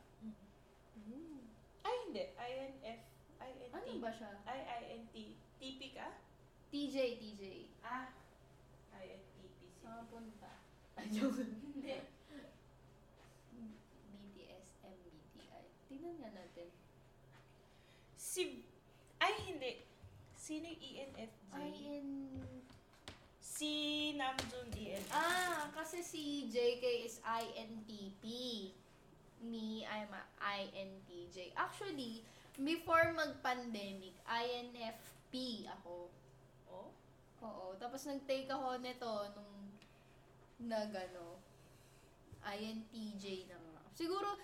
Speaker 2: Mm.
Speaker 1: Ay, hindi. INF. INT.
Speaker 2: Ano ba siya?
Speaker 1: I, INT. TP ka?
Speaker 2: TJ, TJ.
Speaker 1: Ah. INTP. si-
Speaker 2: Saan Ah, punta? Ayun.
Speaker 1: Hindi.
Speaker 2: BTS, MBTI. Tingnan nga natin.
Speaker 1: Si... Ay, hindi. Sino yung E ENFJ?
Speaker 2: IN...
Speaker 1: Si Namjoon ENFJ.
Speaker 2: Ah, kasi si JK is INTP. Me, I'm a INTJ. Actually, before mag-pandemic, INFP ako.
Speaker 1: Oh?
Speaker 2: Oo. Tapos nag-take ako nito nung nag ano, INTJ na nga. Siguro,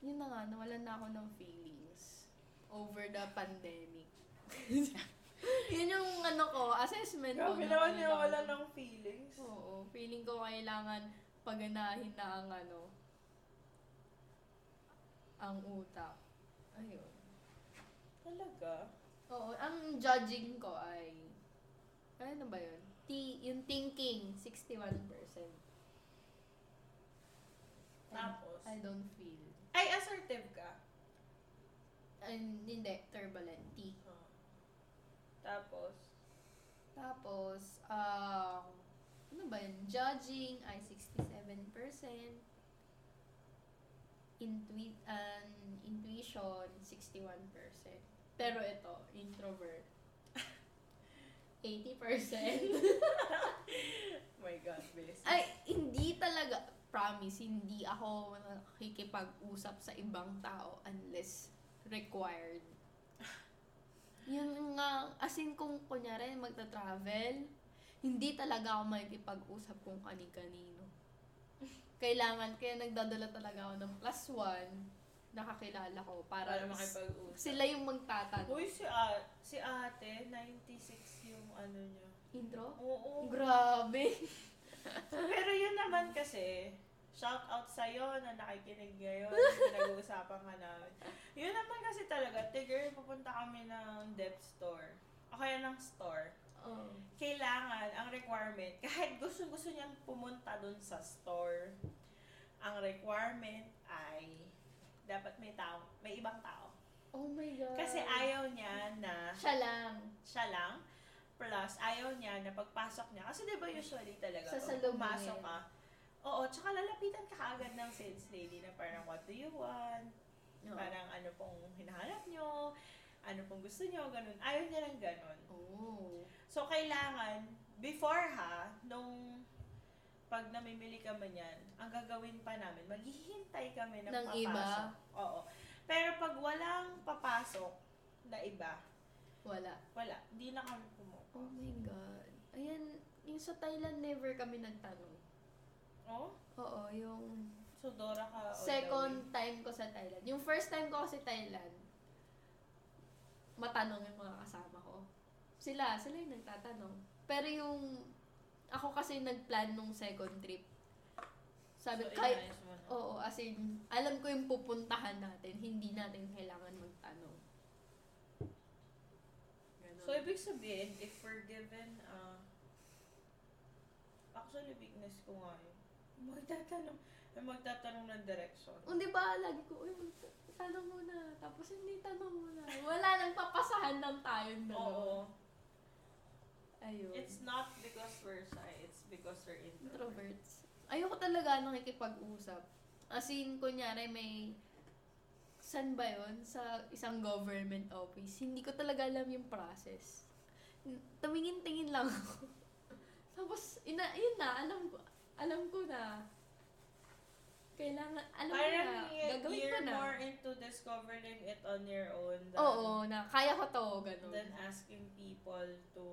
Speaker 2: yun na nga, nawalan na ako ng feelings over the pandemic. yun yung ano ko, assessment ko.
Speaker 1: Grabe
Speaker 2: na
Speaker 1: naman yung
Speaker 2: kailangan-
Speaker 1: wala ng feelings.
Speaker 2: Oo, feeling ko kailangan paganahin na ang ano, ang utak. Ayun.
Speaker 1: Talaga?
Speaker 2: Oo, ang judging ko ay, ano ba yun? T, yung thinking, 61%. I,
Speaker 1: Tapos?
Speaker 2: I don't feel.
Speaker 1: Ay, assertive ka.
Speaker 2: And, hindi, turbulent, T.
Speaker 1: Tapos?
Speaker 2: Tapos, um, ano ba yun? Judging, ay 67%. Intuit, um, intuition, 61%. Pero ito, introvert, 8%. 80%.
Speaker 1: my God, Bes.
Speaker 2: Ay, hindi talaga, promise, hindi ako nakikipag-usap sa ibang tao unless required. Yun nga, as in kung kunyari magta-travel, hindi talaga ako makikipag-usap kung kani-kanino. Kailangan, kaya nagdadala talaga ako ng plus one nakakilala ko para,
Speaker 1: Para makipag-usap.
Speaker 2: sila yung magtatanong.
Speaker 1: Uy, si, a si ate, 96 yung ano niya.
Speaker 2: Intro?
Speaker 1: Oo.
Speaker 2: Grabe.
Speaker 1: Pero yun naman kasi, shout out sa'yo na nakikinig ngayon. Pinag-uusapan ka namin. Yun naman kasi talaga, Tigger, pupunta kami ng depth store. O kaya ng store.
Speaker 2: Oh.
Speaker 1: Kailangan, ang requirement, kahit gusto-gusto niyang pumunta dun sa store, ang requirement ay dapat may tao, may ibang tao.
Speaker 2: oh my God.
Speaker 1: Kasi ayaw niya na
Speaker 2: Siya lang.
Speaker 1: siya lang. Plus, ayaw niya na pagpasok niya. Kasi di ba usually talaga,
Speaker 2: Sasalubungin.
Speaker 1: pag pumasok ka, oo, tsaka lalapitan ka agad ng sales lady na parang, what do you want?
Speaker 2: Oo.
Speaker 1: Parang ano pong hinahanap nyo? Ano pong gusto nyo? Ganun. Ayaw niya lang ganun.
Speaker 2: Oh.
Speaker 1: So, kailangan, before ha, nung pag namimili ka man yan, ang gagawin pa namin, maghihintay kami ng,
Speaker 2: Ng
Speaker 1: papasok.
Speaker 2: iba?
Speaker 1: Oo. Pero pag walang papasok na iba,
Speaker 2: Wala.
Speaker 1: wala. Hindi na kami pumupo.
Speaker 2: Oh my God. Ayan, yung sa Thailand, never kami nagtanong.
Speaker 1: Oh?
Speaker 2: Oo, yung
Speaker 1: So, Dora ka all the
Speaker 2: second time ko sa Thailand. Yung first time ko kasi Thailand, matanong yung mga kasama ko. Sila, sila yung nagtatanong. Pero yung, ako kasi nagplan nung second trip.
Speaker 1: way.
Speaker 2: Sabi,
Speaker 1: So,
Speaker 2: kay, oh.
Speaker 1: inayos mo na.
Speaker 2: Oo, as in, alam ko yung pupuntahan natin, hindi natin kailangan magtanong. Ganon.
Speaker 1: So, ibig sabihin, if we're given, uh, actually, weakness ko nga yun. Magtatanong, ay, magtatanong ng direction.
Speaker 2: Hindi Oh, ba, lagi ko, uy, tanong muna. Tapos hindi, tanong muna. Wala nang papasahan ng tayong dalawa.
Speaker 1: Oo.
Speaker 2: Ayun.
Speaker 1: It's not because we're shy, it's because we're introvert.
Speaker 2: introverts. Ayoko talaga nakikipag-usap. As in, kunyari may, san ba yun? Sa isang government office. Hindi ko talaga alam yung process. N- Tumingin-tingin lang ako. Tapos, ina, yun na, alam ko, alam ko na. Kailangan, alam ko
Speaker 1: Parang
Speaker 2: na.
Speaker 1: y-
Speaker 2: Gagawin ko
Speaker 1: you're
Speaker 2: na.
Speaker 1: more into discovering it on your own than,
Speaker 2: Oo, na kaya ko to, ganun.
Speaker 1: than asking people to...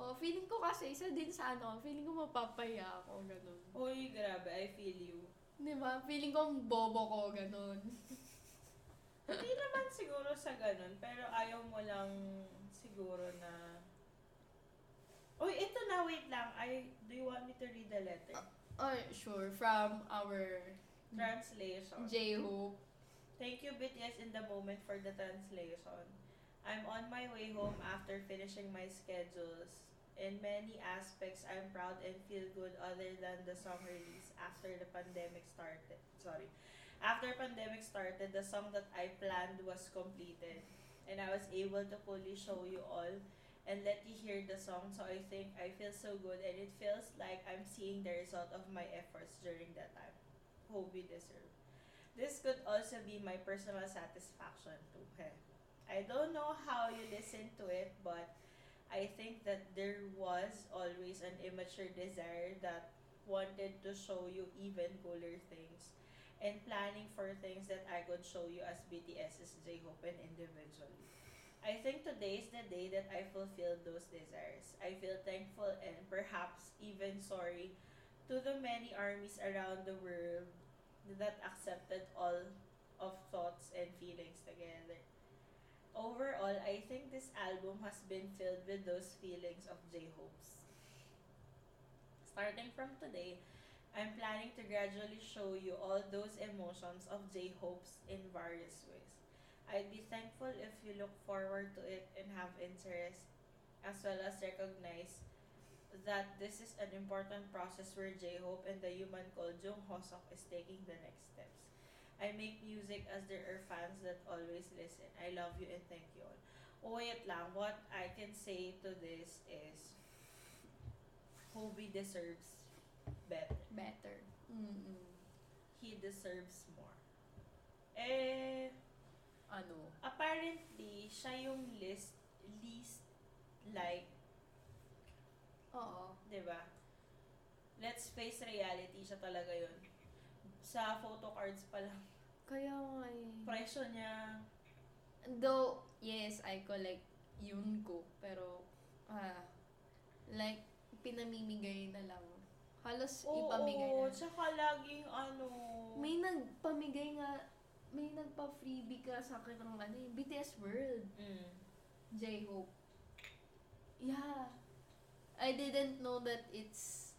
Speaker 2: Oh, feeling ko kasi, isa din sa ano, feeling ko mapapaya ako, ganun.
Speaker 1: Uy, grabe, I feel you.
Speaker 2: Di ba? Feeling ko ang bobo ko, ganun.
Speaker 1: Hindi naman siguro sa ganun, pero ayaw mo lang siguro na... Uy, ito na, wait lang. I, do you want me to read the letter?
Speaker 2: Or, sure, from our
Speaker 1: Translation.
Speaker 2: J-Hope.
Speaker 1: Thank you, BTS, in the moment for the translation. I'm on my way home after finishing my schedules. In many aspects, I'm proud and feel good other than the song release after the pandemic started. Sorry. After pandemic started, the song that I planned was completed. And I was able to fully show you all and let you hear the song. So I think I feel so good and it feels like I'm seeing the result of my efforts during that time. Hope you deserve. This could also be my personal satisfaction too. Heh. I don't know how you listen to it, but I think that there was always an immature desire that wanted to show you even cooler things and planning for things that I could show you as BTS's J-Hope and individually. I think today is the day that I fulfilled those desires. I feel thankful and perhaps even sorry to the many armies around the world that accepted all of thoughts and feelings together. Overall, I think this album has been filled with those feelings of J-hopes. Starting from today, I'm planning to gradually show you all those emotions of J-hopes in various ways. I'd be thankful if you look forward to it and have interest, as well as recognize that this is an important process where J-Hope and the human called Jung Hosok is taking the next steps. I make music as there are fans that always listen. I love you and thank you all. Oh, wait lang. What I can say to this is Hobie deserves better.
Speaker 2: Better. Mm-mm.
Speaker 1: He deserves more. Eh,
Speaker 2: Ano?
Speaker 1: apparently, siya yung list, least like Diba? Let's face reality, siya talaga yun. Sa photo cards pa lang.
Speaker 2: Kaya nga eh.
Speaker 1: Presyo niya.
Speaker 2: Though, yes, I collect yun ko. Pero, ah, like, pinamimigay na lang. Halos ipamigay
Speaker 1: Oo,
Speaker 2: na.
Speaker 1: tsaka laging ano.
Speaker 2: May nagpamigay nga, may nagpa-freebie ka sa akin ng ano eh, BTS World.
Speaker 1: Mm.
Speaker 2: J-Hope. Yeah. I didn't know that it's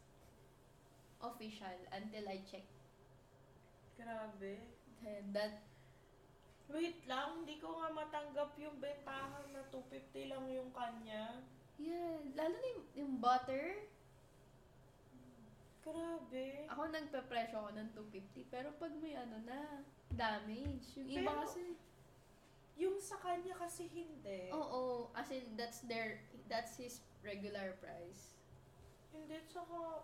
Speaker 2: official until I checked.
Speaker 1: Grabe.
Speaker 2: And that,
Speaker 1: Wait lang, hindi ko nga matanggap yung bentahan na 250 lang yung kanya.
Speaker 2: yeah, lalo na yung, yung butter.
Speaker 1: Grabe.
Speaker 2: Ako nagpe-presyo ako ng 250, pero pag may ano na, damage. Yung iba
Speaker 1: Pero-
Speaker 2: kasi,
Speaker 1: Yung sa kanya kasi hindi.
Speaker 2: oo, as in, that's their, that's his regular price.
Speaker 1: Hindi, tsaka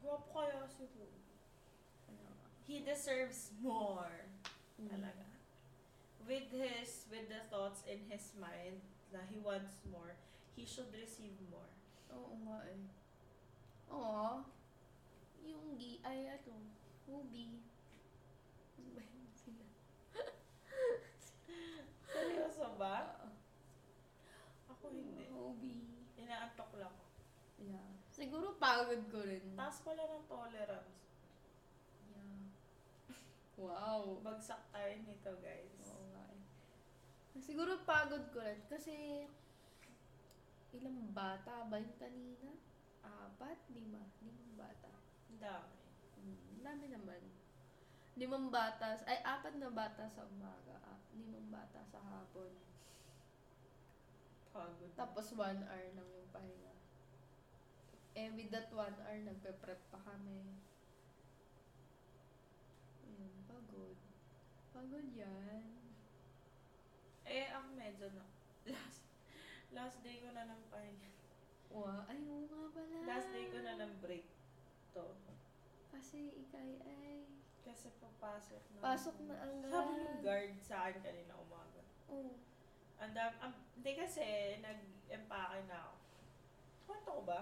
Speaker 1: guwapo kaya si Hu. He deserves more.
Speaker 2: Mm.
Speaker 1: Talaga. With his, with the thoughts in his mind that he wants more, he should receive more.
Speaker 2: Oo nga eh. Oo. Yung gi, ay ano, Ruby. Ano ba yun sila?
Speaker 1: Seryoso ba?
Speaker 2: Ah,
Speaker 1: Ako hindi.
Speaker 2: Ruby.
Speaker 1: Inaantok lang. ako.
Speaker 2: Yeah. Siguro pagod ko rin.
Speaker 1: Taas pala ng tolerance.
Speaker 2: Yeah. Wow.
Speaker 1: Bagsak tayo nito, guys.
Speaker 2: Oo nga eh. Siguro pagod ko rin kasi ilang bata ba yun kanina? Apat? Lima? Limang bata.
Speaker 1: Ang dami.
Speaker 2: Mm, dami naman. Limang bata, ay apat na bata sa umaga, ah, limang bata sa hapon.
Speaker 1: Pagod.
Speaker 2: Tapos one hour lang yung pahinga. Eh, with that one hour, nagpe-prep pa kami. Ayun,
Speaker 1: Mm.
Speaker 2: pagod. Pagod yan.
Speaker 1: Eh, ako medyo na. Last, last day ko na ng pahinga.
Speaker 2: Wow, ayaw nga pala.
Speaker 1: Last day ko na ng break. To.
Speaker 2: Kasi ikay ay.
Speaker 1: Kasi papasok na.
Speaker 2: Pasok na ang
Speaker 1: Sabi ng guard sa akin kanina umaga.
Speaker 2: Oh.
Speaker 1: Ang dam, ang, hindi kasi, nag-empake na ako. Kwento ko ba?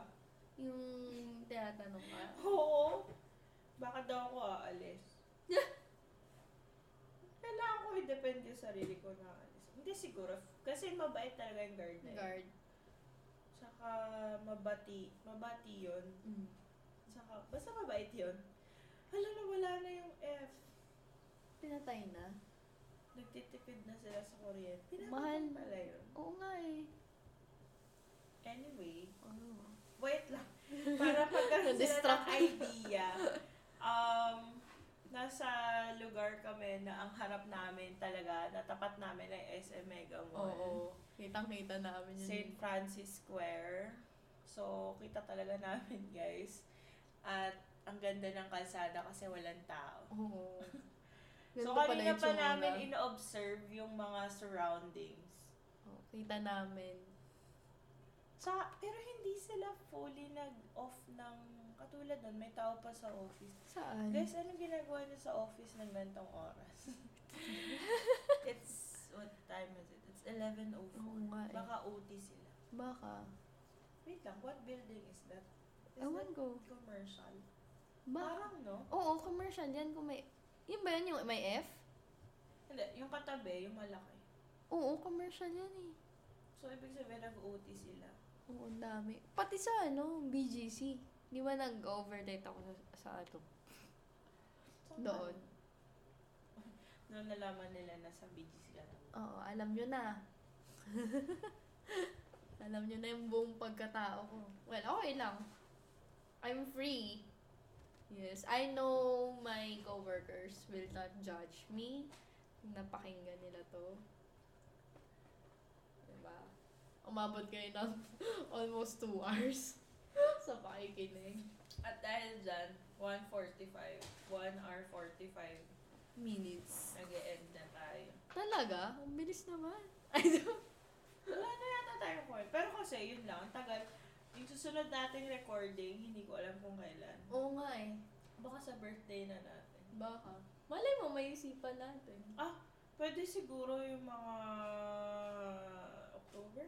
Speaker 2: Yung tinatanong ka.
Speaker 1: Oo. Baka daw ako aalis. Kailangan ko i-depende sa sarili ko na aalis. Hindi siguro. Kasi mabait talaga yung guard na yun.
Speaker 2: Guard.
Speaker 1: Tsaka mabati. Mabati yun.
Speaker 2: Mm.
Speaker 1: Tsaka, basta mabait yun. Hala na wala na yung F.
Speaker 2: Pinatay na.
Speaker 1: Nagtitipid na sila sa Korean.
Speaker 2: Mahal.
Speaker 1: Pinapatay pala yun.
Speaker 2: Oo nga eh.
Speaker 1: Anyway,
Speaker 2: Oh.
Speaker 1: wait lang. Para pagkaroon sila
Speaker 2: Na-distract.
Speaker 1: ng idea, um, nasa lugar kami na ang harap namin talaga, natapat namin ay SM Mega Mall.
Speaker 2: Oo. Kitang-kita namin yun.
Speaker 1: St. Francis Square. So, kita talaga namin, guys. At ang ganda ng kalsada kasi walang tao.
Speaker 2: Oo.
Speaker 1: so, kanina pa namin in-observe yung mga surroundings.
Speaker 2: Oo, Oh, kita namin.
Speaker 1: Sa, pero hindi sila fully nag-off ng, katulad nun, may tao pa sa office.
Speaker 2: Saan?
Speaker 1: Guys, ano ginagawa niyo sa office ng gantong oras? It's, what time is it? It's 11.04.
Speaker 2: Oo nga eh.
Speaker 1: Baka OT sila.
Speaker 2: Baka.
Speaker 1: Wait lang, what building is that? Is
Speaker 2: Ewan
Speaker 1: that
Speaker 2: ko.
Speaker 1: commercial?
Speaker 2: Baka.
Speaker 1: Parang, no?
Speaker 2: Oo, commercial yan. Kung may... Yun ba yun yung may F?
Speaker 1: Hindi, yung katabi, yung malaki.
Speaker 2: Oo, commercial yan eh.
Speaker 1: So, ibig sabihin, nag-OT sila.
Speaker 2: Oo, ang dami. Pati sa ano, BGC. Di ba nag-overdate ako sa, sa ano?
Speaker 1: So,
Speaker 2: Doon.
Speaker 1: Noon nalaman nila na sa BGC sila.
Speaker 2: Oo, Oh, alam nyo na. alam nyo na yung buong pagkatao ko. Well, okay lang. I'm free. Yes, I know my coworkers will not judge me. Napakinggan nila to. Diba? Umabot kayo ng almost two hours sa pakikinig.
Speaker 1: At dahil dyan, 1.45, 1 hour 45,
Speaker 2: Minutes.
Speaker 1: nag-e-end na tayo.
Speaker 2: Talaga? Ang bilis naman. I don't...
Speaker 1: Wala na yata tayong point. Pero kasi, yun lang, ang tagal. Yung susunod nating recording, hindi ko alam kung kailan.
Speaker 2: Oo nga eh.
Speaker 1: Baka sa birthday na natin.
Speaker 2: Baka. Malay mo, may isipan natin.
Speaker 1: Pwede siguro yung mga October?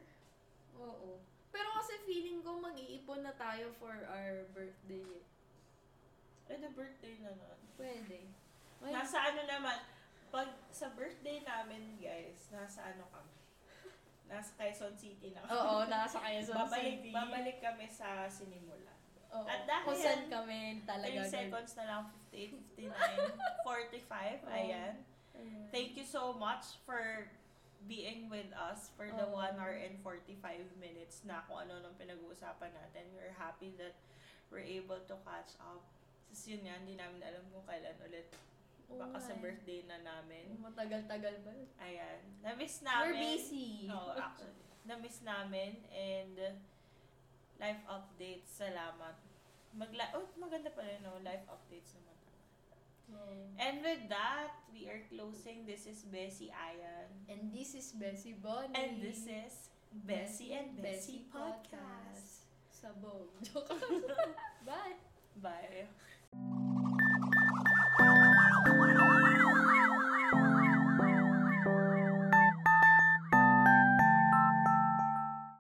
Speaker 2: Oo. Pero kasi feeling ko mag magtagpo na tayo for our birthday.
Speaker 1: Eh, the birthday na nun.
Speaker 2: Pwede. Why?
Speaker 1: Nasa ano naman, pag sa birthday namin, guys, nasa ano kami. Nasa Quezon City na kami.
Speaker 2: Oo, nasa Oh, Quezon
Speaker 1: babalik,
Speaker 2: City.
Speaker 1: babalik kami sa sinimula.
Speaker 2: Oo.
Speaker 1: At dahil-
Speaker 2: Kung saan
Speaker 1: 3
Speaker 2: kami talaga. ganun.
Speaker 1: seconds na lang, 58, 59, 45,
Speaker 2: Oo.
Speaker 1: ayan.
Speaker 2: Ayun.
Speaker 1: Thank you so much for being with us for the
Speaker 2: Oo.
Speaker 1: 1 hour and 45 minutes na kung ano nung pinag-uusapan natin. We're happy that we're able to catch up. Tapos yun nga, hindi namin alam kung kailan ulit.
Speaker 2: Oo
Speaker 1: Baka sa
Speaker 2: nga eh.
Speaker 1: birthday na namin.
Speaker 2: Matagal-tagal ba?
Speaker 1: Ayan. Na-miss namin.
Speaker 2: We're busy.
Speaker 1: Oo, actually. Na-miss namin and uh, life updates. Salamat. Magla oh, maganda pala, no? Life updates naman.
Speaker 2: Oo.
Speaker 1: And with that, we are closing. This is Bessie Ayan.
Speaker 2: And this is Bessie Bonnie.
Speaker 1: And this is Bessie and Bessie Podcast.
Speaker 2: Sabog. Joke. Bye.
Speaker 1: Bye.